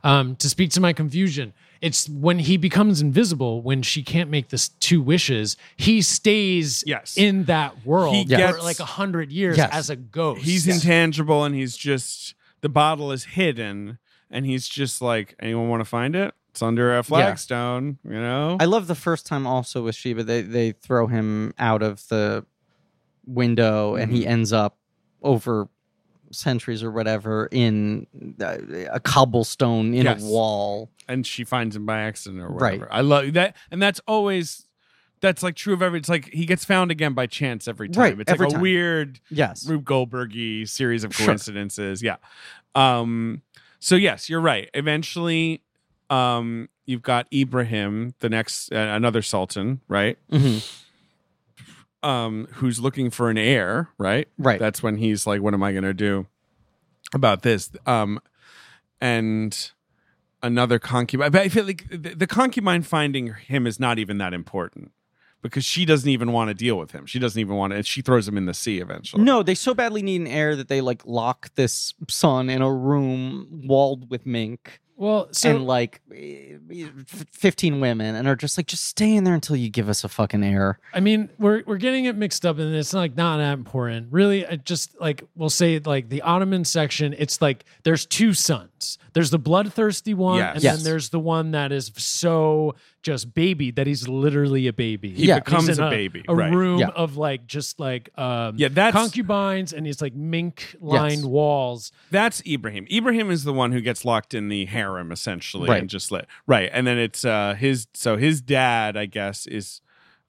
Speaker 3: Um, to speak to my confusion, it's when he becomes invisible when she can't make this two wishes. He stays
Speaker 2: Yes.
Speaker 3: in that world
Speaker 2: He
Speaker 3: for
Speaker 2: gets-
Speaker 3: like a hundred years
Speaker 1: Yes.
Speaker 3: as a ghost.
Speaker 2: he's intangible and he's just the bottle is hidden and he's just like anyone want to find it it's under a flagstone you know
Speaker 1: I love the first time also with Sheba. They they throw him out of the window and he ends up over centuries or whatever in uh, a cobblestone in
Speaker 2: Yes.
Speaker 1: a wall.
Speaker 2: and she finds him by accident or
Speaker 1: Right.
Speaker 2: whatever i love that and that's always that's like true of every it's like he gets found again by chance every time
Speaker 1: Right,
Speaker 2: it's
Speaker 1: every
Speaker 2: like a
Speaker 1: time.
Speaker 2: weird
Speaker 1: Yes.
Speaker 2: rube goldbergy series of
Speaker 1: Sure.
Speaker 2: coincidences yeah um so yes you're right eventually um you've got ibrahim the next uh, another sultan right
Speaker 1: Mhm.
Speaker 2: um, who's looking for an heir, right?
Speaker 1: Right.
Speaker 2: That's when he's like, "What am I going to do about this?" Um, and another concubine. But I feel like the, the concubine finding him is not even that important because she doesn't even want to deal with him. She doesn't even want to. She throws him in the sea eventually.
Speaker 1: No, they so badly need an heir that they like lock this son in a room walled with mink
Speaker 3: well, so
Speaker 1: and like eh, eh, f- 15 women and are just like just stay in there until you give us a fucking heir.
Speaker 3: I mean, we're we're getting it mixed up, and it's like not that important, really. I just like we'll say like the Ottoman section. It's like there's two sons. There's the bloodthirsty one,
Speaker 2: Yes.
Speaker 3: and
Speaker 1: Yes.
Speaker 3: then there's the one that is so just baby that he's literally a baby.
Speaker 2: He
Speaker 1: Yeah.
Speaker 2: becomes
Speaker 3: He's in
Speaker 2: a, baby.
Speaker 3: A
Speaker 2: right.
Speaker 3: room
Speaker 1: Yeah.
Speaker 3: of like just like um
Speaker 2: Yeah, that's-
Speaker 3: concubines, and it's like mink lined
Speaker 1: Yes.
Speaker 3: walls.
Speaker 2: That's Ibrahim. Ibrahim is the one who gets locked in the harem essentially
Speaker 1: Right.
Speaker 2: and just let right. And then it's uh his so his dad, I guess, is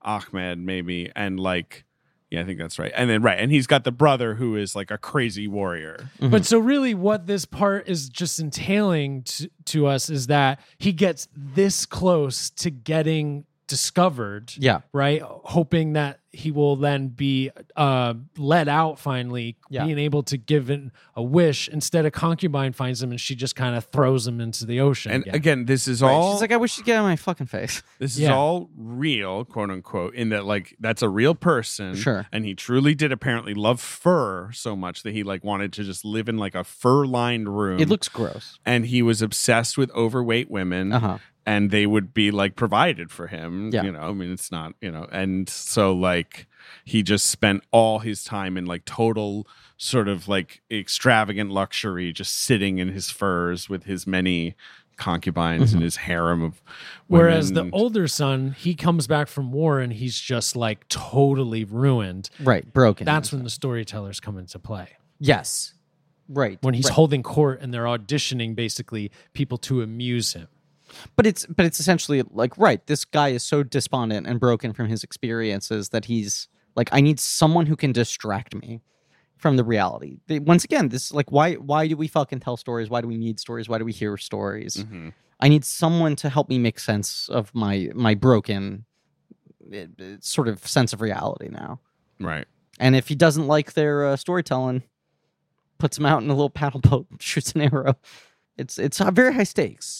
Speaker 2: Ahmed maybe and like Yeah, I think that's right. And then right, and he's got the brother who is like a crazy warrior.
Speaker 1: Mm,
Speaker 3: But so really what this part is just entailing to, to us is that he gets this close to getting discovered,
Speaker 1: Yeah.
Speaker 3: right? Hoping that he will then be uh, let out finally,
Speaker 1: Yeah.
Speaker 3: being able to give in a wish. Instead, a concubine finds him and she just kind of throws him into the ocean.
Speaker 2: And
Speaker 3: again.
Speaker 2: again, this is
Speaker 1: Right.
Speaker 2: all
Speaker 1: She's like, I wish you'd get out of my fucking face.
Speaker 2: this is
Speaker 3: Yeah.
Speaker 2: all real, quote unquote, in that like that's a real person.
Speaker 1: Sure.
Speaker 2: And he truly did apparently love fur so much that he like wanted to just live in like a fur lined room.
Speaker 1: It looks gross.
Speaker 2: and he was obsessed with overweight women
Speaker 1: Uh huh.
Speaker 2: and they would be like provided for him.
Speaker 1: Yeah.
Speaker 2: You know, I mean it's not, you know, and so like he just spent all his time in like total sort of like extravagant luxury, just sitting in his furs with his many concubines and his harem of women.
Speaker 3: Whereas the older son, he comes back from war and he's just like totally ruined.
Speaker 1: Right. Broken.
Speaker 3: That's when the storytellers come into play.
Speaker 1: yes. Right.
Speaker 3: When he's
Speaker 1: right.
Speaker 3: holding court and they're auditioning basically people to amuse him.
Speaker 1: but it's but it's essentially like right this guy is so despondent and broken from his experiences that he's like i need someone who can distract me from the reality They- once again this like why why do we fucking tell stories why do we need stories why do we hear stories
Speaker 2: Mhm.
Speaker 1: i need someone to help me make sense of my my broken eh, eh, sort of sense of reality now
Speaker 2: right.
Speaker 1: and if he doesn't like their uh, storytelling puts him out in a little paddle boat shoots an arrow it's it's uh, very high stakes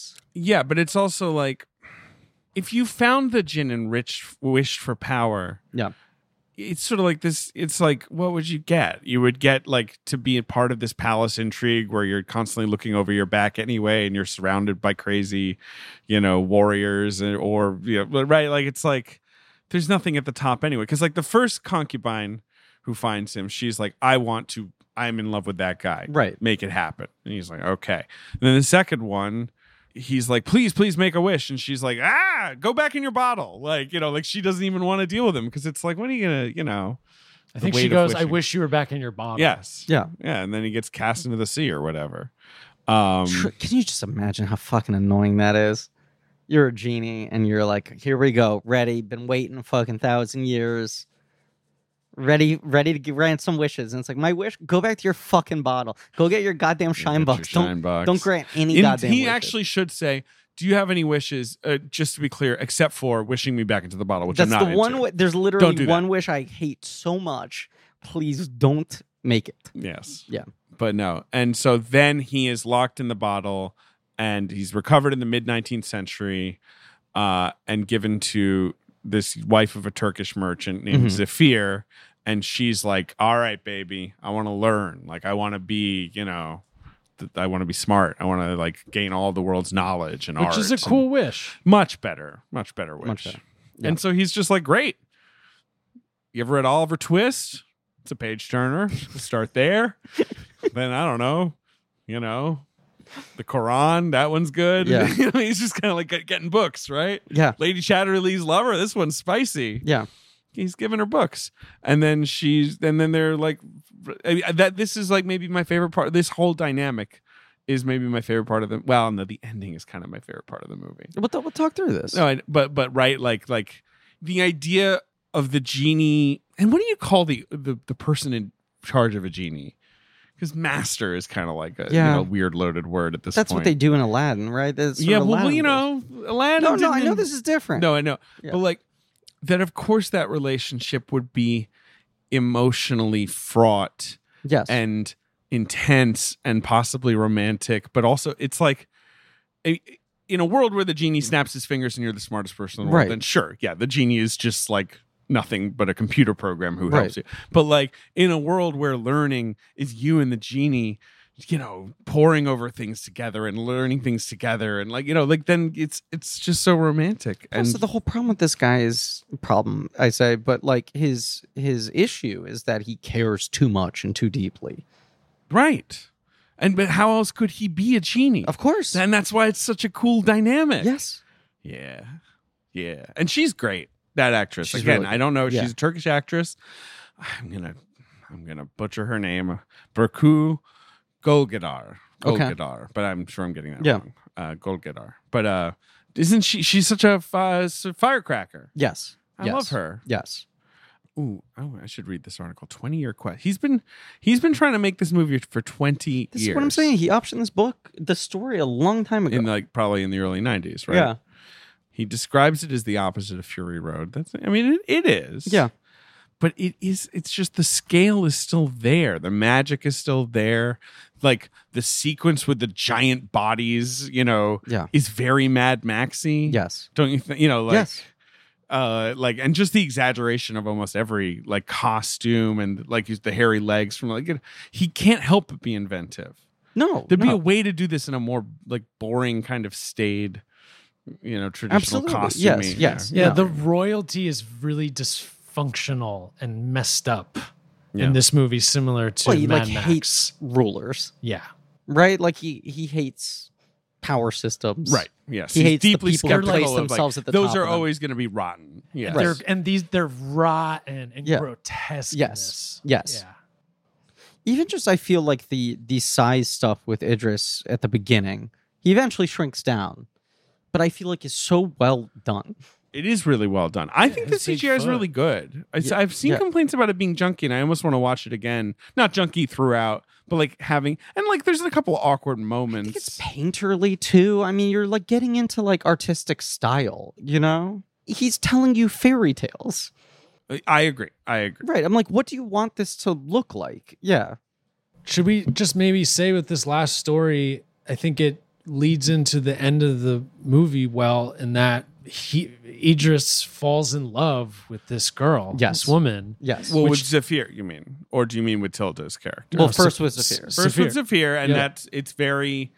Speaker 2: Yeah, but it's also like if you found the Jin and Rich wished for power.
Speaker 1: Yeah.
Speaker 2: It's sort of like this. It's like, what would you get? You would get like to be a part of this palace intrigue where you're constantly looking over your back anyway, and you're surrounded by crazy, you know, warriors and, or you know, but, right. Like it's like there's nothing at the top anyway. Because like the first concubine who finds him, she's like, I want to. I'm in love with that guy
Speaker 1: right
Speaker 2: make it happen. And he's like, okay. And then the second one, he's like, please, please make a wish. And she's like, ah, go back in your bottle. Like, you know, like she doesn't even want to deal with him because it's like, when are you going to, you know, The
Speaker 3: I think she
Speaker 2: weight of
Speaker 3: goes, I
Speaker 2: wishing.
Speaker 3: wish you were back in your bottle.
Speaker 2: yes.
Speaker 1: Um, yeah
Speaker 2: Yeah. And then he gets cast into the sea or whatever. Um,
Speaker 1: Tr- Can you just imagine how fucking annoying that is? You're a genie and you're like, here we go, ready, been waiting a fucking thousand years. Ready, ready to g- grant some wishes. And it's like, my wish, go back to your fucking bottle. Go get your goddamn shine
Speaker 2: get your
Speaker 1: box.
Speaker 2: shine
Speaker 1: don't,
Speaker 2: box.
Speaker 1: don't grant any
Speaker 2: In-
Speaker 1: goddamn
Speaker 2: he
Speaker 1: wishes.
Speaker 2: actually should say, do you have any wishes? Uh, just to be clear, except for wishing me back into the bottle, which
Speaker 1: That's
Speaker 2: I'm not
Speaker 1: the one
Speaker 2: into.
Speaker 1: wi- there's literally
Speaker 2: do that.
Speaker 1: one wish I hate so much. Please don't make it.
Speaker 2: Yes.
Speaker 1: Yeah.
Speaker 2: But no. And so then he is locked in the bottle and he's recovered in the mid 19th century uh, and given to this wife of a Turkish merchant named
Speaker 3: Mm-hmm.
Speaker 2: Zafir. And she's like, All right, baby, I want to learn. Like, I want to be, you know, th- I want to be smart. I want to like gain all the world's knowledge and
Speaker 3: Which
Speaker 2: art.
Speaker 3: is a
Speaker 2: and-
Speaker 3: cool wish.
Speaker 2: much better, much better wish.
Speaker 1: Much better. Yeah.
Speaker 2: And so he's just like, great. You ever read Oliver Twist? It's a page turner. We'll Start there. then I don't know, you know, the Quran. That one's good.
Speaker 1: Yeah.
Speaker 2: You know, he's just kind of like get- getting books, right?
Speaker 1: Yeah.
Speaker 2: Lady Chatterley's lover. This one's spicy.
Speaker 1: Yeah.
Speaker 2: He's giving her books, and then she's, and then they're like, I mean, that. This is like maybe my favorite part. This whole dynamic is maybe my favorite part of the. Well, no, the ending is kind of my favorite part of the movie.
Speaker 1: We'll, t- we'll talk through this.
Speaker 2: No, I, but but right, like like the idea of the genie, and what do you call the the, the person in charge of a genie? Because master is kind of like a you
Speaker 1: Yeah.
Speaker 2: know, weird loaded word at this.
Speaker 1: That's what
Speaker 2: point.
Speaker 1: they do in Aladdin, right? That's sort
Speaker 2: Yeah,
Speaker 1: of
Speaker 2: well, well,
Speaker 1: Aladdin
Speaker 2: you
Speaker 1: rules.
Speaker 2: know, Aladdin.
Speaker 1: No, no, I
Speaker 2: didn't-
Speaker 1: know this is different.
Speaker 2: No, I know,
Speaker 1: Yeah.
Speaker 2: but like that. Of course, that relationship would be emotionally fraught
Speaker 1: Yes.
Speaker 2: and intense and possibly romantic, but also it's like i- in a world where the genie snaps his fingers and you're the smartest person in the world,
Speaker 1: Right.
Speaker 2: then sure, yeah, the genie is just like nothing but a computer program who
Speaker 1: Right.
Speaker 2: helps you. But like in a world where learning is you and the genie, you know, pouring over things together and learning things together and like, you know, like then it's it's just so romantic. And
Speaker 1: also, the whole problem with this guy is problem. I say, but like his his issue is that he cares too much and too deeply.
Speaker 2: right. And but how else could he be a genie?
Speaker 1: Of course,
Speaker 2: And that's why it's such a cool dynamic.
Speaker 1: yes.
Speaker 2: Yeah. Yeah. And she's great, that actress.
Speaker 1: She's
Speaker 2: Again,
Speaker 1: really
Speaker 2: I don't know.
Speaker 1: yeah.
Speaker 2: She's a Turkish actress. I'm gonna I'm gonna butcher her name. Berku Golgadar.
Speaker 1: Okay.
Speaker 2: Golgadar. But I'm sure I'm getting that
Speaker 1: Yeah.
Speaker 2: wrong. Uh Golgadar. But uh isn't she she's such a fi- s- firecracker.
Speaker 1: Yes.
Speaker 2: I
Speaker 1: yes.
Speaker 2: love her.
Speaker 1: Yes.
Speaker 2: Ooh, oh, I should read this article. Twenty year quest. He's been he's been trying to make this movie for twenty
Speaker 1: This
Speaker 2: years.
Speaker 1: is what I'm saying. He optioned this book, the story, a long time ago.
Speaker 2: In like probably in the early nineties, right?
Speaker 1: Yeah.
Speaker 2: He describes it as the opposite of Fury Road. That's I mean it, it is.
Speaker 1: Yeah.
Speaker 2: But it is it's just the scale is still there. The magic is still there. Like the sequence with the giant bodies, you know,
Speaker 1: Yeah.
Speaker 2: is very Mad Maxy.
Speaker 1: Yes.
Speaker 2: Don't you think you know like
Speaker 1: yes.
Speaker 2: uh like and just the exaggeration of almost every like costume and like he's the hairy legs from like it- he can't help but be inventive.
Speaker 1: No.
Speaker 2: There'd be
Speaker 1: no.
Speaker 2: a way to do this in a more like boring kind of staid, you know, traditional
Speaker 1: Absolutely.
Speaker 2: costume.
Speaker 1: Yes, yes.
Speaker 3: Yeah,
Speaker 1: No.
Speaker 3: the royalty is really dysfunctional and messed up
Speaker 2: Yeah.
Speaker 3: in this movie, similar to
Speaker 1: Well, he,
Speaker 3: Mad
Speaker 1: like,
Speaker 3: Max.
Speaker 1: hates rulers,
Speaker 3: yeah,
Speaker 1: right? Like he he hates power systems.
Speaker 2: Right. Yes.
Speaker 1: He
Speaker 2: He's
Speaker 1: hates the
Speaker 2: deeply
Speaker 1: people who
Speaker 2: skeptical
Speaker 1: place
Speaker 2: of, like,
Speaker 1: themselves at the
Speaker 2: Those
Speaker 1: top
Speaker 2: are
Speaker 1: of them.
Speaker 2: always going to be rotten. Yeah.
Speaker 1: Right.
Speaker 3: they're and these they're rotten and
Speaker 1: Yeah.
Speaker 3: grotesque. in
Speaker 1: Yes.
Speaker 3: this.
Speaker 1: Yes.
Speaker 3: yeah.
Speaker 1: Even just I feel like the the size stuff with Idris at the beginning. He eventually shrinks down, but I feel like it's so well done.
Speaker 2: It is really well done. I think the
Speaker 3: his big
Speaker 2: CGI is
Speaker 3: foot.
Speaker 2: really good. I,
Speaker 1: Yeah.
Speaker 2: I've seen
Speaker 1: Yeah.
Speaker 2: complaints about it being junky, and I almost want to watch it again. Not junky throughout, but like having and like there's a couple awkward
Speaker 1: I think it's
Speaker 2: moments.
Speaker 1: painterly too. I mean, you're like getting into like artistic style, you know? He's telling you fairy tales.
Speaker 2: I Uh, I agree. I agree.
Speaker 1: Right. I'm like, what do you want this to look like? Yeah.
Speaker 3: Should we just maybe say with this last story? I think it leads into the end of the movie well, in that he Idris falls in love with this girl,
Speaker 1: Yes.
Speaker 3: this woman.
Speaker 1: Yes.
Speaker 2: Well,
Speaker 1: Well,
Speaker 2: with Zafir, you mean, or do you mean with Tilda's character?
Speaker 3: No,
Speaker 1: first
Speaker 3: Sa-
Speaker 1: was
Speaker 3: S-
Speaker 1: the fears.
Speaker 2: First
Speaker 3: Zafir.
Speaker 2: with Zafir, and
Speaker 3: Yeah.
Speaker 2: that's it's very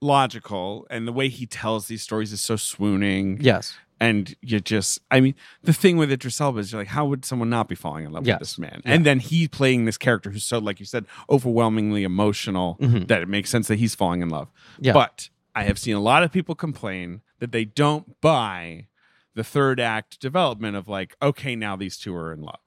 Speaker 2: logical, and the way he tells these stories is so swooning.
Speaker 1: Yes.
Speaker 2: and you just i mean the thing with idris elba is you're like how would someone not be falling in love
Speaker 1: Yes.
Speaker 2: with this man and then he playing this character who's so like you said overwhelmingly emotional
Speaker 1: Mhm.
Speaker 2: that it makes sense that he's falling in love
Speaker 1: Yeah.
Speaker 2: but i have seen a lot of people complain that they don't buy the third act development of like okay now these two are in love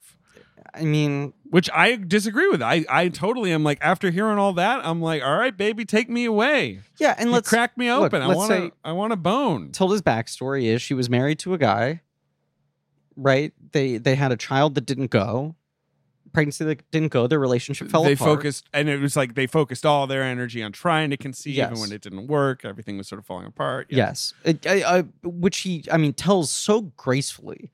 Speaker 1: I mean,
Speaker 2: which i disagree with i i totally am like after hearing all that i'm like all right baby take me away
Speaker 1: yeah, and
Speaker 2: and
Speaker 1: let's
Speaker 2: crack me
Speaker 1: look,
Speaker 2: open i
Speaker 1: let's
Speaker 2: want
Speaker 1: say-
Speaker 2: to i want a bone
Speaker 1: Tilda's backstory is she was married to a guy, right? They they had a child that didn't go. Pregnancy that didn't go, their relationship fell
Speaker 2: they
Speaker 1: apart.
Speaker 2: focused and it was like they focused all their energy on trying to conceive and
Speaker 1: Yes.
Speaker 2: when it didn't work everything was sort of falling apart
Speaker 1: Yes, It- I- I- which he, I mean, tells so gracefully.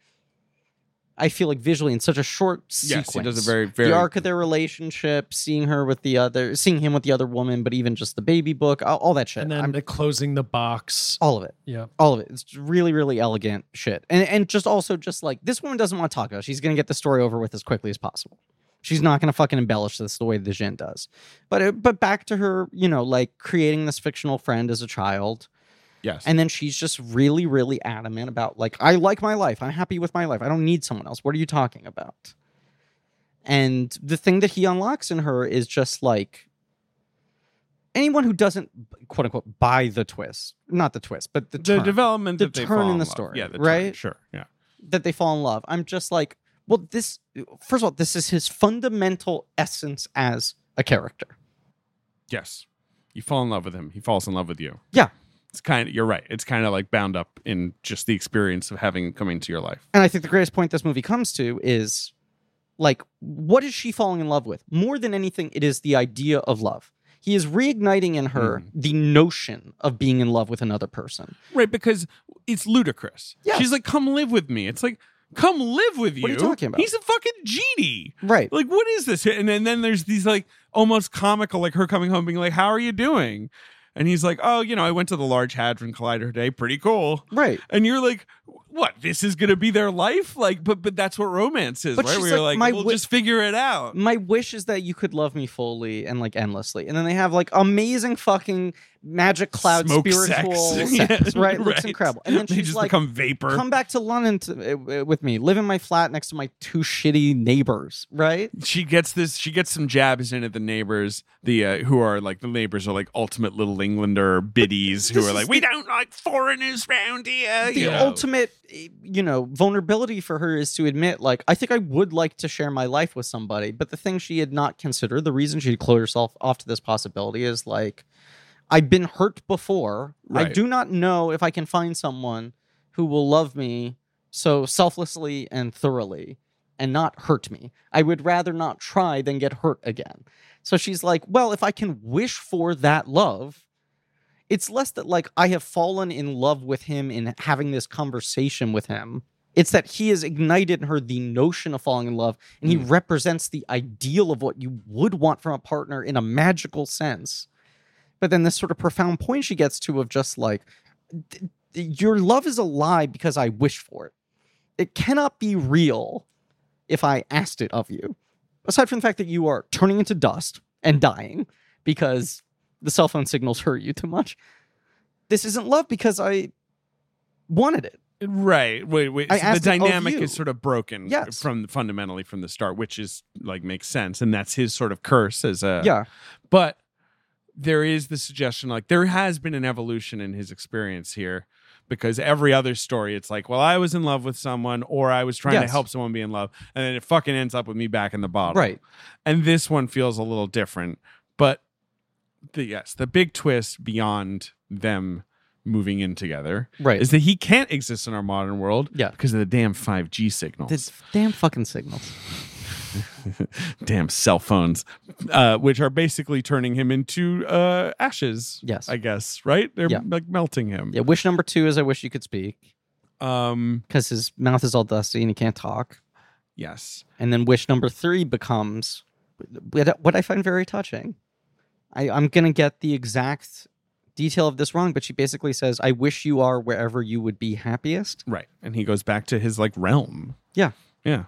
Speaker 1: I feel like visually in such a short
Speaker 2: yes
Speaker 1: sequence.
Speaker 2: he does a very very
Speaker 1: the arc of their relationship, seeing her with the other, seeing him with the other woman, but even just the baby book, all, all that shit.
Speaker 3: And then
Speaker 1: I'm-
Speaker 3: the closing the box.
Speaker 1: all of it,
Speaker 3: Yeah.
Speaker 1: all of it. It's really, really elegant shit, and and just also just like this woman doesn't want to talk about. it. She's gonna get the story over with as quickly as possible. She's not gonna fucking embellish this the way the Jin does. But it, but back to her, you know, like creating this fictional friend as a child.
Speaker 2: yes
Speaker 1: And then she's just really, really adamant about like, I like my life. I'm happy with my life. I don't need someone else. What are you talking about? And the thing that he unlocks in her is just like anyone who doesn't quote unquote buy the twist, not the twist, but the,
Speaker 2: the
Speaker 1: turn,
Speaker 2: development
Speaker 1: The
Speaker 2: that they
Speaker 1: turn
Speaker 2: fall
Speaker 1: in the
Speaker 2: love.
Speaker 1: story,
Speaker 2: yeah the turn,
Speaker 1: right?
Speaker 2: sure yeah
Speaker 1: that they fall in love. I'm just like, well, this first of all, this is his fundamental essence as a character.
Speaker 2: yes you fall in love with him he falls in love with you
Speaker 1: Yeah.
Speaker 2: it's kind of you're right it's kind of like bound up in just the experience of having him come into your life
Speaker 1: And I think the greatest point this movie comes to is like, what is she falling in love with? More than anything, it is the idea of love. He is reigniting in her
Speaker 2: Mhm.
Speaker 1: the notion of being in love with another person.
Speaker 2: right because it's ludicrous
Speaker 1: Yes.
Speaker 2: she's like come live with me it's like come live with you
Speaker 1: What are you talking about?
Speaker 2: he's a fucking genie
Speaker 1: Right.
Speaker 2: like what is this and, and then there's these like almost comical like her coming home being like how are you doing and he's like oh you know i went to the large hadron collider today pretty cool
Speaker 1: Right.
Speaker 2: and you're like what this is gonna be their life like but but that's what romance is
Speaker 1: But
Speaker 2: right
Speaker 1: she's
Speaker 2: where you're
Speaker 1: like,
Speaker 2: like,
Speaker 1: my
Speaker 2: we'll
Speaker 1: wi-
Speaker 2: just figure it out
Speaker 1: My wish is that you could love me fully and like endlessly. And then they have like amazing fucking magic cloud
Speaker 2: Smoke
Speaker 1: spiritual
Speaker 2: sex,
Speaker 1: sex,
Speaker 2: Yeah,
Speaker 1: right? Looks incredible. And then
Speaker 2: they
Speaker 1: she's
Speaker 2: just
Speaker 1: like,
Speaker 2: become vapor
Speaker 1: come back to London to, uh, with me, live in my flat next to my two shitty neighbors, right?
Speaker 2: she gets this she gets some jabs into the neighbors the uh, who are like the neighbors are like ultimate little englander biddies who
Speaker 1: this
Speaker 2: are
Speaker 1: is
Speaker 2: like
Speaker 1: the-
Speaker 2: we don't like foreigners round here
Speaker 1: the
Speaker 2: you know.
Speaker 1: ultimate you know vulnerability for her is to admit like i think i would like to share my life with somebody but the thing she had not considered the reason she closed herself off to this possibility is like i've been hurt before i
Speaker 2: Right.
Speaker 1: do not know if i can find someone who will love me so selflessly and thoroughly and not hurt me. I would rather not try than get hurt again. So she's like, well, if I can wish for that love, it's less that like I have fallen in love with him in having this conversation with him. It's that he has ignited in her the notion of falling in love and he represents the ideal of what you would want from a partner in a magical sense. But then this sort of profound point she gets to of just like, "D- d- your love is a lie because I wish for it. It cannot be real if I asked it of you. Aside from the fact that you are turning into dust and dying because the cell phone signals hurt you too much, this isn't love because I wanted it.
Speaker 2: Right. Wait, wait.
Speaker 1: I
Speaker 2: so the
Speaker 1: asked it of
Speaker 2: dynamic
Speaker 1: you.
Speaker 2: is sort of broken
Speaker 1: Yes.
Speaker 2: from fundamentally from the start, which is like makes sense. And that's his sort of curse as a
Speaker 1: yeah.
Speaker 2: But there is the suggestion like there has been an evolution in his experience here because every other story it's like, well, I was in love with someone or I was trying to
Speaker 1: Yes.
Speaker 2: help someone be in love and then it fucking ends up with me back in the bottle.
Speaker 1: Right.
Speaker 2: And this one feels a little different, but the yes, the big twist beyond them moving in together
Speaker 1: Right.
Speaker 2: is that he can't exist in our modern world
Speaker 1: Yeah.
Speaker 2: because of the damn 5G signals.
Speaker 1: the damn fucking signals.
Speaker 2: damn cell phones, uh, which are basically turning him into uh, ashes.
Speaker 1: Yes.
Speaker 2: I guess, right? They're
Speaker 1: Yeah.
Speaker 2: like melting him.
Speaker 1: Yeah. Wish number two is I wish you could speak
Speaker 2: Um,
Speaker 1: because his mouth is all dusty and he can't talk.
Speaker 2: yes.
Speaker 1: And then wish number three becomes what what I find very touching. I, I'm going to get the exact detail of this wrong, but she basically says, I wish you are wherever you would be happiest.
Speaker 2: Right. And he goes back to his like realm.
Speaker 1: Yeah.
Speaker 2: Yeah.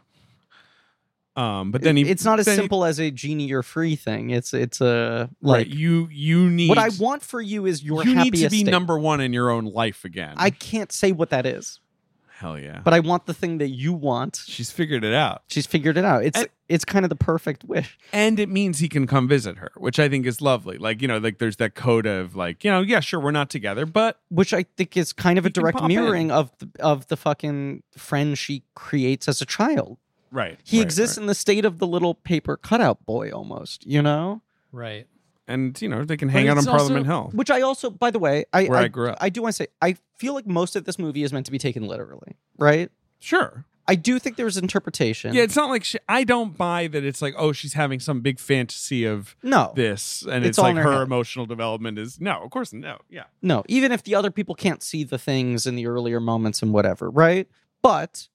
Speaker 2: Um, but then he
Speaker 1: it's not as
Speaker 2: then he-
Speaker 1: simple as a genie or free thing. It's it's a
Speaker 2: right,
Speaker 1: like
Speaker 2: you you need
Speaker 1: what I want for you is your
Speaker 2: you need
Speaker 1: happiest
Speaker 2: to be
Speaker 1: state.
Speaker 2: number one in your own life again.
Speaker 1: I can't say what that is,
Speaker 2: hell yeah.
Speaker 1: but I want the thing that you want.
Speaker 2: She's figured it out.
Speaker 1: She's figured it out. It's
Speaker 2: And-
Speaker 1: it's kind of the perfect wish.
Speaker 2: and it means he can come visit her, which I think is lovely. Like you know, like there's that code of like you know, yeah, sure, we're not together, but
Speaker 1: Which I think is kind of
Speaker 2: He
Speaker 1: a
Speaker 2: can
Speaker 1: direct
Speaker 2: pop
Speaker 1: mirroring of the, of the fucking friend she creates as a child.
Speaker 2: right,
Speaker 1: He exists in the state of the little paper cutout boy, almost. You know,
Speaker 3: Right.
Speaker 2: and you know they can
Speaker 3: But
Speaker 2: hang out on
Speaker 3: it's also-
Speaker 2: Parliament Hill.
Speaker 1: which I also, by the way, I
Speaker 2: Where I grew up.
Speaker 1: I do want to say I feel like most of this movie is meant to be taken literally, right?
Speaker 2: Sure,
Speaker 1: I do think there's interpretation.
Speaker 2: yeah, it's not like she, I don't buy that. It's like oh, she's having some big fantasy of
Speaker 1: no,
Speaker 2: this, and
Speaker 1: It's
Speaker 2: it's,
Speaker 1: all
Speaker 2: like
Speaker 1: in her
Speaker 2: her,
Speaker 1: head.
Speaker 2: emotional development is no, of course no, yeah,
Speaker 1: no. Even if the other people can't see the things in the earlier moments and whatever, right? But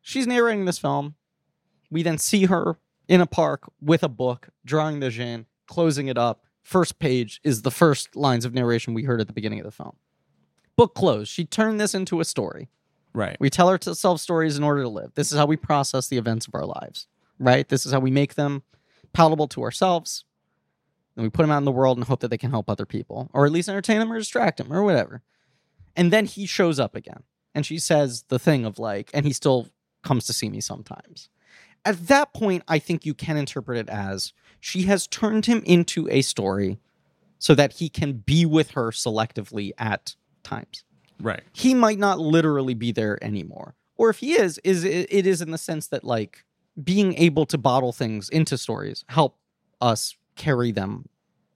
Speaker 1: she's narrating this film. We then see her in a park with a book, drawing the Jean, closing it up. First page is the first lines of narration we heard at the beginning of the film. Book closed. She turned this into a story.
Speaker 2: right,
Speaker 1: We tell ourselves stories in order to live. This is how we process the events of our lives, right? This is how we make them palatable to ourselves. And we put them out in the world and hope that they can help other people, or at least entertain them or distract them or whatever. And then he shows up again and she says the thing of like, and he still comes to see me sometimes. At that point, I think you can interpret it as she has turned him into a story so that he can be with her selectively at times
Speaker 2: right,
Speaker 1: he might not literally be there anymore. Or if he is, is it it is in the sense that like being able to bottle things into stories help us carry them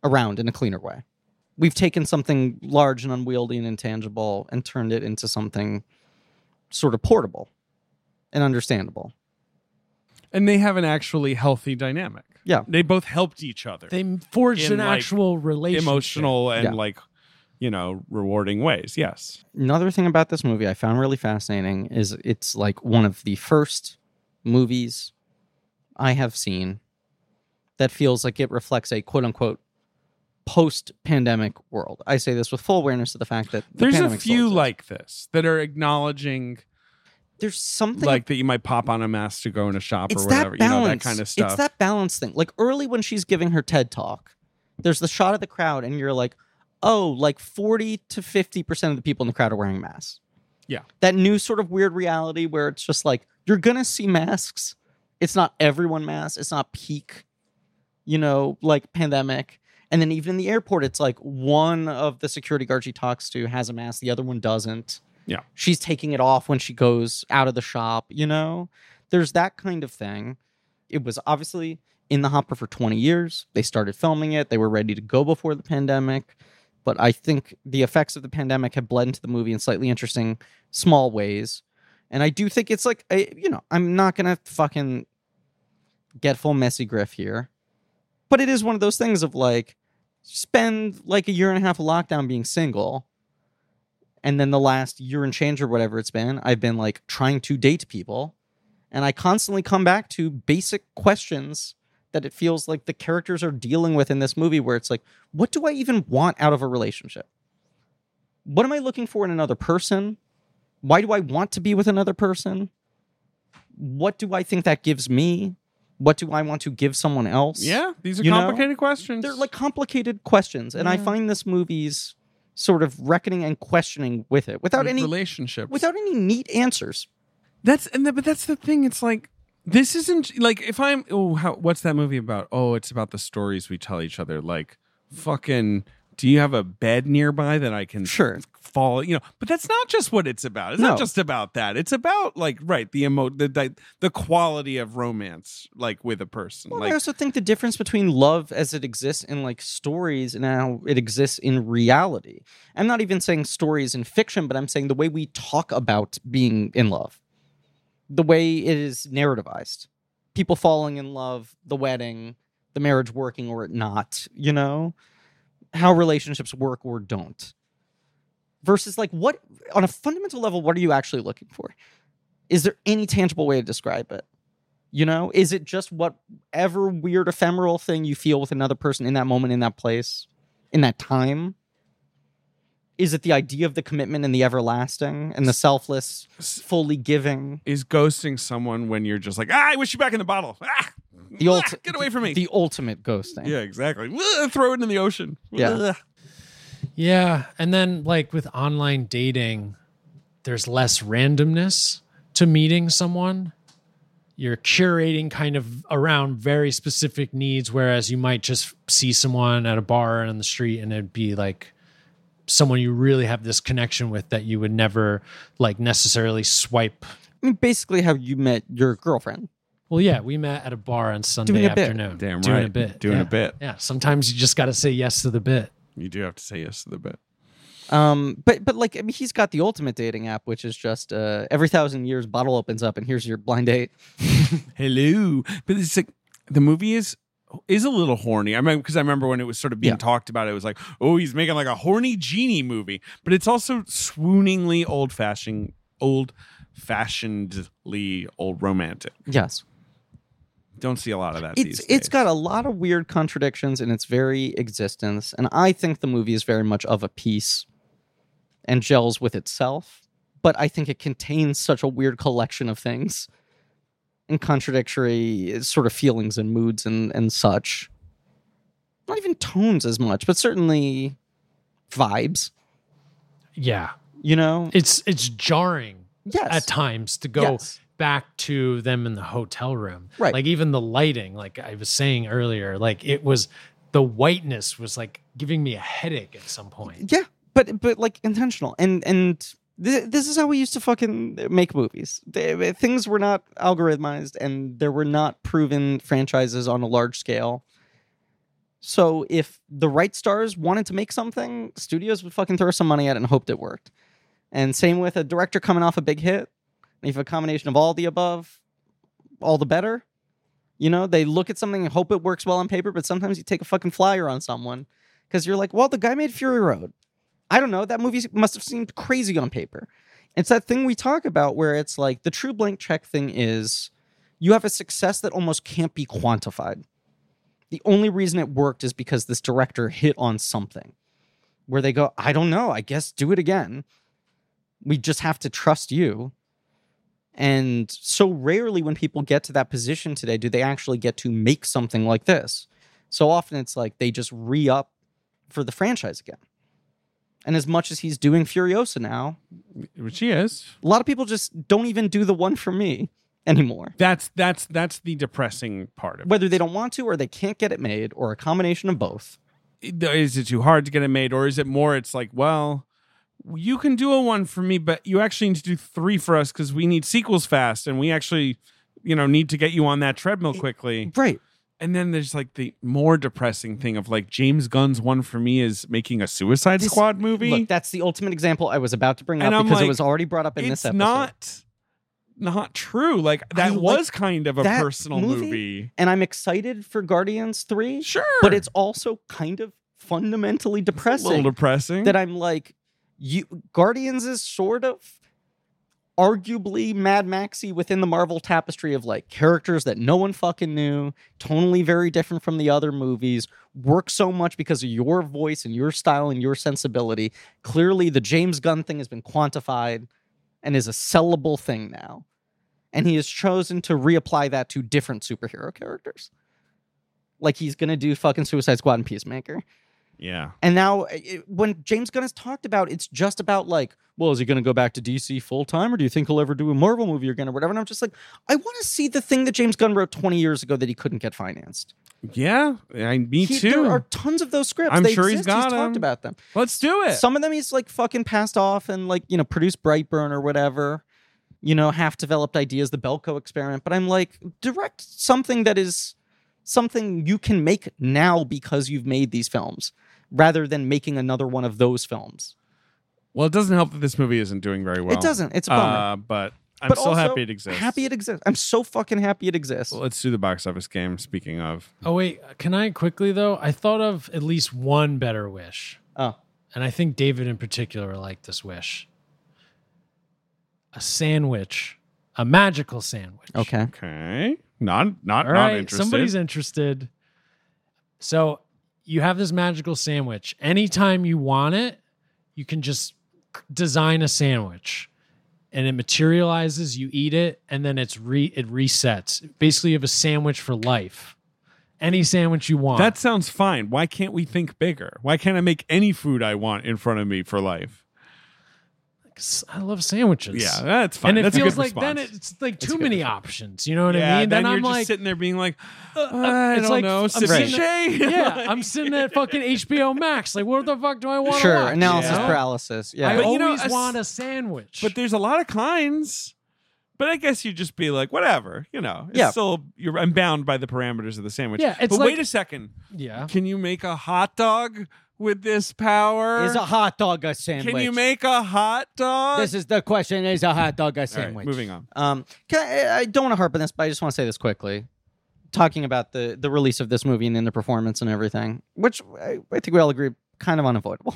Speaker 1: around in a cleaner way. We've taken something large and unwieldy and intangible and turned it into something sort of portable and understandable.
Speaker 2: and they have an actually healthy dynamic.
Speaker 1: Yeah.
Speaker 2: they both helped each other.
Speaker 3: They forged
Speaker 2: In,
Speaker 3: an
Speaker 2: like,
Speaker 3: actual relationship.
Speaker 2: emotional and
Speaker 1: Yeah.
Speaker 2: like you know rewarding ways yes
Speaker 1: another thing about this movie I found really fascinating is it's like one of the first movies I have seen that feels like it reflects a quote unquote post pandemic world. I say this with full awareness of the fact that the
Speaker 2: there's a
Speaker 1: pandemic still
Speaker 2: few
Speaker 1: exists.
Speaker 2: like this that are acknowledging
Speaker 1: there's something
Speaker 2: like that you might pop on a mask to go in a shop
Speaker 1: it's
Speaker 2: or whatever
Speaker 1: that
Speaker 2: you know
Speaker 1: balance.
Speaker 2: that kind of stuff
Speaker 1: It's that balance thing. Like early when she's giving her TED talk, there's the shot of the crowd, and you're like, oh, like 40 to 50% of the people in the crowd are wearing masks.
Speaker 2: Yeah.
Speaker 1: That new sort of weird reality where it's just like, you're going to see masks. It's not everyone masks, it's not peak, you know, like pandemic. And then even in the airport, it's like one of the security guards she talks to has a mask, the other one doesn't.
Speaker 2: Yeah.
Speaker 1: She's taking it off when she goes out of the shop, you know? there's that kind of thing. It was obviously in the hopper for 20 years. They started filming it. They were ready to go before the pandemic. But I think the effects of the pandemic have bled into the movie in slightly interesting, small ways. And I do think it's like, I, you know, I'm not going to fucking get full messy griff here. But it is one of those things of like, spend like a year and a half of lockdown being single. And then the last year and change or whatever it's been, I've been like trying to date people. And I constantly come back to basic questions that it feels like the characters are dealing with in this movie, where it's like, what do I even want out of a relationship? What am I looking for in another person? Why do I want to be with another person? What do I think that gives me? What do I want to give someone else?
Speaker 2: Yeah, these are
Speaker 1: You know?
Speaker 2: complicated questions.
Speaker 1: They're like complicated questions, and I
Speaker 2: Yeah.
Speaker 1: find this movie's sort of reckoning and questioning with it without
Speaker 2: With
Speaker 1: any
Speaker 2: relationships.
Speaker 1: without any neat answers.
Speaker 2: that's and the, but that's the thing. It's like this isn't like if I'm oh how what's that movie about? Oh, it's about the stories we tell each other. Like fucking, do you have a bed nearby that I can
Speaker 1: Sure.
Speaker 2: fall? You know, but that's not just what it's about. It's
Speaker 1: No.
Speaker 2: not just about that. It's about like right the emo the the, the quality of romance like with a person.
Speaker 1: Well, I
Speaker 2: like
Speaker 1: also think the difference between love as it exists in like stories and how it exists in reality. I'm not even saying stories in fiction, but I'm saying the way we talk about being in love, the way it is narrativized, people falling in love, the wedding, the marriage working or it not, you know, how relationships work or don't. Versus like what on a fundamental level, what are you actually looking for? Is there any tangible way to describe it? You know, is it just what ever weird ephemeral thing you feel with another person in that moment, in that place, in that time? Is it the idea of the commitment and the everlasting and the selfless,
Speaker 2: S-
Speaker 1: fully giving?
Speaker 2: is ghosting someone when you're just like ah, I wish you back in the bottle. Ah,
Speaker 1: The
Speaker 2: Ah,
Speaker 1: ulti-
Speaker 2: get away from me.
Speaker 1: The ultimate ghosting.
Speaker 2: yeah, exactly. Ah, Throw it in the ocean.
Speaker 1: Yeah.
Speaker 2: Ah.
Speaker 3: Yeah, and then like with online dating, there's less randomness to meeting someone. You're curating kind of around very specific needs, whereas you might just see someone at a bar and on the street, and it'd be like someone you really have this connection with that you would never like necessarily swipe.
Speaker 1: I mean, basically, how you met your girlfriend.
Speaker 3: Well, yeah, we met at a bar on Sunday
Speaker 1: Doing a bit.
Speaker 3: afternoon.
Speaker 2: Damn
Speaker 3: doing
Speaker 2: right.
Speaker 3: a bit,
Speaker 2: Doing
Speaker 3: yeah.
Speaker 2: a bit.
Speaker 3: Yeah, sometimes you just got to say yes to the bit.
Speaker 2: You do have to say yes to the bit.
Speaker 1: Um, but but like I mean, he's got the ultimate dating app, which is just uh, every thousand years, bottle opens up, and here's your blind date.
Speaker 2: hello but it's like the movie is is a little horny i mean because i remember when it was sort of being
Speaker 1: Yeah.
Speaker 2: talked about it was like oh he's making like a horny genie movie but it's also swooningly old fashioned old fashionedly old romantic
Speaker 1: Yes,
Speaker 2: don't see a lot of that
Speaker 1: it's
Speaker 2: these
Speaker 1: it's
Speaker 2: days.
Speaker 1: got a lot of weird contradictions in its very existence, and I think the movie is very much of a piece and gels with itself. But I think it contains such a weird collection of things and contradictory eh, sort of feelings and moods and and such. Not even tones as much, but certainly vibes.
Speaker 3: Yeah,
Speaker 1: You know,
Speaker 3: it's it's jarring
Speaker 1: yes,
Speaker 3: at times to go
Speaker 1: Yes.
Speaker 3: back to them in the hotel room.
Speaker 1: Right.
Speaker 3: Like even the lighting, like I was saying earlier, like it was the whiteness was like giving me a headache at some point.
Speaker 1: Yeah, but but like intentional and and th- this is how we used to fucking make movies. They, things were not algorithmized and there were not proven franchises on a large scale. So if the right stars wanted to make something, studios would fucking throw some money at it and hoped it worked. And same with a director coming off a big hit. If a combination of all the above, all the better. You know, they look at something and hope it works well on paper, but sometimes you take a fucking flyer on someone because you're like, well, the guy made Fury Road. I don't know. That movie must have seemed crazy on paper. It's that thing we talk about where it's like the true blank check thing is you have a success that almost can't be quantified. The only reason it worked is because this director hit on something where they go, I don't know. I guess do it again. We just have to trust you. And so rarely when people get to that position today do they actually get to make something like this. So often it's like they just re up for the franchise again. And as much as he's doing Furiosa now,
Speaker 2: which he is
Speaker 1: a lot of people just don't even do the one for me anymore.
Speaker 2: that's that's that's the depressing part of it.
Speaker 1: Whether they don't want to or they can't get it made or a combination of both.
Speaker 2: is it too hard to get it made or is it more it's like well you can do a one for me but you actually need to do three for us because we need sequels fast and we actually you know need to get you on that treadmill quickly
Speaker 1: Right.
Speaker 2: and then there's like the more depressing thing of like james gunn's one for me is making a suicide
Speaker 1: This-
Speaker 2: squad movie
Speaker 1: Look, that's the ultimate example I was about to bring
Speaker 2: And
Speaker 1: up
Speaker 2: I'm
Speaker 1: because it
Speaker 2: like,
Speaker 1: was already brought up in
Speaker 2: it's
Speaker 1: this episode.
Speaker 2: not not true. Like
Speaker 1: I
Speaker 2: that
Speaker 1: like
Speaker 2: was kind of a
Speaker 1: that
Speaker 2: personal
Speaker 1: movie.
Speaker 2: movie.
Speaker 1: and I'm excited for Guardians 3,
Speaker 2: Sure.
Speaker 1: but it's also kind of fundamentally
Speaker 2: a little
Speaker 1: depressing
Speaker 2: depressing.
Speaker 1: that I'm like, you Guardians is sort of arguably Mad Maxy within the Marvel tapestry of like characters that no one fucking knew, tonally very different from the other movies, work so much because of your voice and your style and your sensibility. Clearly, the James Gunn thing has been quantified and is a sellable thing now. And he has chosen to reapply that to different superhero characters. Like he's gonna do fucking Suicide Squad and Peacemaker.
Speaker 2: yeah.
Speaker 1: And now, it, when James Gunn has talked about, it's just about like, well, is he going to go back to DC full time, or do you think he'll ever do a Marvel movie again, or whatever? And I'm just like, I want to see the thing that James Gunn wrote 20 years ago that he couldn't get financed.
Speaker 2: Yeah. I, me
Speaker 1: He-
Speaker 2: too.
Speaker 1: There are tons of those scripts.
Speaker 2: I'm
Speaker 1: they
Speaker 2: sure he's
Speaker 1: exist.
Speaker 2: got
Speaker 1: talked
Speaker 2: 'em.
Speaker 1: about them.
Speaker 2: Let's do it.
Speaker 1: Some of them he's like fucking passed off and like you know produced Brightburn or whatever. You know, half developed ideas, the Belko experiment. But I'm like, direct something that is something you can make now because you've made these films, rather than making another one of those films.
Speaker 2: well, it doesn't help that this movie isn't doing very well.
Speaker 1: It doesn't. It's a bummer.
Speaker 2: Uh, but I'm
Speaker 1: But
Speaker 2: still
Speaker 1: also,
Speaker 2: happy it exists.
Speaker 1: happy it exists. I'm so fucking happy it exists.
Speaker 2: Let's do the box office game. Speaking of,
Speaker 3: Oh wait, can I quickly though? I thought of at least one better wish,
Speaker 1: Oh,
Speaker 3: and I think David in particular liked this wish. A sandwich, a magical sandwich.
Speaker 1: okay.
Speaker 2: okay, not not
Speaker 3: All
Speaker 2: not
Speaker 3: right,
Speaker 2: interested.
Speaker 3: somebody's interested. So you have this magical sandwich. Anytime you want it, you can just c- design a sandwich, and it materializes. You eat it, and then it's re it resets. Basically, you have a sandwich for life. Any sandwich you want.
Speaker 2: that sounds fine. Why can't we think bigger? Why can't I make any food I want in front of me for life?
Speaker 3: S- I love sandwiches.
Speaker 2: Yeah, that's fine.
Speaker 3: And it
Speaker 2: That's a
Speaker 3: feels
Speaker 2: good
Speaker 3: like then
Speaker 2: response.
Speaker 3: it's like
Speaker 2: a
Speaker 3: too
Speaker 2: good
Speaker 3: many
Speaker 2: response.
Speaker 3: options. You know what
Speaker 2: yeah,
Speaker 3: I mean?
Speaker 2: then,
Speaker 3: I'm
Speaker 2: you're just
Speaker 3: like, uh,
Speaker 2: sitting there being like, I
Speaker 3: it's
Speaker 2: don't
Speaker 3: like-
Speaker 2: know,
Speaker 3: I'm
Speaker 2: sitting
Speaker 1: sitting
Speaker 3: yeah, I'm sitting at fucking HBO Max. Like, what the fuck do I want?
Speaker 1: Sure.
Speaker 3: to watch?
Speaker 1: Analysis
Speaker 3: you know?
Speaker 1: paralysis. Yeah.
Speaker 3: I
Speaker 2: But you
Speaker 3: always
Speaker 2: know, a s-
Speaker 3: want a sandwich.
Speaker 2: But there's a lot of kinds. But I guess you'd just be like, whatever, you know. It's
Speaker 1: Yeah.
Speaker 2: still you're I'm bound by the parameters of the sandwich.
Speaker 3: Yeah, it's
Speaker 2: but
Speaker 3: like-
Speaker 2: wait a second.
Speaker 1: Oh.
Speaker 3: yeah,
Speaker 2: Can you make a hot dog with this power?
Speaker 1: is a hot dog a sandwich?
Speaker 2: Can you make a hot dog?
Speaker 1: This is the question. Is a hot dog a
Speaker 2: All right,
Speaker 1: sandwich?
Speaker 2: moving on.
Speaker 1: Um, can I, I don't want to harp on this, but I just want to say this quickly. Talking about the the release of this movie and then the performance and everything, which I, I think we all agree, kind of unavoidable.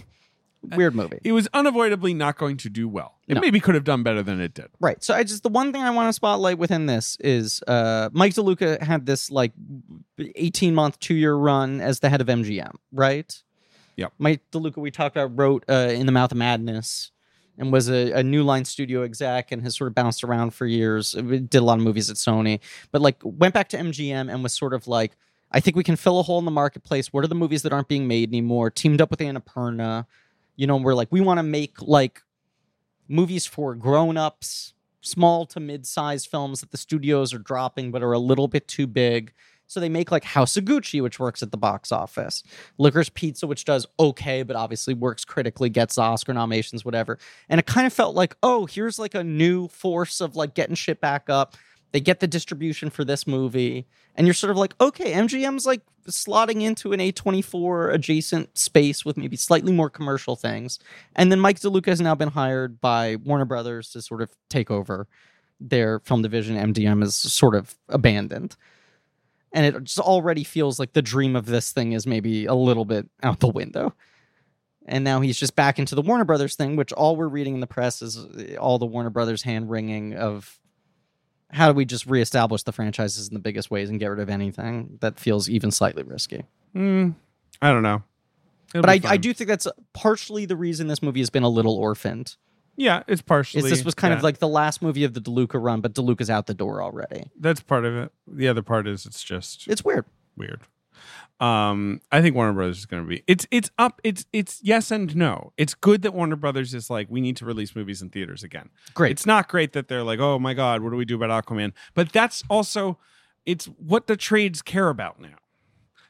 Speaker 1: Weird movie.
Speaker 2: It was unavoidably not going to do well. It
Speaker 1: No.
Speaker 2: maybe could have done better than it did.
Speaker 1: Right. So I just the one thing I want to spotlight within this is uh Mike DeLuca had this like 18 month, two year run as the head of MGM, right?
Speaker 2: Yep.
Speaker 1: Mike DeLuca, we talked about, wrote uh, In the Mouth of Madness and was a, a New Line studio exec and has sort of bounced around for years. Uh, Did a lot of movies at Sony, but like went back to MGM and was sort of like, I think we can fill a hole in the marketplace. What are the movies that aren't being made anymore? Teamed up with Annapurna, you know, and we're like, we want to make like movies for grown ups, small to mid sized films that the studios are dropping but are a little bit too big. So they make like House of Gucci, which works at the box office, Licorice Pizza, which does okay, but obviously works critically, gets Oscar nominations, whatever. And it kind of felt like, oh, here's like a new force of like getting shit back up. They get the distribution for this movie, and you're sort of like, okay, MGM's like slotting into an A24 adjacent space with maybe slightly more commercial things. And then Mike DeLuca has now been hired by Warner Brothers to sort of take over their film division. MDM is sort of abandoned. And it just already feels like the dream of this thing is maybe a little bit out the window. And now he's just back into the Warner Brothers thing, which all we're reading in the press is uh, all the Warner Brothers hand wringing of how do we just reestablish the franchises in the biggest ways and get rid of anything that feels even slightly risky.
Speaker 2: Hmm. I don't know. It'll
Speaker 1: But I,
Speaker 2: be
Speaker 1: I
Speaker 2: fine.
Speaker 1: do think that's partially the reason this movie has been a little orphaned.
Speaker 2: Yeah, it's
Speaker 1: Is
Speaker 2: partially.
Speaker 1: this was kind
Speaker 2: that.
Speaker 1: of like the last movie of the DeLuca run, but DeLuca's out the door already.
Speaker 2: that's part of it. The other part is it's just
Speaker 1: It's weird.
Speaker 2: weird. Um, I think Warner Brothers is going to be. It's it's up. It's it's yes and no. It's good that Warner Brothers is like we need to release movies in theaters again.
Speaker 1: Great.
Speaker 2: It's not great that they're like, oh my god, what do we do about Aquaman? But that's also it's what the trades care about now.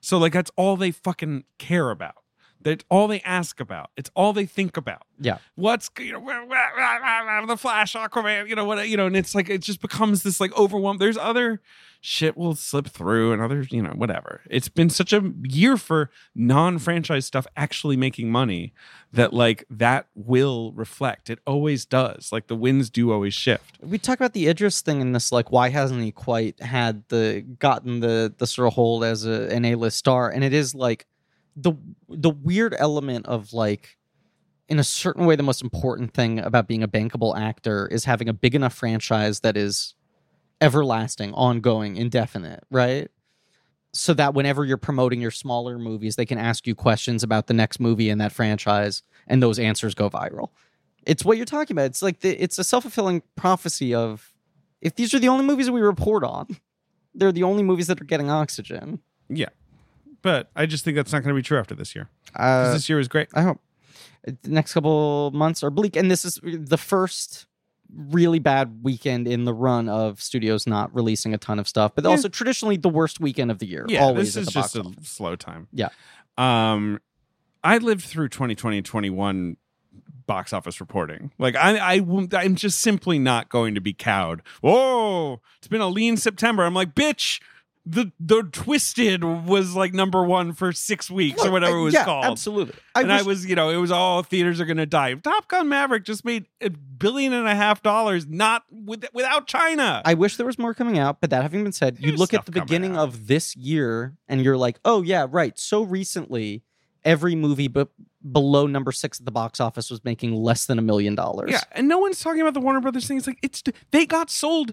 Speaker 2: So like that's all they fucking care about. That's all they ask about. It's all they think about.
Speaker 1: Yeah.
Speaker 2: What's you know wah, wah, wah, wah, wah, the Flash, Aquaman, you know what you know, and it's like it just becomes this like overwhelm. There's other shit will slip through and other you know whatever. It's been such a year for non-franchise stuff actually making money that like that will reflect. It always does. Like the winds do always shift.
Speaker 1: We talk about the Idris thing in this, like why hasn't he quite had the gotten the the sort of hold as a, an A list star? And it is like the the weird element of like in a certain way the most important thing about being a bankable actor is having a big enough franchise that is everlasting, ongoing, indefinite, right? So that whenever you're promoting your smaller movies, they can ask you questions about the next movie in that franchise, and those answers go viral it's what you're talking about. It's like the, it's a self fulfilling prophecy of if these are the only movies we report on, they're the only movies that are getting oxygen.
Speaker 2: Yeah. But I just think that's not going to be true after this year. 'Cause
Speaker 1: Uh,
Speaker 2: this year was great.
Speaker 1: I hope the next couple months are bleak, and this is the first really bad weekend in the run of studios not releasing a ton of stuff, but
Speaker 2: Yeah.
Speaker 1: also traditionally the worst weekend of the year.
Speaker 2: Yeah,
Speaker 1: always
Speaker 2: this
Speaker 1: at
Speaker 2: is
Speaker 1: the
Speaker 2: just
Speaker 1: box
Speaker 2: a
Speaker 1: office.
Speaker 2: slow time.
Speaker 1: Yeah.
Speaker 2: Um, I lived through 2020 and 21 box office reporting. Like I, I, won't- I'm just simply not going to be cowed. Whoa, it's been a lean September. I'm like, bitch. The the twisted was like number one for six weeks or
Speaker 1: Look,
Speaker 2: whatever it was
Speaker 1: yeah,
Speaker 2: called.
Speaker 1: Absolutely, I
Speaker 2: and I
Speaker 1: wish-
Speaker 2: was, you know, it was all theaters are going to die. Top Gun Maverick just made a billion and a half dollars, not with, without China.
Speaker 1: I wish there was more coming out, but that having been said, you
Speaker 2: There's
Speaker 1: look at
Speaker 2: stuff
Speaker 1: the
Speaker 2: coming
Speaker 1: beginning
Speaker 2: out.
Speaker 1: of this year and you're like, oh, yeah, right. So recently, every movie be- below number six at the box office was making less than a million dollars.
Speaker 2: Yeah, and no one's talking about the Warner Brothers thing. It's like it's they got sold.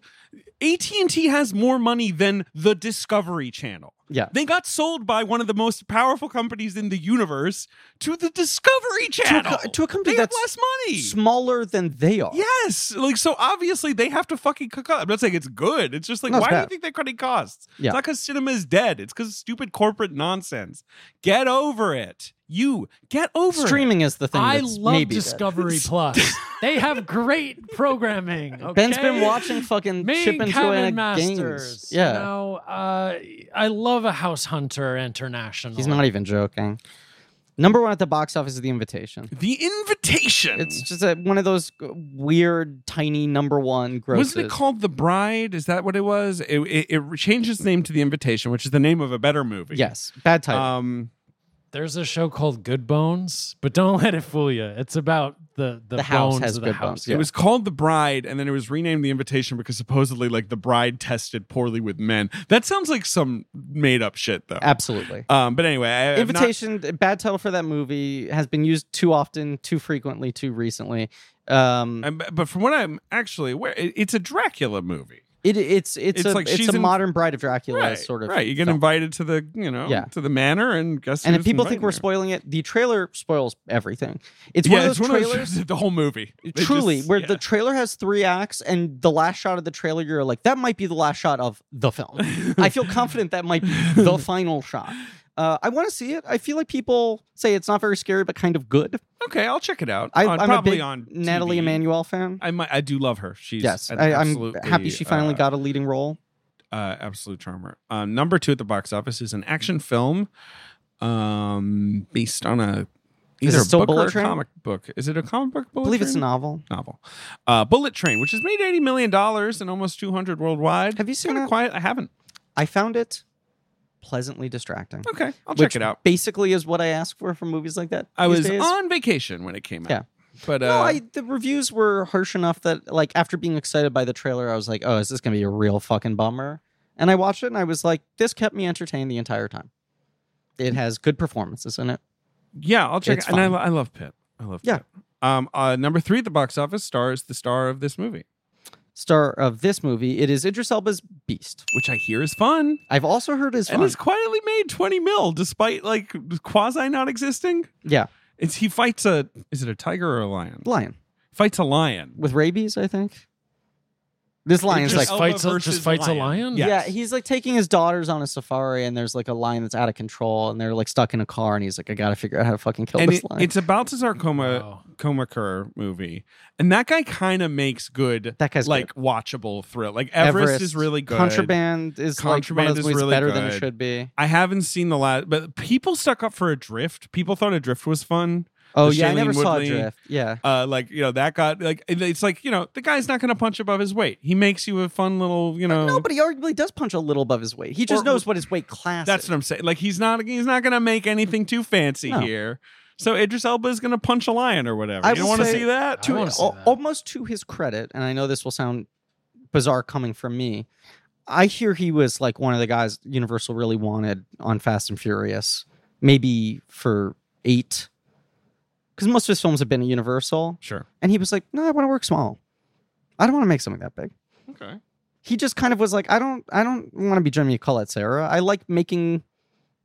Speaker 2: AT and T has more money than the Discovery Channel.
Speaker 1: Yeah.
Speaker 2: they got sold by one of the most powerful companies in the universe to the Discovery
Speaker 1: To a,
Speaker 2: Channel.
Speaker 1: co- to a company
Speaker 2: they have
Speaker 1: that's
Speaker 2: less money.
Speaker 1: smaller than they are.
Speaker 2: Yes, like so obviously they have to fucking cook up. I'm not saying it's good. It's just like
Speaker 1: No, it's
Speaker 2: why do you
Speaker 1: bad.
Speaker 2: think they're cutting costs?
Speaker 1: Yeah.
Speaker 2: It's not because cinema is dead. It's because stupid corporate nonsense. Get over it. You get over it.
Speaker 1: Streaming is the thing.
Speaker 3: I
Speaker 1: that's
Speaker 3: love
Speaker 1: maybe dead.
Speaker 3: Discovery Plus. They have great programming. Okay?
Speaker 1: Ben's been watching fucking
Speaker 3: Me
Speaker 1: Chip
Speaker 3: and
Speaker 1: and
Speaker 3: Kevin
Speaker 1: Joanna
Speaker 3: Masters.
Speaker 1: games. Yeah.
Speaker 3: You know, uh, I love a House Hunter International.
Speaker 1: He's not e- even joking. Number one at the box office is The Invitation.
Speaker 2: The invitation.
Speaker 1: It's just a, one of those weird, tiny number one grosses.
Speaker 2: Wasn't it called The Bride? Is that what it was? It, it, it changed its name to The Invitation, which is the name of a better movie.
Speaker 1: Yes, bad title.
Speaker 2: Um,
Speaker 3: There's a show called Good Bones, but don't let it fool you. It's about the the,
Speaker 1: The house
Speaker 3: bones
Speaker 1: has
Speaker 3: of the
Speaker 1: good
Speaker 3: house.
Speaker 1: bones, yeah.
Speaker 2: It was called The Bride, and then it was renamed The Invitation because supposedly, like, the bride tested poorly with men. That sounds like some made up shit, though.
Speaker 1: Absolutely.
Speaker 2: Um, but anyway, I, I've not-
Speaker 1: Invitation, uh, bad title for that movie, has been used too often, too frequently, too recently. Um,
Speaker 2: I'm- but from what I'm actually aware, it, it's a Dracula movie.
Speaker 1: it, it's it's,
Speaker 2: it's
Speaker 1: a
Speaker 2: like
Speaker 1: it's
Speaker 2: she's
Speaker 1: a
Speaker 2: in-
Speaker 1: modern Bride of Dracula
Speaker 2: right,
Speaker 1: sort of
Speaker 2: right. You get
Speaker 1: film.
Speaker 2: invited to the, you know,
Speaker 1: Yeah.
Speaker 2: to the manor, and guess
Speaker 1: And if
Speaker 2: who's
Speaker 1: people think
Speaker 2: inviting
Speaker 1: we're
Speaker 2: you?
Speaker 1: spoiling it, the trailer spoils everything. It's
Speaker 2: yeah,
Speaker 1: one of
Speaker 2: it's
Speaker 1: those
Speaker 2: one of
Speaker 1: trailers.
Speaker 2: those, the whole movie. They
Speaker 1: Truly,
Speaker 2: just-
Speaker 1: where
Speaker 2: yeah.
Speaker 1: the trailer has three acts, and the last shot of the trailer, you're like, that might be the last shot of the film. I feel confident that might be the final shot. Uh, I want to see it. I feel like people say it's not very scary, but kind of good.
Speaker 2: Okay, I'll check it out.
Speaker 1: I,
Speaker 2: on,
Speaker 1: I'm
Speaker 2: probably
Speaker 1: a big
Speaker 2: on
Speaker 1: Natalie
Speaker 2: TV.
Speaker 1: Emanuel fan.
Speaker 2: I might, I do love her. She's
Speaker 1: yes,
Speaker 2: an
Speaker 1: I, I'm
Speaker 2: absolutely,
Speaker 1: happy she finally
Speaker 2: uh,
Speaker 1: got a leading role.
Speaker 2: uh, absolute charmer. Um, number two at the box office is an action film, um, based on a
Speaker 1: Is
Speaker 2: either
Speaker 1: it
Speaker 2: a
Speaker 1: still
Speaker 2: book or
Speaker 1: Bullet
Speaker 2: a
Speaker 1: Train?
Speaker 2: comic book. Is it a comic book?
Speaker 1: I
Speaker 2: Bullet
Speaker 1: believe it's a
Speaker 2: Train?
Speaker 1: novel.
Speaker 2: novel. Uh, Bullet Train, which has made eighty million dollars and almost two hundred worldwide.
Speaker 1: Have you seen
Speaker 2: Kinda
Speaker 1: that?
Speaker 2: Quiet. I haven't.
Speaker 1: I found it pleasantly distracting.
Speaker 2: Okay, I'll
Speaker 1: which
Speaker 2: check it out.
Speaker 1: Basically, is what I ask for from movies like that.
Speaker 2: I
Speaker 1: these
Speaker 2: was
Speaker 1: days.
Speaker 2: on vacation when it came out.
Speaker 1: Yeah.
Speaker 2: but uh,
Speaker 1: No, I, the reviews were harsh enough that, like, after being excited by the trailer, I was like, "Oh, is this gonna be a real fucking bummer?" And I watched it, and I was like, "This kept me entertained the entire time." It has good performances in it.
Speaker 2: Yeah, I'll check.
Speaker 1: It's
Speaker 2: It. And I,
Speaker 1: fine.
Speaker 2: lo- I love Pitt. I love
Speaker 1: Yeah.
Speaker 2: Pitt. Um, uh, number three at the box office stars the star of this movie,
Speaker 1: Star of this movie, it is Idris Elba's Beast.
Speaker 2: which I hear is fun,
Speaker 1: I've also heard is
Speaker 2: and
Speaker 1: fun.
Speaker 2: it's quietly made twenty mil despite like quasi not existing.
Speaker 1: Yeah,
Speaker 2: It's he fights a is it a tiger or a lion?
Speaker 1: Lion
Speaker 2: Fights a lion.
Speaker 1: with rabies, I think. This lion's like
Speaker 4: Idris
Speaker 3: just
Speaker 4: Elba
Speaker 3: fights a,
Speaker 4: versus
Speaker 3: just fights a
Speaker 4: lion.
Speaker 3: lion.
Speaker 4: Yeah.
Speaker 1: Yeah,
Speaker 4: Yes.
Speaker 1: he's like taking his daughters on a safari, and there's like a lion that's out of control, and they're like stuck in a car, and he's like, I gotta figure out how to fucking kill
Speaker 2: and
Speaker 1: this
Speaker 2: it-
Speaker 1: lion.
Speaker 2: it's a Baltazar Coma
Speaker 3: Wow.
Speaker 2: Comaker movie, and that guy kind of makes good,
Speaker 1: that guy's
Speaker 2: like
Speaker 1: good.
Speaker 2: watchable thrill. Like Everest, is really good.
Speaker 1: Contraband is like
Speaker 2: Contraband
Speaker 1: one of those
Speaker 2: is
Speaker 1: movies
Speaker 2: really
Speaker 1: better than
Speaker 2: good.
Speaker 1: it should be.
Speaker 2: I haven't seen the last, but people stuck up for Adrift. People thought Adrift was fun.
Speaker 1: Oh
Speaker 2: The
Speaker 1: yeah, I
Speaker 2: Shailene
Speaker 1: never saw
Speaker 2: Woodley-
Speaker 1: Drift. Yeah,
Speaker 2: Uh, like you know that got like it's like you know the guy's not going to punch above his weight. He makes you a fun little you know.
Speaker 1: no, but he arguably does punch a little above his weight. He just
Speaker 2: Or-
Speaker 1: knows what his weight class.
Speaker 2: That's
Speaker 1: is.
Speaker 2: what I'm saying. Like he's not he's not gonna make anything too fancy
Speaker 1: No.
Speaker 2: here. So Idris Elba is gonna punch a lion or whatever.
Speaker 1: I
Speaker 2: you don't
Speaker 1: will
Speaker 2: want to
Speaker 1: say-
Speaker 2: see that?
Speaker 3: I
Speaker 1: to
Speaker 3: wanna see
Speaker 1: al-
Speaker 3: that.
Speaker 1: almost to his credit, and I know this will sound bizarre coming from me. I hear he was like one of the guys Universal really wanted on Fast and Furious, maybe for eight, because most of his films have been at Universal,
Speaker 2: Sure.
Speaker 1: and he was like, "No, I want to work small. I don't want to make something that big."
Speaker 2: Okay.
Speaker 1: He just kind of was like, "I don't, I don't want to be Jeremy Collette Sarah. I like making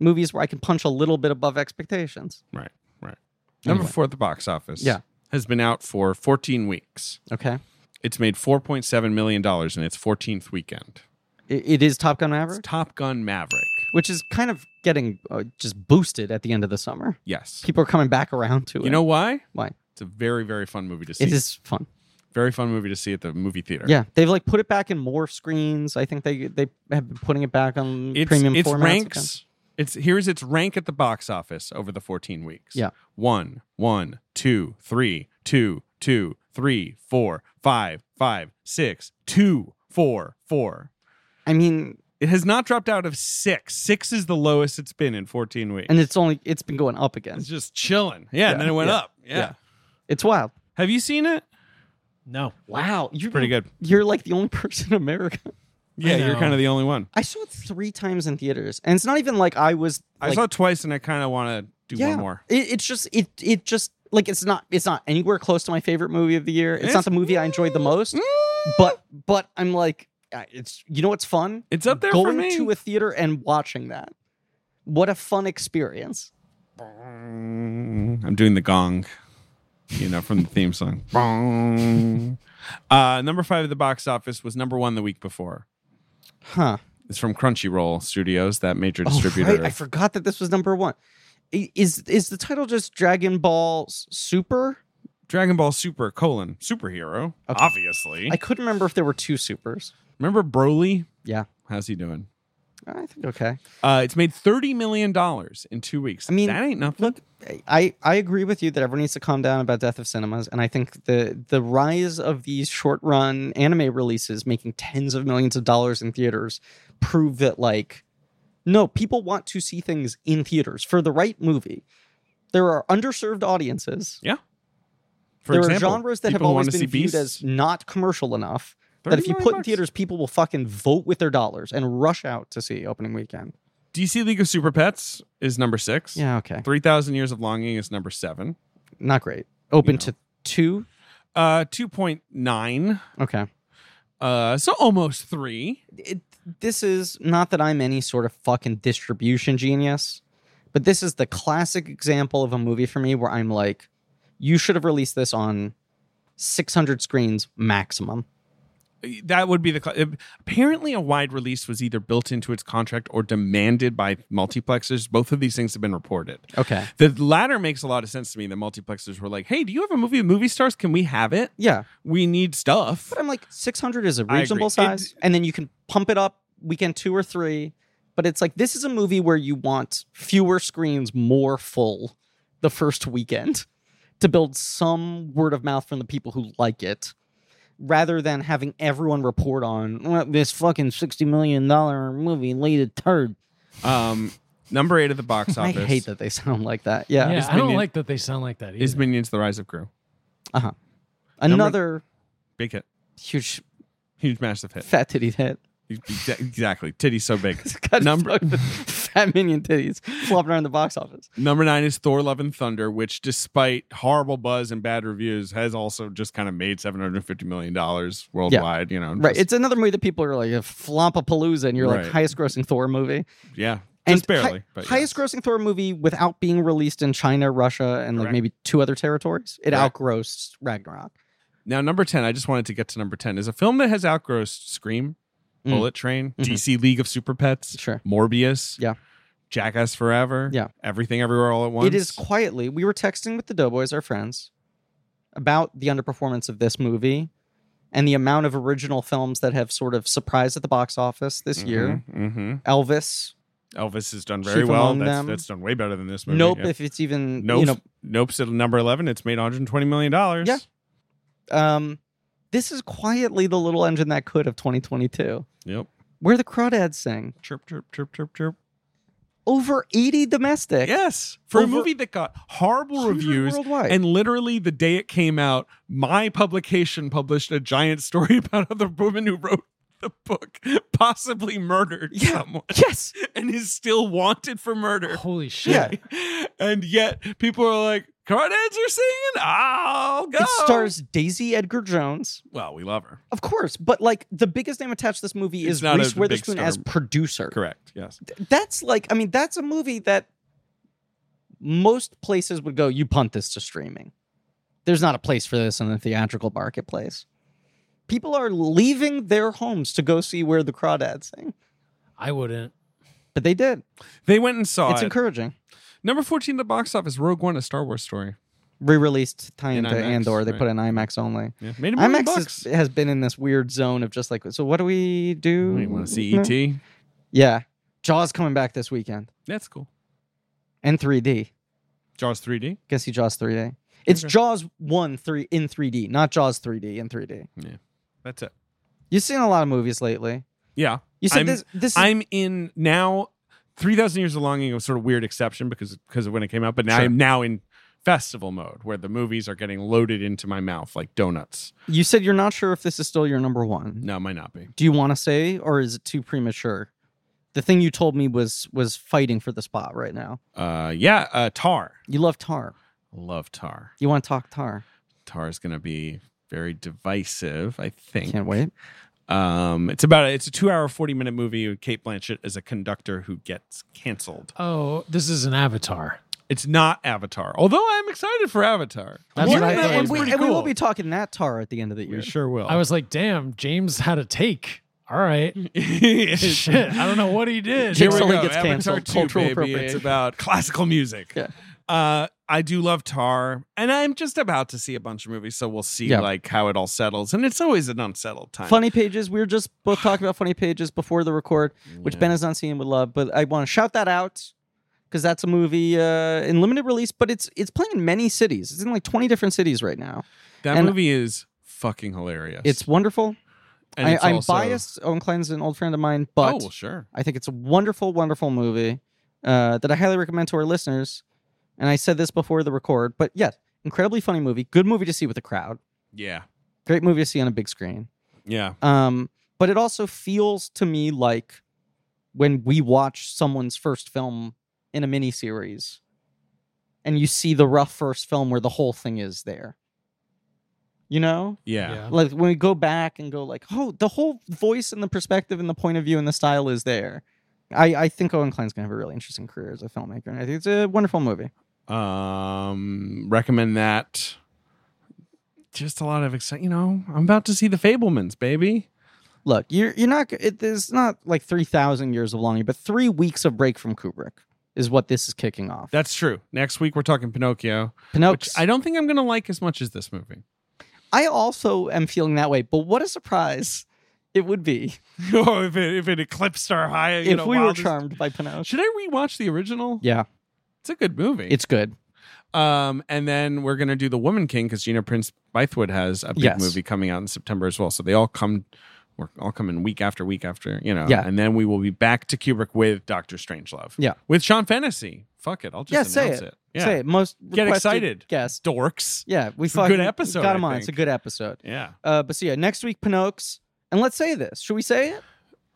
Speaker 1: movies where I can punch a little bit above expectations."
Speaker 2: Right, right. Number
Speaker 1: Anyway.
Speaker 2: four at the box office.
Speaker 1: Yeah.
Speaker 2: Has been out for 14 weeks.
Speaker 1: Okay,
Speaker 2: It's made 4.7 million dollars in its 14th weekend.
Speaker 1: It- it is Top Gun
Speaker 2: It's
Speaker 1: Maverick.
Speaker 2: Top Gun Maverick.
Speaker 1: which is kind of getting uh, just boosted at the end of the summer.
Speaker 2: Yes.
Speaker 1: People are coming back around to it.
Speaker 2: You know why?
Speaker 1: Why?
Speaker 2: It's a very very fun movie to see.
Speaker 1: it is fun.
Speaker 2: Very fun movie to see at the movie theater.
Speaker 1: Yeah, they've like put it back in more screens. I think they they have been putting it back on
Speaker 2: It's,
Speaker 1: premium
Speaker 2: it's
Speaker 1: formats. again.
Speaker 2: ranks. It's here's its rank at the box office over the 14 weeks.
Speaker 1: Yeah.
Speaker 2: One, one, two, three, two, two, three, four, five, five, six, two, four, four.
Speaker 1: I mean,
Speaker 2: It has not dropped out of six. Six is the lowest it's been in 14 weeks.
Speaker 1: and it's only it's been going up again.
Speaker 2: it's just chilling. Yeah,
Speaker 1: Yeah,
Speaker 2: and then it went
Speaker 1: yeah,
Speaker 2: up. Yeah.
Speaker 1: yeah. It's wild.
Speaker 2: Have you seen it?
Speaker 3: No.
Speaker 1: Wow, you're
Speaker 2: Pretty good.
Speaker 1: You're like the only person in America.
Speaker 2: Yeah, you're
Speaker 3: know.
Speaker 2: kind of the only one.
Speaker 1: I saw it three times in theaters, and it's not even like I was.
Speaker 2: I
Speaker 1: like,
Speaker 2: saw it twice and I kind of want to do
Speaker 1: yeah,
Speaker 2: one more.
Speaker 1: It, it's just it it just like it's not it's not anywhere close to my favorite movie of the year. It's,
Speaker 2: It's-
Speaker 1: not the movie I enjoyed the most, but but I'm like I- it's you know what's fun
Speaker 2: It's up there for
Speaker 1: going
Speaker 2: me.
Speaker 1: to a theater and watching that. What a fun experience!
Speaker 2: Bong. Mm-hmm. I'm doing the gong, you know, from the theme song. Bong. Uh, number five at the box office was number one the week before.
Speaker 1: Huh?
Speaker 2: It's from Crunchyroll Studios, that major
Speaker 1: Oh,
Speaker 2: distributor.
Speaker 1: right, I forgot that this was number one. I- Is is the title just Dragon Ball S- Super?
Speaker 2: Dragon Ball Super colon superhero,
Speaker 1: Okay.
Speaker 2: obviously.
Speaker 1: I couldn't remember if there were two supers.
Speaker 2: Remember Broly?
Speaker 1: Yeah.
Speaker 2: How's he doing?
Speaker 1: I think okay.
Speaker 2: Uh, it's made thirty million dollars in two weeks.
Speaker 1: I mean,
Speaker 2: that ain't nothing.
Speaker 1: look, I, I agree with you that everyone needs to calm down about death of cinemas, and I think the the rise of these short run anime releases making tens of millions of dollars in theaters prove that like no people want to see things in theaters for the right movie. There are underserved audiences.
Speaker 2: For
Speaker 1: there
Speaker 2: example,
Speaker 1: are genres that have
Speaker 2: people who
Speaker 1: always
Speaker 2: wanna see
Speaker 1: been viewed
Speaker 2: Beasts,
Speaker 1: as not commercial enough that
Speaker 2: 30
Speaker 1: if you
Speaker 2: million
Speaker 1: put in
Speaker 2: bucks.
Speaker 1: theaters, people will fucking vote with their dollars and rush out to see opening weekend.
Speaker 2: DC League of Super Pets is number six.
Speaker 1: Yeah, okay,
Speaker 2: Three thousand years of longing is number seven.
Speaker 1: not great. Open
Speaker 2: know.
Speaker 1: to two.
Speaker 2: Uh, two point nine.
Speaker 1: Okay.
Speaker 2: Uh, so almost three.
Speaker 1: it, this is not that I'm any sort of fucking distribution genius, but this is the classic example of a movie for me where I'm like, you should have released this on 600 screens maximum.
Speaker 2: That would be the. cla- Apparently, a wide release was either built into its contract or demanded by multiplexers. Both of these things have been reported.
Speaker 1: Okay.
Speaker 2: The latter makes a lot of sense to me. The multiplexers were like, "Hey, do you have a movie of movie stars? Can we have it?
Speaker 1: Yeah,
Speaker 2: We need stuff."
Speaker 1: but I'm like 600 is a
Speaker 2: I agree.
Speaker 1: reasonable
Speaker 2: It-
Speaker 1: size, and then you can pump it up weekend two or three. But it's like this is a movie where you want fewer screens, more full, the first weekend, to build some word of mouth from the people who like it, rather than having everyone report on well, this fucking sixty million dollar movie late at third.
Speaker 2: Um, number eight of the box
Speaker 1: I
Speaker 2: office.
Speaker 1: hate that they sound like that.
Speaker 3: Yeah,
Speaker 1: Yeah,
Speaker 2: Is
Speaker 3: I don't
Speaker 2: Minion-
Speaker 3: like that they sound like that either.
Speaker 2: Is Minions: The Rise of Gru. number-
Speaker 1: another
Speaker 2: Big hit,
Speaker 1: huge
Speaker 2: huge, massive hit.
Speaker 1: fat titty hit.
Speaker 2: Exa- exactly, titty so big.
Speaker 1: Got
Speaker 2: Number-
Speaker 1: fucked with fat minion titties flopping around the box office.
Speaker 2: Number nine is Thor: Love and Thunder, which, despite horrible buzz and bad reviews, has also just kind of made seven hundred fifty million dollars worldwide. You know,
Speaker 1: Right.
Speaker 2: just-
Speaker 1: It's another movie that people are like a flompapalooza and you're
Speaker 2: Right.
Speaker 1: like highest grossing Thor movie.
Speaker 2: yeah,
Speaker 1: And
Speaker 2: just barely.
Speaker 1: hi-
Speaker 2: but
Speaker 1: highest grossing Thor movie without being released in China, Russia, and like
Speaker 2: Correct.
Speaker 1: maybe two other territories. It
Speaker 2: Correct.
Speaker 1: outgrossed Ragnarok.
Speaker 2: Now, number 10, I just wanted to get to number 10, is a film that has outgrossed Scream,
Speaker 1: Mm.
Speaker 2: Bullet Train,
Speaker 1: Mhm.
Speaker 2: DC League of Super Pets,
Speaker 1: Sure.
Speaker 2: Morbius,
Speaker 1: Yeah.
Speaker 2: Jackass Forever,
Speaker 1: Yeah.
Speaker 2: Everything Everywhere All at Once.
Speaker 1: It is quietly. We were texting with the Doughboys, our friends, about the underperformance of this movie and the amount of original films that have sort of surprised at the box office this year.
Speaker 2: hmm
Speaker 1: Elvis,
Speaker 2: Elvis has done very
Speaker 1: Chief
Speaker 2: well.
Speaker 1: Among
Speaker 2: That's,
Speaker 1: Them.
Speaker 2: that's done way better than this movie.
Speaker 1: Nope,
Speaker 2: Yeah.
Speaker 1: if it's even
Speaker 2: Nope.
Speaker 1: you know,
Speaker 2: Nope's at number 11. It's made $120 million.
Speaker 1: Yeah. um, this is quietly the little engine that could of 2022.
Speaker 2: Yep.
Speaker 1: Where the crawdads sing
Speaker 2: Chirp, chirp, chirp, chirp, chirp.
Speaker 1: over 80 domestic
Speaker 2: Yes. For a
Speaker 1: Over-
Speaker 2: movie that got horrible
Speaker 1: 100
Speaker 2: reviews
Speaker 1: worldwide.
Speaker 2: And literally the day it came out, my publication published a giant story about how the woman who wrote the book possibly murdered
Speaker 1: Yeah.
Speaker 2: someone
Speaker 1: yes,
Speaker 2: and is still wanted for murder.
Speaker 3: Holy shit.
Speaker 1: Yeah.
Speaker 2: And yet people are like, Crawdads are singing? I'll go.
Speaker 1: it stars Daisy Edgar Jones.
Speaker 2: Well, we love her.
Speaker 1: Of course, but like the biggest name attached to this movie
Speaker 2: It's
Speaker 1: is
Speaker 2: not a
Speaker 1: Reese
Speaker 2: big
Speaker 1: Witherspoon
Speaker 2: star.
Speaker 1: as producer.
Speaker 2: Correct. Yes.
Speaker 1: that's like i mean that's a movie that most places would go you punt this to streaming there's not a place for this in the theatrical marketplace people are leaving their homes to go see where the crawdads sing
Speaker 3: I wouldn't.
Speaker 1: but they did
Speaker 2: They went and saw
Speaker 1: it's
Speaker 2: it.
Speaker 1: encouraging
Speaker 2: Number 14 in the box office, Rogue One, a Star Wars story.
Speaker 1: re-released tie
Speaker 2: In
Speaker 1: into
Speaker 2: IMAX,
Speaker 1: andor they
Speaker 2: right.
Speaker 1: put an imax only
Speaker 2: Yeah. Made a
Speaker 1: imax
Speaker 2: million bucks.
Speaker 1: is, has been in this weird zone of just like so what do we do
Speaker 2: We want to see E E.T.
Speaker 1: yeah jaws coming back this weekend
Speaker 2: That's cool.
Speaker 1: and 3d
Speaker 2: Jaws 3D.
Speaker 1: Guess see Jaws 3D. It's
Speaker 2: Okay.
Speaker 1: Jaws 1 3 in 3D, not Jaws 3D in 3D.
Speaker 2: That's it.
Speaker 1: You've seen a lot of movies lately.
Speaker 2: Yeah.
Speaker 1: You said
Speaker 2: I'm-
Speaker 1: this this is
Speaker 2: I'm in now. Three thousand years of longing was sort of weird exception because because of when it came out, but now
Speaker 1: Sure.
Speaker 2: I'm now in festival mode where the movies are getting loaded into my mouth like donuts.
Speaker 1: you said you're not sure if this is still your number 1.
Speaker 2: No, it might not be.
Speaker 1: Do you want to say or is it too premature? The thing you told me was was fighting for the spot right now.
Speaker 2: Uh, yeah, uh, Tar.
Speaker 1: You love Tar.
Speaker 2: Love Tar.
Speaker 1: You want to talk Tar.
Speaker 2: Tar is going to be very divisive. I think.
Speaker 1: Can't wait.
Speaker 2: Um, it's about it's a two hour forty minute movie. with Kate Blanchett as a conductor who gets canceled.
Speaker 3: Oh, this is an avatar.
Speaker 2: It's not Avatar, although I'm excited for Avatar.
Speaker 3: That's
Speaker 2: Hearing
Speaker 3: what I
Speaker 2: that
Speaker 3: thought
Speaker 1: and,
Speaker 2: one's
Speaker 1: we,
Speaker 2: pretty
Speaker 1: and we will
Speaker 2: cool.
Speaker 1: be talking that Tar at the end of the
Speaker 2: We
Speaker 1: year.
Speaker 2: sure will.
Speaker 3: I was like, damn, James had a take. All right. Shit. I don't know what he did.
Speaker 1: Here
Speaker 2: Here
Speaker 1: Pixel
Speaker 2: we
Speaker 1: Link
Speaker 2: go.
Speaker 1: gets
Speaker 2: Avatar
Speaker 1: canceled.
Speaker 2: 2,
Speaker 1: Cultural
Speaker 2: baby. It's
Speaker 1: appropriation.
Speaker 2: about classical music.
Speaker 1: Yeah.
Speaker 2: Uh, I do love Tar, and I'm just about to see a bunch of movies, so we'll see
Speaker 1: Yeah.
Speaker 2: like how it all settles. And it's always an unsettled time.
Speaker 1: Funny Pages. We were just both talking about Funny Pages before the record, which Ben has not seen and would love. But I want to shout that out because that's a movie uh, in limited release, but it's it's playing in many cities. It's in like twenty different cities right now.
Speaker 2: that
Speaker 1: and-
Speaker 2: movie is fucking hilarious.
Speaker 1: It's wonderful.
Speaker 2: And
Speaker 1: I,
Speaker 2: it's
Speaker 1: I'm
Speaker 2: also-
Speaker 1: biased. Owen Klein's an old friend of mine,
Speaker 2: oh
Speaker 1: but
Speaker 2: well, sure.
Speaker 1: I think it's a wonderful, wonderful movie uh, that I highly recommend to our listeners. And I said this before the record, but yes, incredibly funny movie. Good movie to see with a crowd.
Speaker 2: Yeah,
Speaker 1: Great movie to see on a big screen.
Speaker 2: yeah.
Speaker 1: Um, but it also feels to me like when we watch someone's first film in a miniseries and you see the rough first film where the whole thing is there. You know?
Speaker 2: Yeah.
Speaker 1: Like when we go back and go like, oh, the whole voice and the perspective and the point of view and the style is there. I, I think Owen Klein's gonna have a really interesting career as a filmmaker. And I think it's a wonderful movie.
Speaker 2: Um, recommend that. Just a lot of excitement. You know, I'm about to see The Fablemans, baby.
Speaker 1: Look, you're you're not g- it is not like three thousand years of longing, but three weeks of break from Kubrick is what this is kicking off.
Speaker 2: That's true. Next week we're talking Pinocchio,
Speaker 1: Pinocchio.
Speaker 2: which I don't think I'm going to like as much as this movie.
Speaker 1: I also am feeling that way, but what a surprise it would be
Speaker 2: oh, if it if it eclipsed our high, you
Speaker 1: if
Speaker 2: know,
Speaker 1: we were
Speaker 2: wildest-
Speaker 1: charmed by Pinocchio.
Speaker 2: Should I rewatch the original?
Speaker 1: Yeah,
Speaker 2: It's a good movie.
Speaker 1: it's good.
Speaker 2: um, and then we're gonna do the Woman King because Gina Prince Bythewood has a big
Speaker 1: Yes.
Speaker 2: movie coming out in September as well. So they all come, or all come in week after week after you know.
Speaker 1: Yeah.
Speaker 2: and then we will be back to Kubrick with Doctor Strangelove.
Speaker 1: Yeah.
Speaker 2: with Sean Fantasy. Fuck it, I'll just
Speaker 1: Yeah, say
Speaker 2: announce it.
Speaker 1: it.
Speaker 2: Yeah,
Speaker 1: Say it. Most
Speaker 2: Get
Speaker 1: requested
Speaker 2: excited.
Speaker 1: guest.
Speaker 2: dorks.
Speaker 1: Yeah, we
Speaker 2: It's a good
Speaker 1: fucking
Speaker 2: episode,
Speaker 1: Got him
Speaker 2: I
Speaker 1: on. It's a
Speaker 2: think.
Speaker 1: good episode.
Speaker 2: Yeah.
Speaker 1: Uh, but so yeah, next week Pinocchio's, and let's say this. Should we say it?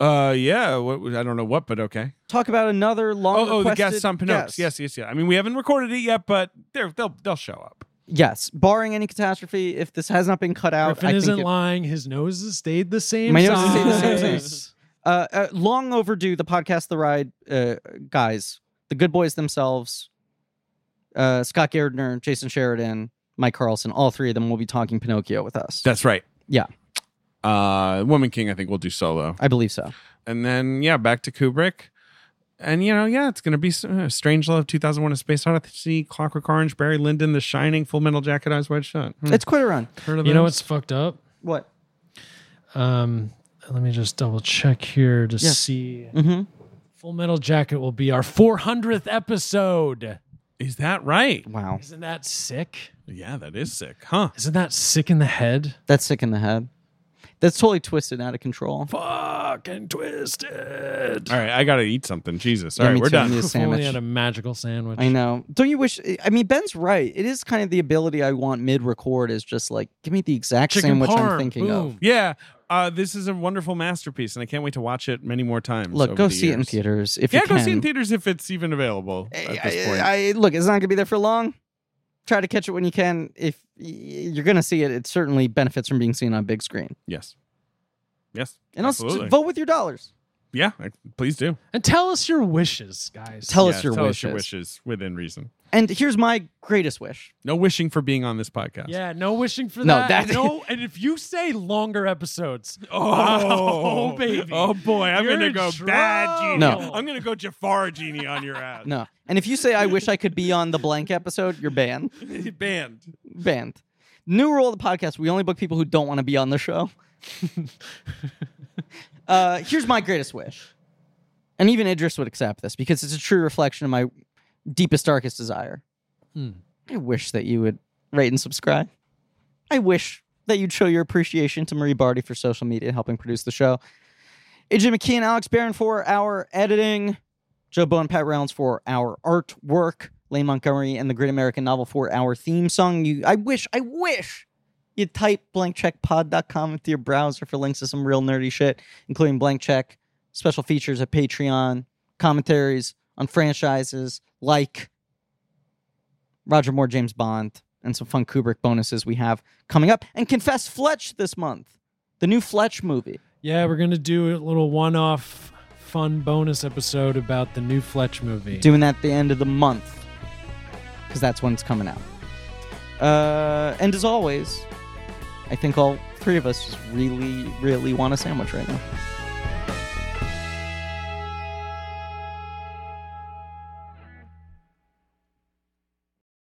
Speaker 2: Uh, yeah. What, was- I don't know what, but okay.
Speaker 1: Talk about another long.
Speaker 2: Oh, oh, the
Speaker 1: requested
Speaker 2: guests on Pinocchio.
Speaker 1: guest.
Speaker 2: Yes, yes, yeah. I mean, we haven't recorded it yet, but they're, they'll they'll show up.
Speaker 1: yes. Barring any catastrophe, if this has not been cut out,
Speaker 3: Griffin
Speaker 1: I think
Speaker 3: isn't
Speaker 1: it-
Speaker 3: lying. His nose has stayed the same.
Speaker 1: My nose has stayed the same
Speaker 3: size.
Speaker 1: size. uh, uh, long overdue. The podcast, the ride uh, guys, the good boys themselves, uh, Scott Gardner, Jason Sheridan, Mike Carlson, all three of them will be talking Pinocchio with us.
Speaker 2: That's right.
Speaker 1: Yeah.
Speaker 2: Uh, Woman King, I think we'll do solo,
Speaker 1: I believe so.
Speaker 2: and then yeah, back to Kubrick, and you know, yeah, it's gonna be uh, Strange Love, two thousand one, A Space Odyssey, Clockwork Orange, Barry Lyndon, The Shining, Full Metal Jacket, Eyes Wide Shut. Hmm,
Speaker 1: It's quite a run.
Speaker 2: heard of
Speaker 3: You know
Speaker 2: those?
Speaker 3: what's fucked up?
Speaker 1: What?
Speaker 3: Um, let me just double check here to
Speaker 1: Yes.
Speaker 3: see.
Speaker 1: Mm-hmm.
Speaker 3: Full Metal Jacket will be our 400th episode.
Speaker 2: is that right?
Speaker 1: Wow,
Speaker 3: Isn't that sick?
Speaker 2: Yeah, that is sick, huh?
Speaker 3: Isn't that sick in the head?
Speaker 1: that's sick in the head. That's totally twisted and out of control.
Speaker 3: Fucking twisted.
Speaker 2: All right, I gotta eat something. Jesus, all
Speaker 1: Yeah,
Speaker 2: right,
Speaker 1: me
Speaker 2: we're
Speaker 1: too. I
Speaker 2: done.
Speaker 1: need a
Speaker 3: If only
Speaker 1: sandwich.
Speaker 3: had a magical sandwich.
Speaker 1: I know. Don't you wish? I mean, Ben's right. It is kind of the ability I want mid-record is just like give me the exact
Speaker 3: Chicken
Speaker 1: sandwich
Speaker 3: parm,
Speaker 1: I'm thinking of.
Speaker 3: boom.
Speaker 2: Yeah, uh, this is a wonderful masterpiece, and I can't wait to watch it many more times.
Speaker 1: Look,
Speaker 2: over
Speaker 1: go
Speaker 2: the
Speaker 1: see it in
Speaker 2: years.
Speaker 1: theaters if
Speaker 2: Yeah,
Speaker 1: you
Speaker 2: go
Speaker 1: can.
Speaker 2: see it in theaters if it's even available at this point.
Speaker 1: I, I- look, it's not going to be there for long. Try to catch it when you can. If y- you're going to see it, it certainly benefits from being seen on big screen.
Speaker 2: yes, yes,
Speaker 1: And also, just
Speaker 2: absolutely.
Speaker 1: vote with your dollars.
Speaker 2: Yeah, I- please do.
Speaker 3: And tell us your wishes, guys.
Speaker 1: Tell
Speaker 2: Yeah,
Speaker 1: us your
Speaker 2: tell
Speaker 1: wishes.
Speaker 2: us your wishes within reason.
Speaker 1: And here's my greatest wish.
Speaker 2: No wishing for being on this podcast.
Speaker 3: yeah, no wishing for
Speaker 1: No,
Speaker 3: that.
Speaker 1: that-
Speaker 3: No, and if you say longer episodes,
Speaker 2: Oh,
Speaker 3: Oh, baby.
Speaker 2: Oh boy, I'm
Speaker 3: You're
Speaker 2: gonna
Speaker 3: in
Speaker 2: go bad genie.
Speaker 1: No.
Speaker 2: I'm gonna go Jafar genie on your ass.
Speaker 1: No. And if you say, I wish I could be on the blank episode, you're banned.
Speaker 2: Banned.
Speaker 1: Banned. New rule of the podcast we only book people who don't want to be on the show. uh, here's my greatest wish. And even Idris would accept this because it's a true reflection of my deepest, darkest desire.
Speaker 3: Hmm.
Speaker 1: I wish that you would rate and subscribe. I wish that you'd show your appreciation to Marie Barty for social media and helping produce the show. AJ McKee and Alex Barron for our editing. Joe Bowen and Pat Rounds for our artwork. Lane Montgomery and the Great American Novel for our theme song. You, I wish, I wish you type blankcheckpod.com into your browser for links to some real nerdy shit, including blank check, special features at Patreon, commentaries on franchises like Roger Moore, James Bond, and some fun Kubrick bonuses we have coming up. And Confess Fletch this month, the new Fletch movie.
Speaker 3: yeah, we're gonna do a little one-off, fun bonus episode about the new Fletch movie.
Speaker 1: doing that at the end of the month because that's when it's coming out. Uh, and as always, I think all three of us just really, really want a sandwich right now.